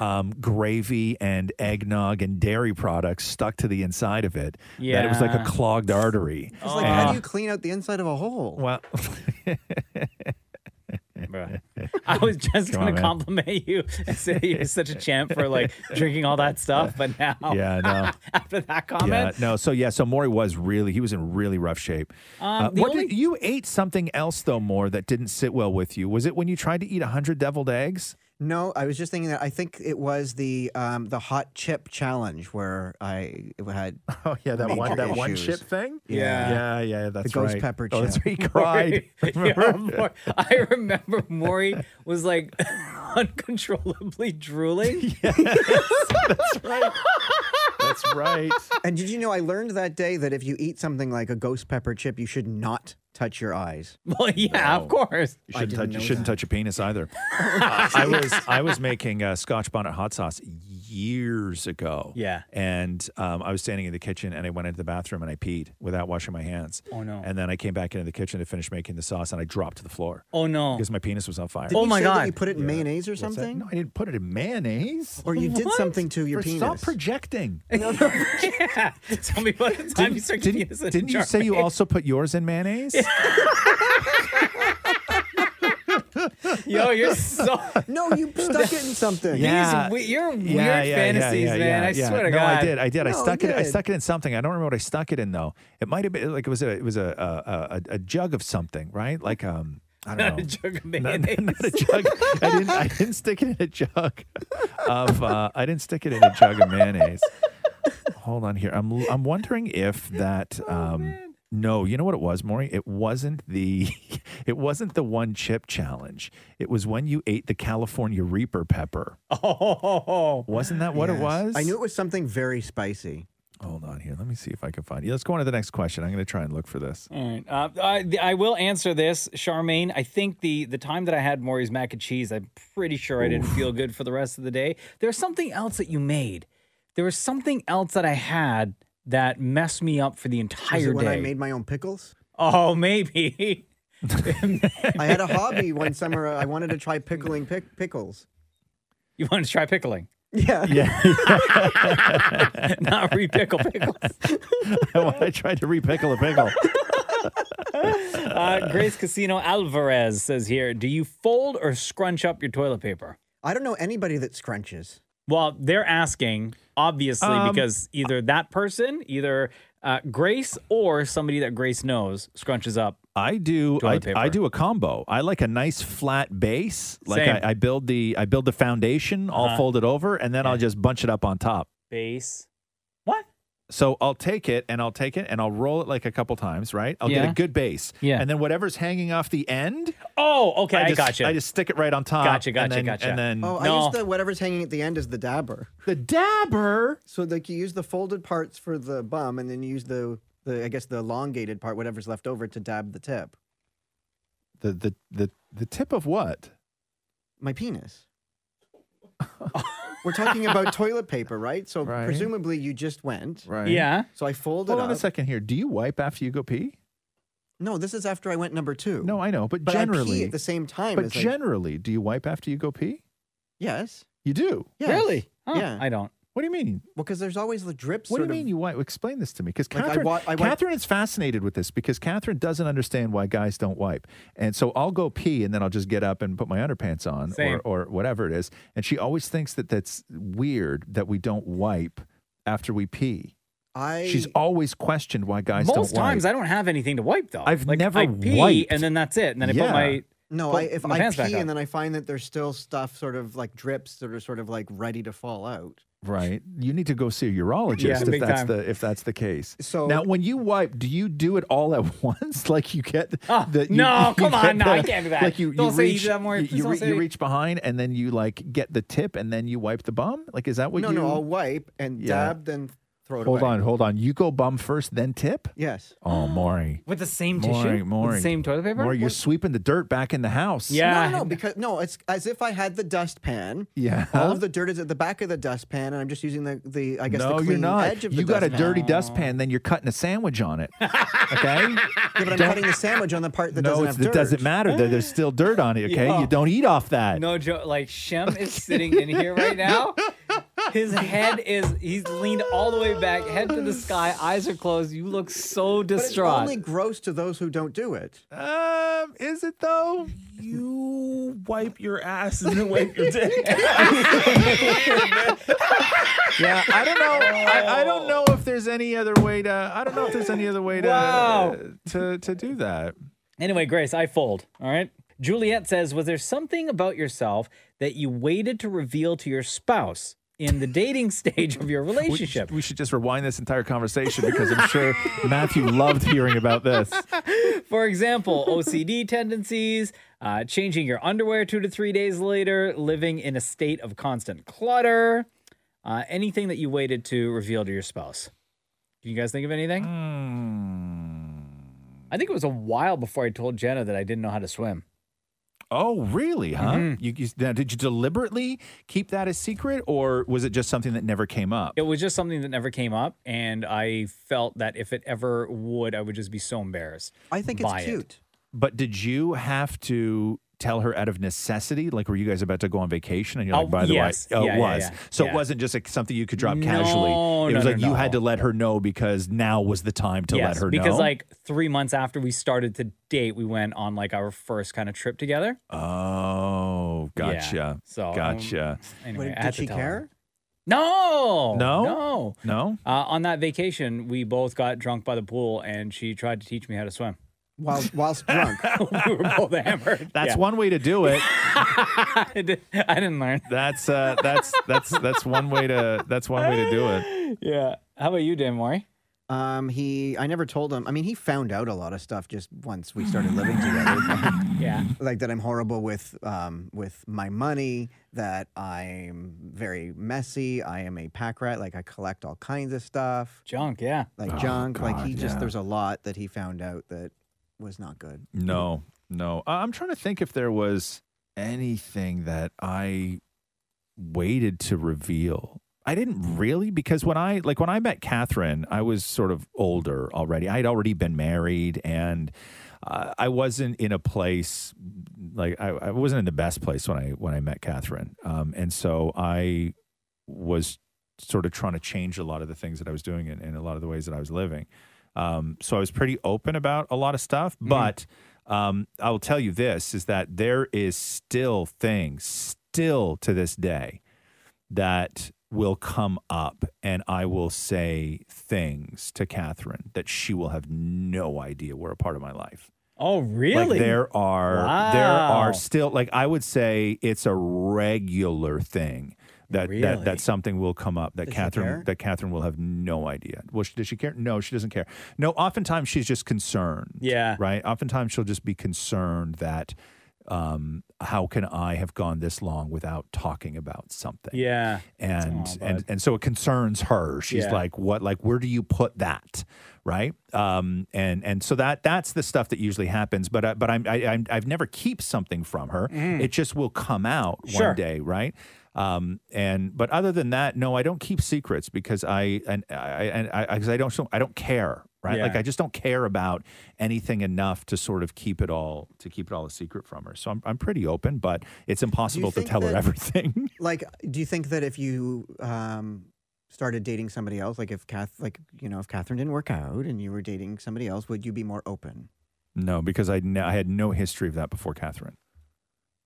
S4: um, gravy and eggnog and dairy products stuck to the inside of it that it was like
S6: Yeah.
S4: a clogged artery.
S6: It's like, how
S4: And-
S6: do you clean out the inside of a hole?
S4: Oh. Well, [laughs]
S5: I was just
S4: Come on,
S5: going to
S4: man.
S5: compliment you and say you're such a champ for
S4: [laughs]
S5: like drinking all that stuff, but now
S4: Yeah, no.
S5: [laughs] after that comment,
S4: Yeah, no. So yeah, so Maury was really he was in really rough shape. Uh,
S5: Um, the
S4: what did, you ate something else though, more that didn't sit well with you. Was it when you tried to eat hundred deviled eggs?
S6: No, I was just thinking that I think it was the um, the hot chip challenge where I had.
S4: Oh yeah, that one- that one chip thing?
S6: Yeah,
S4: Yeah, yeah, that's
S6: the ghost
S4: right.
S6: pepper chip.
S4: Oh, that's where
S5: [laughs]
S4: he
S5: Maury-
S4: cried.
S5: yeah, [laughs] Maury- I remember Maury was like [laughs] uncontrollably
S4: [laughs]
S5: drooling. [laughs]
S4: that's right. [laughs] That's right.
S6: And did you know I learned that day that if you eat something like a ghost pepper chip, you should not touch your eyes.
S5: [laughs] Well, yeah, of course.
S4: You
S6: I didn't
S4: shouldn't touch. You
S6: know
S4: shouldn't
S6: that. Oh,
S4: touch a penis
S6: [laughs]
S4: either. Uh, I was I was making uh, Scotch bonnet hot sauce years ago.
S5: Yeah.
S4: And um, I was standing in the kitchen, and I went into the bathroom, and I peed without washing my hands.
S5: Oh, no.
S4: And then I came back into the kitchen to finish making the sauce, and I dropped to the floor.
S5: Oh no! Oh,
S4: Because my penis was on fire.
S6: Did you say That you put it in mayonnaise or
S4: What's that?
S6: something?
S4: No, I didn't put it in mayonnaise.
S6: Or you did
S4: What?
S6: something to your
S4: For-
S6: penis.
S4: Stop projecting.
S5: [laughs] yeah. Tell me about the time you started
S4: Didn't,
S5: penis in a
S4: didn't you
S5: jar. [laughs]
S4: say you also put yours in mayonnaise?
S5: Yo, you're so.
S6: [laughs] no, you [laughs] stuck it in something.
S4: Yeah.
S5: These, we- your weird
S4: Yeah, yeah, yeah,
S5: fantasies,
S4: yeah,
S5: man.
S4: yeah,
S5: I
S4: yeah.
S5: swear to
S4: no,
S5: God.
S4: I did. I did. I
S5: No,
S4: stuck it. I
S5: good.
S4: stuck it in something. I don't remember what I stuck it in though. It might have been like it was a it was a a, a, a jug of something, right? Like um I don't
S5: Not
S4: know.
S5: a jug of mayonnaise.
S4: I didn't
S6: [laughs]
S4: I didn't stick it in a jug of uh, I didn't stick it in a jug of mayonnaise. [laughs] Hold on here. I'm I'm wondering if
S5: [laughs] Oh,
S4: that um no, you know what it was, Maury? It wasn't the [laughs] it wasn't the one chip challenge. It was when you ate the California Reaper pepper.
S5: [laughs] Oh,
S4: wasn't that what it
S6: Yes.
S4: was?
S6: I knew it was something very spicy.
S4: Hold on here. Let me see if I can find you. Let's go on to the next question. I'm going to try and look for this. [laughs]
S5: All right. Uh, I, I will answer this, Charmaine. I think the the time that I had Maury's mac and cheese, I'm pretty sure I didn't feel good for the rest of the day. There's something else that you made. There was something else that I had that messed me up for the
S6: Was
S5: entire
S6: it when
S5: day.
S6: I
S5: [laughs]
S6: made my own pickles?
S5: oh, maybe.
S6: [laughs] I had a hobby one summer. uh, I wanted to try pickling pic- pickles.
S5: You wanted to try pickling.
S6: Yeah.
S4: Yeah.
S5: Not repickle pickles.
S4: I tried to repickle a
S5: [laughs]
S4: pickle.
S5: Uh, Grace Casino Alvarez says here, do you fold or scrunch up your toilet paper?
S6: I don't know anybody that scrunches.
S5: Well, they're asking, obviously,
S6: Um,
S5: because either that person, either uh, Grace or somebody that Grace knows scrunches up.
S4: I do. I,
S5: Toilet paper.
S4: I do a combo. I like a nice flat base. Like
S5: Same.
S4: I, I build the I build the foundation. I'll
S5: Uh-huh.
S4: fold it over, and then I'll just bunch it up on top.
S5: Base.
S4: So I'll take it and I'll take it and I'll roll it like a couple times. Right. I'll get
S5: Yeah.
S4: a good base.
S5: Yeah.
S4: And then whatever's hanging off the end.
S5: Oh, okay. I,
S4: just,
S5: gotcha.
S4: I just stick it right on top.
S5: Gotcha, gotcha,
S4: and then,
S5: gotcha.
S4: And then
S6: Oh, I use the whatever's hanging at the end is the dabber.
S4: The dabber.
S6: So like you use the folded parts for the bum, and then you use the the I guess the elongated part, whatever's left over, to dab the tip.
S4: the the the the tip of what?
S6: My penis. We're talking
S4: [laughs]
S6: about toilet paper, right? So
S4: Right.
S6: presumably you just went.
S4: Right.
S6: So I folded
S4: Hold
S6: up.
S4: on a second here. Do you wipe after you go pee?
S6: No, this is after I went number two.
S4: No, I know, but,
S6: But I pee
S4: generally
S6: at the same time
S4: But
S6: as I-
S4: generally, do you wipe after you go pee?
S6: Yes.
S4: You do.
S6: Yes. Really? Huh, Yeah. I
S5: don't.
S4: What do you mean?
S6: Well, because there's always the drips.
S4: What do you mean you wipe? Explain this to me, because
S6: Like, I
S4: Catherine,
S6: wa- I wipe-
S4: Catherine is fascinated with this because Catherine doesn't understand why guys don't wipe, and so I'll go pee and then I'll just get up and put my underpants on
S5: Same.
S4: or, or whatever it is, and she always thinks that that's weird that we don't wipe after we pee.
S6: I
S4: She's always questioned why guys don't
S5: Most
S4: wipe.
S5: times I don't have anything to wipe though.
S4: I've never
S5: I pee
S4: wiped.
S5: and then that's it. And then I put my
S6: No,
S5: put
S6: I, if
S5: my
S6: I
S5: pants back
S6: pee
S5: up.
S6: and then I find that there's still stuff sort of like drips that are sort of like ready to fall out.
S4: Right. You need to go see a
S6: Yeah,
S4: urologist if
S6: big
S4: that's
S6: time.
S4: the if that's the case.
S6: So-
S4: now when you wipe, do you do it all at [laughs] once? Like you get
S5: Oh,
S4: the you-
S5: no,
S4: [laughs] you
S5: come
S4: get
S5: on, no, I can't do that.
S4: Like you,
S5: Don't
S4: you
S5: say you
S4: reach,
S5: do that, Maury.
S4: you-
S5: Please
S4: you
S5: don't
S4: re-
S5: say
S4: you
S5: it.
S4: reach behind and then you like get the tip and then you wipe the bum? Like is that what
S6: no,
S4: you
S6: no, I'll wipe and
S4: Yeah.
S6: dab, then throw it
S4: Hold
S6: away.
S4: on, hold on. You go bum first, then tip?
S6: Yes.
S5: [gasps]
S4: Oh Maury.
S5: with the same
S4: Maury,
S5: tissue,
S4: Maury.
S5: With the same toilet paper.
S4: Maury, you're sweeping the dirt back in the house.
S6: No, no, no, because no, it's as if I had the dustpan.
S4: Yeah.
S6: All of the dirt is at the back of the dustpan, and I'm just using the, the I guess
S4: no,
S6: the
S4: you're
S6: clean
S4: not.
S6: edge of the
S4: you got a
S6: dustpan.
S4: dirty dustpan, then you're cutting a sandwich [laughs] on it. Okay?
S6: Yeah, but I'm
S4: Don't-
S6: cutting the sandwich on the part that
S4: no,
S6: doesn't
S4: it's-
S6: have dirt.
S4: it doesn't matter. There- There's still dirt on it. Okay,
S5: Yeah.
S4: you don't eat off that.
S5: No joke. Like Shem is sitting in here right
S4: [laughs]
S5: now. His head is he's leaned all the way back, head to the sky, eyes are closed. You look so
S6: But it's
S5: distraught.
S6: only gross to those who don't do it.
S4: Um, is it though?
S21: You wipe your ass and then wipe your dick.
S4: yeah, I don't know. I, I don't know if there's any other way to. I don't know if there's any other way to
S5: Wow.
S4: to to do that.
S5: Anyway, Grace, I fold. All right. Juliet says, Was there something about yourself that you waited to reveal to your spouse in the dating [laughs] stage of your relationship?
S4: We should just rewind this entire conversation because I'm sure Matthew loved hearing about this.
S5: [laughs] For example, OCD tendencies, uh, changing your underwear two to three days later, living in a state of constant clutter, uh, anything that you waited to reveal to your spouse. Can you guys think of anything?
S4: Hmm.
S5: I think it was a while before I told Jenna that I didn't know how to swim.
S4: Oh, really? Huh?
S5: Mhm.
S4: You, you, now, did you deliberately keep that a secret, or was it just something that never came up?
S5: It was just something that never came up, and I felt that if it ever would, I would just be so embarrassed.
S6: I think it's
S5: by it.
S6: cute.
S4: But did you have to tell her out of necessity? Like, were you guys about to go on vacation? And you're like,
S5: Oh,
S4: by the
S5: yes.
S4: way, oh,
S5: Yeah,
S4: it
S5: yeah,
S4: was.
S5: yeah.
S4: So
S5: Yeah.
S4: it wasn't just like something you could drop
S5: No,
S4: casually. It
S5: no,
S4: was
S5: no,
S4: like you
S5: no.
S4: had to let her know because now was the time to
S5: Yes,
S4: let her know.
S5: because like three months after we started to date, we went on like our first kind of trip together.
S4: oh,
S5: Yeah.
S4: gotcha.
S5: So um,
S4: gotcha.
S5: Anyway,
S6: Wait,
S5: I had
S6: did
S5: to
S6: she
S5: tell
S6: care?
S5: her. No,
S4: No?
S5: no,
S4: no.
S5: Uh, on that vacation, we both got drunk by the pool, and she tried to teach me how to swim. [laughs]
S6: While whilst drunk,
S5: we were both hammered.
S4: [laughs] That's
S5: Yeah.
S4: one way to do it.
S5: [laughs] I did- I didn't learn.
S4: That's uh, that's that's that's one way to that's one way to do it.
S5: [laughs] Yeah. How about you, Dan Mori?
S6: Um, he, I never told him. I mean, he found out a lot of stuff just once we started living
S5: [laughs]
S6: together.
S5: yeah,
S6: like that I'm horrible with, um, with my money. That I'm very messy. I am a pack rat. Like I collect all kinds of stuff,
S5: junk. Yeah,
S6: like
S4: Oh,
S6: junk. like he
S4: God,
S6: just
S4: yeah.
S6: there's a lot that he found out that was not good.
S4: No, no. I- I'm trying to think if there was anything that I waited to reveal. I didn't really because when I like when I met Catherine, I was sort of older already. I had already been married, and uh, I wasn't in a place like I, I wasn't in the best place when I when I met Catherine, um, and so I was sort of trying to change a lot of the things that I was doing and, and a lot of the ways that I was living. Um, so I was pretty open about a lot of stuff, but um, I will tell you this is that there is still things, still to this day, that will come up and I will say things to Catherine that she will have no idea were a part of my life.
S5: Oh, really?
S4: Like there are there
S5: Wow.
S4: are still like I would say it's a regular thing that that,
S5: Really?
S4: that something will come up that
S5: Does she care?
S4: Catherine that Catherine will have no idea. Well, she, does she care? No, she doesn't care. No, oftentimes she's just concerned.
S5: Yeah.
S4: Right. Oftentimes she'll just be concerned that um, how can I have gone this long without talking about something?
S5: [laughs] Yeah.
S4: and
S5: Aw,
S4: and
S5: bud.
S4: and so it concerns her. She's
S5: Yeah.
S4: like, what? Like, where do you put that? Right? Um, and and so that that's the stuff that usually happens. But I, but I'm, I I'm, I've never keep something from her.
S5: Mhm.
S4: It just will come out
S5: Sure.
S4: one day, right? Um, and but other than that, no, I don't keep secrets because I and I and I because I don't I don't care. Right,
S5: Yeah.
S4: like I just don't care about anything enough to sort of keep it all to keep it all a secret from her. So I'm I'm pretty open, but it's impossible to
S6: think
S4: tell her
S6: that-
S4: [laughs] everything.
S6: Like, do you think that if you um, started dating somebody else, like if Kath, like you know, if Catherine didn't work out and you were dating somebody else, would you be more
S4: [laughs]
S6: open?
S4: No, because I kn- I had no history of that before Catherine.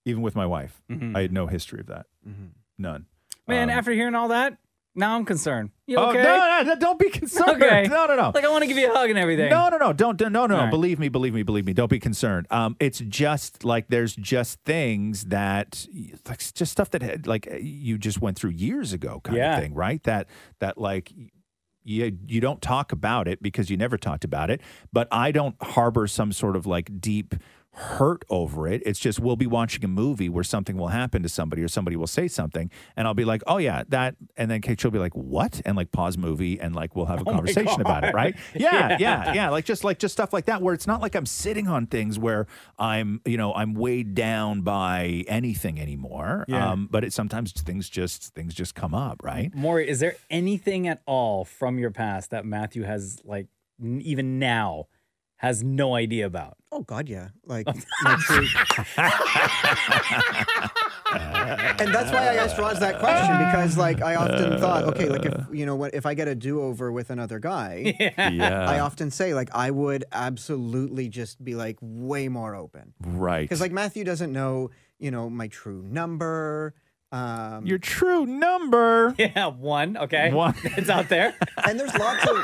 S4: Even with my wife,
S5: Mhm.
S4: I had no history of that.
S5: Mm-hmm.
S4: None.
S5: man. after hearing all that, now I'm concerned. You
S4: Um, Oh,
S5: okay?
S4: no, no, don't be
S5: [laughs]
S4: concerned.
S5: [laughs] Okay.
S4: [laughs] No, no, no.
S5: Like I want to give you a hug and everything.
S4: No, no, no. Don't no, no, no.
S5: All right.
S4: Believe me, believe me, believe me. Don't be concerned. Um, it's just like there's just things that like just stuff that had, like you just went through years ago kind
S5: Yeah.
S4: of thing, right? That that like you you don't talk about it because you never talked about it, but I don't harbor some sort of like deep hurt over it. It's just we'll be watching a movie where something will happen to somebody or somebody will say something and I'll be like, "Oh yeah, that." And then Kate she'll be like, "What?" and like pause movie and like we'll have a
S5: [laughs] Oh my
S4: conversation about
S5: God.
S4: it, right?
S5: [laughs]
S4: Yeah,
S5: Yeah.
S4: yeah, yeah. Like just like just stuff like that where it's not like I'm sitting on things where I'm, you know, I'm weighed down by anything anymore.
S5: Yeah.
S4: Um but it sometimes things just things just come up, right?
S5: Maury, is there anything at all from your past that Matthew has like n- even now has no idea about?
S6: Oh God, yeah.
S5: [laughs]
S6: Like, my true- and that's why I asked Roz that question because, like, I often thought, okay, like if you know what, if I get a do over with another
S4: [laughs]
S6: guy,
S5: Yeah. Yeah.
S6: I often say like I would absolutely just be like way more open
S4: Right.
S6: because like Matthew doesn't know, you know, my true number. Um,
S4: Your true number.
S5: Yeah, one. Okay,
S4: One.
S5: [laughs] It's out there.
S6: [laughs] and there's lots
S4: [laughs]
S6: of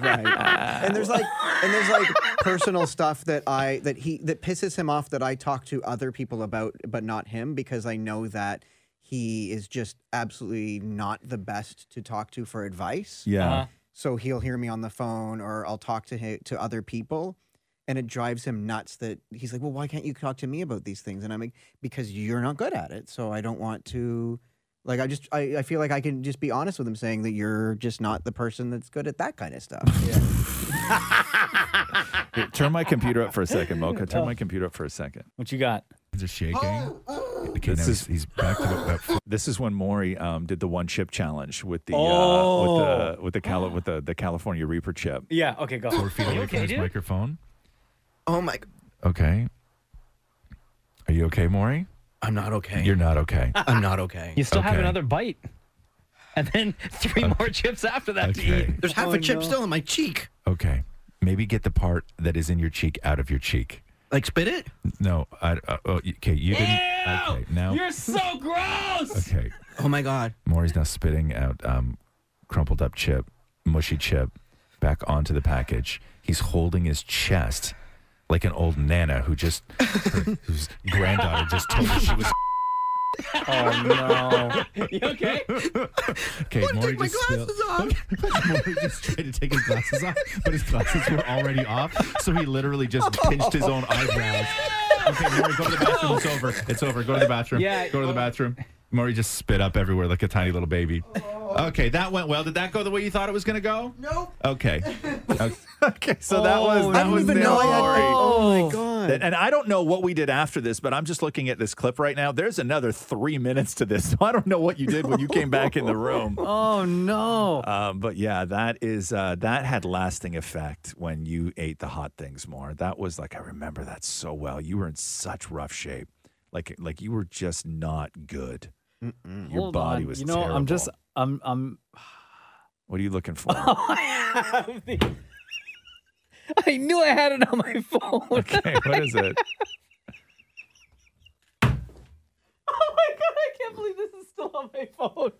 S6: right. And there's like and there's like personal stuff that I that he that pisses him off that I talk to other people about but not him because I know that he is just absolutely not the best to talk to for advice.
S4: Yeah. Uh-huh.
S6: So he'll hear me on the phone or I'll talk to him, to other people and it drives him nuts that he's like, "Well, why can't you talk to me about these things?" And I'm like, "Because you're not good at it. So I don't want to like I just I, I feel like I can just be honest with him saying that you're just not the person that's good at that kind of stuff.
S4: Here, turn my computer up for a second, Mocha. Turn my computer up for a second.
S5: What you got?
S4: Is
S11: [gasps]
S4: it shaking? This is, he's back to This is when Maury um, did the one chip challenge with the uh,
S11: Oh.
S4: with the with the, Cali- with the the California Reaper chip.
S5: Yeah. Okay, go.
S4: Four feet away from his microphone.
S6: Oh my!
S4: Okay. Are Are you okay, Maury?
S11: I'm not okay.
S4: You're not okay.
S11: [laughs] I'm not okay.
S4: You still have Okay. another
S11: bite.
S1: And then [laughs] three more chips after that to
S4: Okay.
S1: eat.
S6: Oh,
S11: There's half a chip still in my cheek.
S4: Okay. Maybe get the part that is in your cheek out of your cheek.
S11: Like spit it?
S4: No. I, uh, oh, okay. You didn't. Okay. Now.
S1: You're so gross.
S4: Okay.
S11: Oh my God.
S4: Maury's now spitting out um, crumpled up chip, mushy chip, back onto the package. He's holding his chest like an old nana who
S1: [laughs]
S4: just, her, whose granddaughter just told her she was.
S1: Oh [laughs] no.
S18: [laughs]
S1: you okay?
S4: Okay, Maury just spilled- [laughs] Maury just tried to take his glasses off, but his glasses were already off, so he literally
S1: [laughs]
S4: just
S1: Oh.
S4: pinched his own eyebrows. Okay, Maury, go to the bathroom. It's over. It's over. Go to the bathroom.
S1: Yeah.
S4: Go to the bathroom. Maury just spit up everywhere like a tiny little baby. Okay, that went well. Did that go the way you thought it was going to go?
S1: Nope.
S4: Okay. Okay, okay, so
S5: Oh,
S4: that was that was Nail Maury.
S11: Oh my God.
S4: That- And I don't know what we did after this, but I'm just looking at this clip right now. There's another three minutes to this. [laughs] So I don't know what you did when you came back in
S5: [laughs]
S4: the room.
S11: Oh no.
S4: Um, but yeah, that is uh, that had lasting effect when you ate the hot things more. That was like I remember that so well. You were in such rough shape, like like you were just not good. Your
S5: Hold
S4: body
S5: on.
S4: was.
S5: You know, I'm
S4: terrible.
S5: just I'm I'm
S4: What are you
S5: [laughs]
S4: looking for?
S5: Oh,
S4: [laughs]
S5: I knew I had it on my phone.
S4: Okay, what is it?
S5: [laughs] Oh my god, I can't believe this is still on my phone.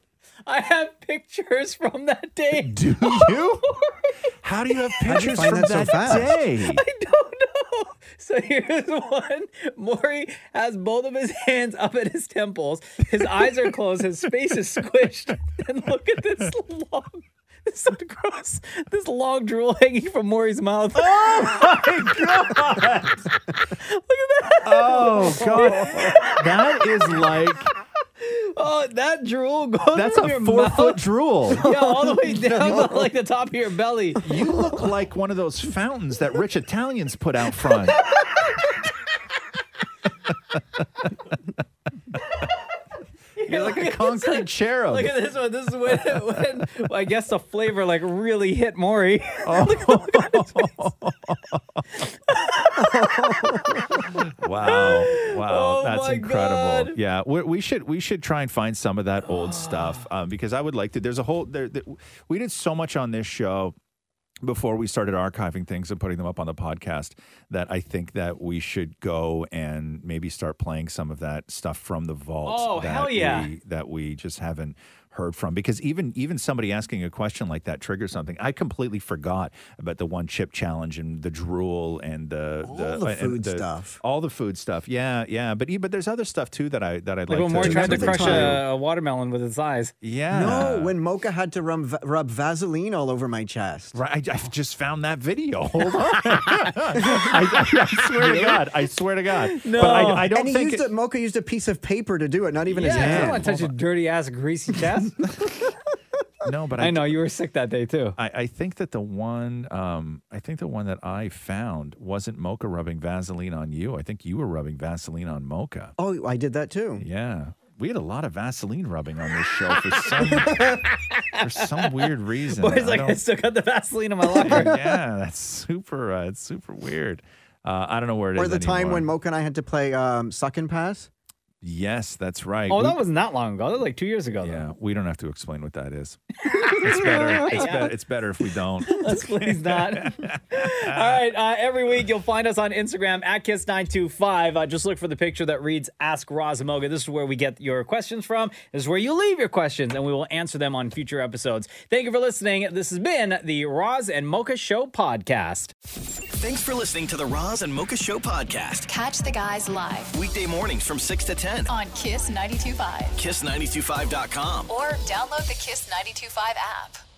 S5: I have pictures from that day.
S4: Do
S5: [laughs]
S4: you? How do you have
S1: How'd you
S4: pictures
S1: find
S4: from
S1: that so
S4: that
S1: fast?
S4: day?
S5: [laughs] So here's one. Maury has both of his hands up at his temples. His eyes are closed. His face is squished. [laughs] And look at this long, this is so gross, this long drool hanging from Maury's mouth. [laughs] Oh
S4: my god! look at
S5: that.
S4: Oh god,
S5: [laughs]
S4: that is like
S5: [laughs] Oh, that drool goes.
S4: That's
S5: from
S4: a
S5: your
S4: four
S5: mouth.
S4: foot drool.
S5: Yeah, all the
S4: [laughs]
S5: way
S4: Oh,
S5: down
S4: no.
S5: to like the top of your belly.
S4: You look like one of those fountains that rich Italians put out
S5: [laughs]
S4: front.
S5: [laughs]
S4: You're like a concrete cherub.
S5: Look at this one. This is when, [laughs] when I guess the flavor like really hit Maury. [laughs]
S4: Oh. [laughs] Wow! Wow!
S1: Oh
S4: That's
S1: my
S4: incredible. Yeah, we, we should we should try and find some of that old stuff um, because I would like to. There's a whole. There, there, we did so much on this show before we started archiving things and putting them up on the podcast that I think that we should go and maybe start playing some of that stuff from the vault.
S5: Oh,
S4: that
S5: hell yeah.
S4: We, that we just haven't heard from because even even somebody asking a question like that triggers something. I completely forgot about the one chip challenge and the drool and the all
S11: the food stuff.
S4: All the food stuff. Yeah, yeah. But e- but there's other stuff too that I that I'd
S5: Like
S4: like,
S5: when Maury
S4: to
S5: tried to
S4: to
S5: crush
S4: do.
S5: a, a watermelon with his eyes.
S4: Yeah.
S6: No, when Mocha had to rub, rub Vaseline all over my chest.
S4: Right, I, I just found
S6: [laughs]
S4: that video. Hold on. [laughs] I, I- I swear to God. I swear to God. But I, I don't
S6: and he
S4: think
S6: used
S4: it-
S6: a, Mocha used a piece of paper to do it, not even his
S5: Yeah, I don't
S6: hand.
S5: wanna touch a dirty ass greasy chest.
S4: No, but
S5: I know you were sick that day too.
S4: I, I think that the one, um, I think the one that I found wasn't Mocha rubbing Vaseline on you. I think you were rubbing Vaseline on Mocha.
S6: Oh, I did that too.
S4: Yeah, we had a lot of Vaseline rubbing on this show for some [laughs] for some weird reason.
S5: Maury's
S4: I
S5: like, I
S4: don't-
S5: still got the Vaseline in
S4: [laughs]
S5: my locker.
S4: yeah, that's super. Uh, it's super weird. Uh, I don't know where it is.
S6: Or the time
S4: anymore.
S6: when Mocha and I had to play um, suck and pass.
S4: Yes, that's right.
S6: Oh, that
S5: wasn't that long ago. That was like two years ago.
S4: Yeah, we don't have to explain what that is. It's better. It's,
S5: Yeah.
S4: be- it's better if we don't.
S5: [laughs] Let's please
S4: [laughs]
S5: not. All right. Uh, every week you'll find us on Instagram at Kiss925. Uh, just look for the picture that reads Ask Razamoga. This is where we get your questions from. This is where you leave your questions, and we will answer them on future episodes. Thank you for listening. This has been the Roz and Mocha Show podcast.
S3: Thanks for listening to the Roz and Mocha Show podcast.
S7: Catch the guys live
S3: Weekday mornings from 6 to 10.
S7: on Kiss 92.5
S3: Kiss925.com.
S7: or download the Kiss 92.5 app.